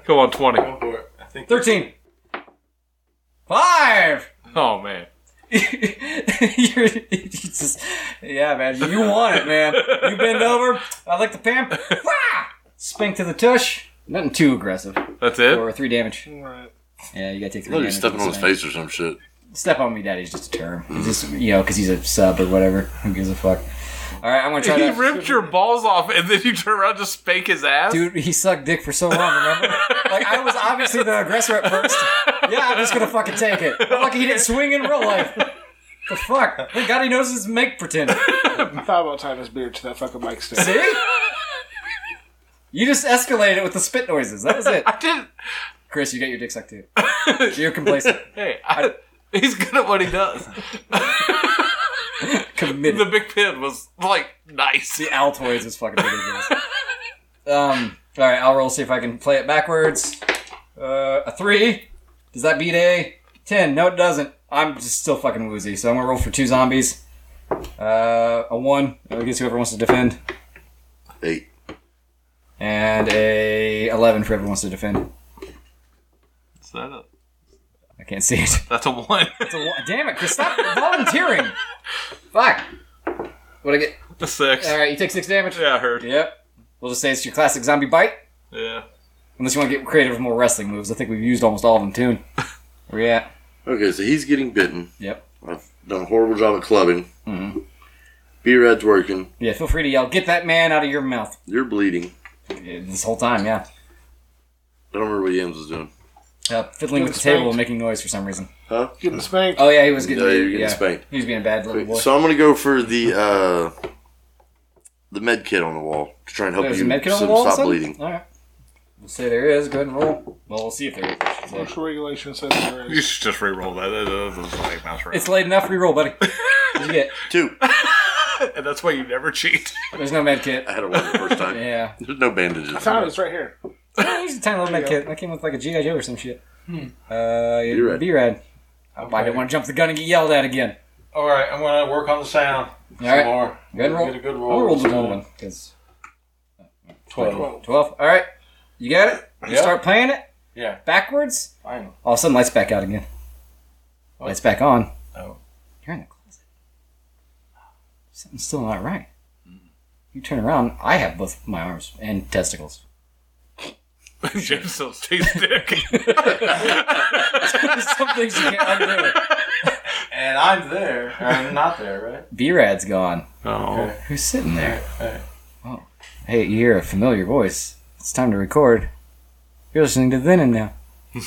[SPEAKER 3] Go on, 20.
[SPEAKER 5] Go for it. I think
[SPEAKER 1] 13. Five!
[SPEAKER 3] Oh, man.
[SPEAKER 1] You're, you just, yeah, man. You want it, man. You bend over. I like the pimp. Wah! Spink to the tush. Nothing too aggressive.
[SPEAKER 3] That's it?
[SPEAKER 1] Or three damage.
[SPEAKER 6] Right.
[SPEAKER 1] Yeah, you gotta take three
[SPEAKER 2] Look, he's
[SPEAKER 1] damage.
[SPEAKER 2] stepping on his
[SPEAKER 1] man.
[SPEAKER 2] face Mm. or some shit.
[SPEAKER 1] Step on me, daddy's just a term. It's just, you know, because he's a sub or whatever. Who gives a fuck? All right, I'm gonna try
[SPEAKER 3] He
[SPEAKER 1] that.
[SPEAKER 3] ripped your balls off and then you turn around and just spank his ass?
[SPEAKER 1] Dude, he sucked dick for so long, remember? like, I was obviously the aggressor at first. Yeah, I'm just gonna fucking take it. I'm lucky he didn't swing in real life. The fuck? Thank God he knows his make pretend.
[SPEAKER 6] I thought about tying his beard to that fucking mic stand.
[SPEAKER 1] See? You just escalated it with the spit noises. That was it.
[SPEAKER 3] I didn't.
[SPEAKER 1] Chris, you got your dick sucked too. You're complacent.
[SPEAKER 3] Hey, I, he's good at what he does.
[SPEAKER 1] Committed.
[SPEAKER 3] The big pin was, like, nice.
[SPEAKER 1] The Altoids is fucking ridiculous. um, all right, I'll roll see if I can play it backwards. Uh, a three. Does that beat a ten? No, it doesn't. I'm just still fucking woozy, so I'm gonna roll for two zombies. Uh, a one. I guess whoever wants to defend,
[SPEAKER 2] Eight.
[SPEAKER 1] and a eleven for whoever wants to defend.
[SPEAKER 3] Is that a-
[SPEAKER 1] I can't see it.
[SPEAKER 3] that's a one.
[SPEAKER 1] It's a one- Damn it, Chris! Stop volunteering. Fuck. What I get?
[SPEAKER 3] The six.
[SPEAKER 1] All right, you take six damage.
[SPEAKER 3] Yeah, I heard.
[SPEAKER 1] Yep. We'll just say it's your classic zombie bite.
[SPEAKER 3] Yeah.
[SPEAKER 1] Unless you want to get creative with more wrestling moves. I think we've used almost all of them, too. Where you at?
[SPEAKER 2] Okay, so he's getting bitten.
[SPEAKER 1] Yep.
[SPEAKER 2] I've done a horrible job at clubbing. Mm-hmm. B Red's working.
[SPEAKER 1] Yeah, feel free to yell, get that man out of your mouth.
[SPEAKER 2] You're bleeding.
[SPEAKER 1] Yeah, This whole time, yeah.
[SPEAKER 2] I don't remember what Yams was doing.
[SPEAKER 1] Uh, fiddling with the table and making noise for some reason.
[SPEAKER 2] Huh?
[SPEAKER 6] Getting spanked.
[SPEAKER 1] Oh, yeah, he was getting,
[SPEAKER 2] Yeah, you were getting
[SPEAKER 1] yeah.
[SPEAKER 2] spanked.
[SPEAKER 1] He was being a bad little boy.
[SPEAKER 2] So I'm gonna go for the uh the med kit on the wall to try and help
[SPEAKER 1] There's a
[SPEAKER 2] you
[SPEAKER 1] med kit on the
[SPEAKER 2] sim-
[SPEAKER 1] wall? or
[SPEAKER 2] stop
[SPEAKER 1] something?
[SPEAKER 2] bleeding.
[SPEAKER 1] All right. We'll say there is. Go ahead and roll. Well, we'll see if there is. I should say.
[SPEAKER 6] Social regulation says there
[SPEAKER 3] You
[SPEAKER 6] is.
[SPEAKER 3] should just re-roll that. That, that, that was like mouse roll.
[SPEAKER 1] It's late enough. Reroll, buddy. What'd you get?
[SPEAKER 2] Two.
[SPEAKER 3] And that's why you never cheat.
[SPEAKER 1] There's no med kit.
[SPEAKER 2] I had a one the first time.
[SPEAKER 1] Yeah.
[SPEAKER 2] There's no bandages.
[SPEAKER 6] Tom, it's right here.
[SPEAKER 1] Yeah, He's a tiny little med kit. That came with like a G.I. Joe or some shit. Uh,
[SPEAKER 2] B-Rad.
[SPEAKER 1] B-Rad. Oh, I didn't want to jump the gun and get yelled at again.
[SPEAKER 5] All right, I'm gonna work on the sound.
[SPEAKER 1] All right.
[SPEAKER 5] Some more.
[SPEAKER 1] Go ahead and roll.
[SPEAKER 5] Get a good
[SPEAKER 1] I'll
[SPEAKER 5] roll.
[SPEAKER 1] roll the little one. 'cause
[SPEAKER 5] Twelve.
[SPEAKER 1] Twelve. All right, you got it. You
[SPEAKER 5] Yeah.
[SPEAKER 1] start playing it
[SPEAKER 5] Yeah.
[SPEAKER 1] backwards.
[SPEAKER 5] Fine.
[SPEAKER 1] All of a sudden, lights back out again. Lights back on.
[SPEAKER 5] Oh.
[SPEAKER 1] You're in the closet. Something's still not right. You turn around. I have both my arms and testicles.
[SPEAKER 3] James still stays dick.
[SPEAKER 1] There's some things you can't undo.
[SPEAKER 5] And I'm there. I'm not there, right?
[SPEAKER 1] B-Rad's gone.
[SPEAKER 3] Oh.
[SPEAKER 1] Who's sitting there?
[SPEAKER 5] Alright.
[SPEAKER 1] Hey, you hear a familiar voice. It's time to record. You're listening to Then and Now. you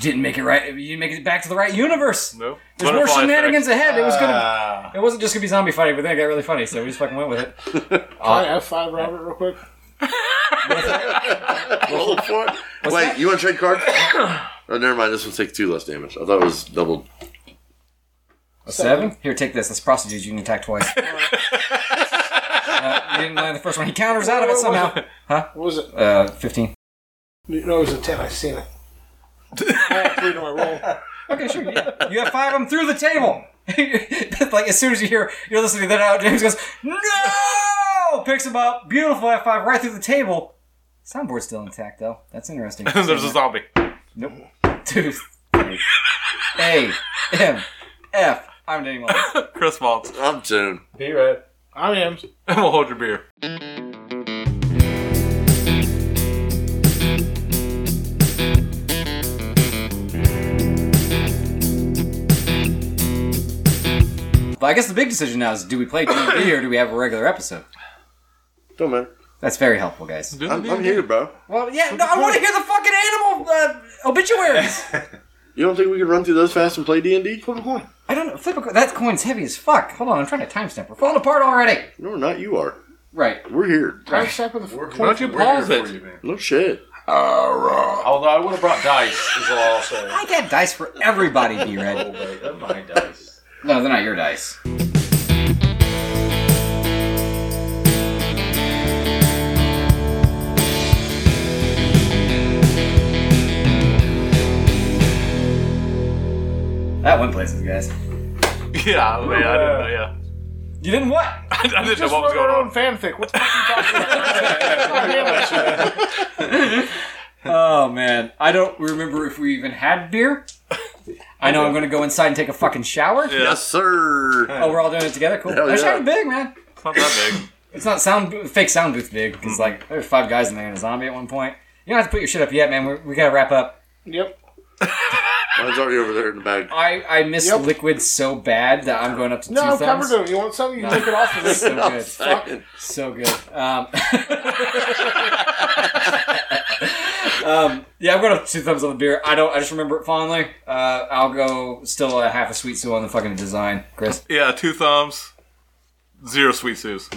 [SPEAKER 1] didn't make it right. You didn't make it back to the right universe.
[SPEAKER 3] No.
[SPEAKER 1] There's more
[SPEAKER 3] Butterfly
[SPEAKER 1] shenanigans ahead. It was gonna.
[SPEAKER 5] Ah.
[SPEAKER 1] It wasn't just gonna be zombie fighting, but then it got really funny, so we just fucking went with it. Uh,
[SPEAKER 6] Can I F5 Robert real quick?
[SPEAKER 2] Roll for it. Wait, you want to trade cards? oh, never mind. This one takes two less damage. I thought it was doubled.
[SPEAKER 1] A seven. Here, take this. This prostitute you can attack twice. Uh, you didn't land the first one. He counters out of it somehow.
[SPEAKER 6] What was it?
[SPEAKER 1] Uh, fifteen.
[SPEAKER 6] No, it was a 10. I seen it. I have three to my roll.
[SPEAKER 1] Okay, sure. Yeah. You have five of them through the table. like as soon as you hear you're listening to that out, James goes, "No!" Picks him up. Beautiful F five right through the table. Soundboard's still intact though. That's interesting.
[SPEAKER 3] Effect. There's a zombie.
[SPEAKER 1] Nope. Two, three, A, M, F. I'm Danny Mullins.
[SPEAKER 3] Chris Maltz.
[SPEAKER 2] I'm tuned.
[SPEAKER 5] Be right.
[SPEAKER 6] I'm Ems.
[SPEAKER 3] And we'll hold your beer.
[SPEAKER 1] But I guess the big decision now is: do we play D&D or do we have a regular episode?
[SPEAKER 2] Don't matter.
[SPEAKER 1] That's very helpful, guys.
[SPEAKER 2] I'm, I'm here, bro.
[SPEAKER 1] Well, yeah. No, I want to hear the fucking animal uh, obituaries.
[SPEAKER 2] You don't think we could run through those fast and play D and D?
[SPEAKER 6] Flip a coin.
[SPEAKER 1] I don't know. Flip a coin. That coin's heavy as fuck. Hold on, I'm trying to timestamp. We're falling apart already.
[SPEAKER 2] No, we're not. You are.
[SPEAKER 1] Right.
[SPEAKER 2] We're here.
[SPEAKER 6] Time step of the coin.
[SPEAKER 3] Why don't you pause it?
[SPEAKER 2] No shit.
[SPEAKER 5] Although I would have brought dice, is all I'll say.
[SPEAKER 1] I got dice for everybody, D
[SPEAKER 5] Oh,
[SPEAKER 1] Red.
[SPEAKER 5] wait, that's my dice.
[SPEAKER 1] No, they're not your dice. That went places, guys.
[SPEAKER 3] Yeah, man, I didn't know. Yeah,
[SPEAKER 1] You didn't what?
[SPEAKER 3] I, didn't know
[SPEAKER 6] Just
[SPEAKER 3] what was
[SPEAKER 6] wrote
[SPEAKER 3] going
[SPEAKER 6] our own
[SPEAKER 3] on.
[SPEAKER 6] fanfic. What the fuck are you talking about? God damn it.
[SPEAKER 1] Oh man, I don't remember if we even had beer. I know I'm gonna go inside and take a fucking shower.
[SPEAKER 3] Yeah.
[SPEAKER 2] Yes, sir.
[SPEAKER 1] Oh, we're all doing it together. Cool.
[SPEAKER 2] Hell
[SPEAKER 1] That's
[SPEAKER 2] yeah.
[SPEAKER 1] kind of big, man.
[SPEAKER 3] It's not that big.
[SPEAKER 1] It's not sound booth- fake sound booth big
[SPEAKER 6] Mm-hmm.
[SPEAKER 1] because like there's five guys in there and a zombie at one point. You don't have to put your shit up yet, man. We're, we gotta wrap up.
[SPEAKER 6] Yep.
[SPEAKER 2] Mine's already over there in the bag.
[SPEAKER 1] I I miss
[SPEAKER 6] Yep.
[SPEAKER 1] liquid so bad that I'm going up to
[SPEAKER 6] No,
[SPEAKER 1] two
[SPEAKER 6] I'm
[SPEAKER 1] thumbs.
[SPEAKER 6] covered in it. You want something? You can take it off of this.
[SPEAKER 1] So good.
[SPEAKER 6] Fuck.
[SPEAKER 1] So good. Um, um, yeah, I'm going to two thumbs on the beer. I don't. I just remember it fondly. Uh, I'll go still a half a sweet sue on the fucking design, Chris.
[SPEAKER 3] Yeah, two thumbs, zero sweet sues.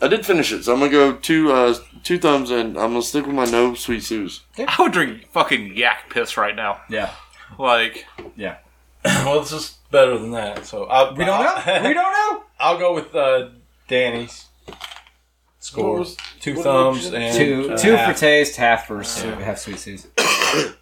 [SPEAKER 2] I did finish it, so I'm gonna go two uh, two thumbs, and I'm gonna stick with my no sweet sues.
[SPEAKER 3] I would drink fucking yak piss right now.
[SPEAKER 1] Yeah,
[SPEAKER 3] Like,
[SPEAKER 1] yeah.
[SPEAKER 5] Well, this is better than that. So I,
[SPEAKER 1] We don't know. We don't know.
[SPEAKER 5] I'll go with uh, Danny's
[SPEAKER 6] What
[SPEAKER 5] score.
[SPEAKER 6] was-
[SPEAKER 5] Two
[SPEAKER 6] what
[SPEAKER 5] thumbs
[SPEAKER 6] did you-
[SPEAKER 5] and
[SPEAKER 1] Two,
[SPEAKER 5] uh,
[SPEAKER 1] two for
[SPEAKER 5] half.
[SPEAKER 1] taste, half for su- half sweet sues.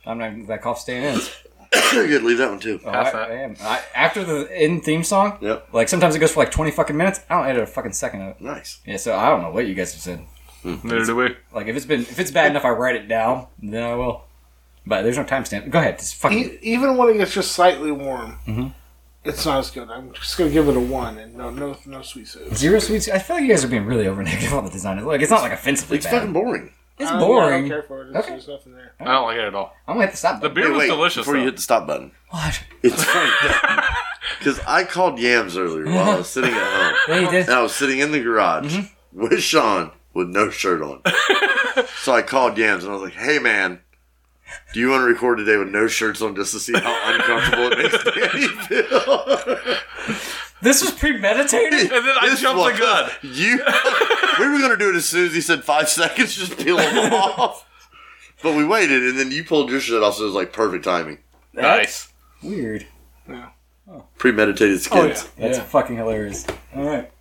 [SPEAKER 1] I'm not that cough staying in.
[SPEAKER 2] Good, leave that one too.
[SPEAKER 1] Oh,
[SPEAKER 3] Half
[SPEAKER 1] I,
[SPEAKER 3] that.
[SPEAKER 1] I am. I, after the end theme song,
[SPEAKER 2] Yep.
[SPEAKER 1] like sometimes it goes for like 20 fucking minutes. I don't edit a fucking second of it.
[SPEAKER 2] Nice.
[SPEAKER 1] Yeah, so I don't know what you guys have said.
[SPEAKER 3] neither do we.
[SPEAKER 1] Like if it's been if it's bad enough, I write it down. Then I will. But there's no timestamp. Go ahead. Just fucking.
[SPEAKER 6] E- even when it gets just slightly warm,
[SPEAKER 1] Mm-hmm.
[SPEAKER 6] it's not as good. I'm just gonna give it a one and no, no, no sweet soup.
[SPEAKER 1] Zero sweets. I feel like you guys are being really over negative on the design. Like it's not like offensively
[SPEAKER 2] It's
[SPEAKER 1] bad.
[SPEAKER 2] fucking Oh, boring.
[SPEAKER 1] it's
[SPEAKER 6] I don't- I
[SPEAKER 1] boring.
[SPEAKER 6] don't care for it. There's,
[SPEAKER 1] Okay.
[SPEAKER 6] there's nothing there.
[SPEAKER 3] I don't like it at all.
[SPEAKER 1] I'm gonna have to stop.
[SPEAKER 3] The
[SPEAKER 1] that.
[SPEAKER 3] beer
[SPEAKER 2] Hey,
[SPEAKER 3] was
[SPEAKER 2] wait,
[SPEAKER 3] delicious.
[SPEAKER 2] Before
[SPEAKER 3] Though.
[SPEAKER 2] you hit the stop button,
[SPEAKER 1] What?
[SPEAKER 2] it's funny because I called yams earlier while I was sitting at home.
[SPEAKER 1] Yeah, you did.
[SPEAKER 2] And I was sitting in the garage
[SPEAKER 3] Mm-hmm.
[SPEAKER 2] with Sean with no shirt on. so I called Yams and I was like, hey, man, do you want to record today with no shirts on just to see how uncomfortable it makes Danny feel?
[SPEAKER 1] This was premeditated.
[SPEAKER 3] and then I
[SPEAKER 2] This
[SPEAKER 3] jumped
[SPEAKER 2] one,
[SPEAKER 3] the gun.
[SPEAKER 2] You, we were going to do it as soon as he said five seconds, just peel them off. But we waited and then you pulled your shit off, so it was like perfect timing.
[SPEAKER 3] Nice.
[SPEAKER 1] Weird.
[SPEAKER 2] Premeditated skits.
[SPEAKER 3] Oh,
[SPEAKER 1] That's fucking hilarious. All right.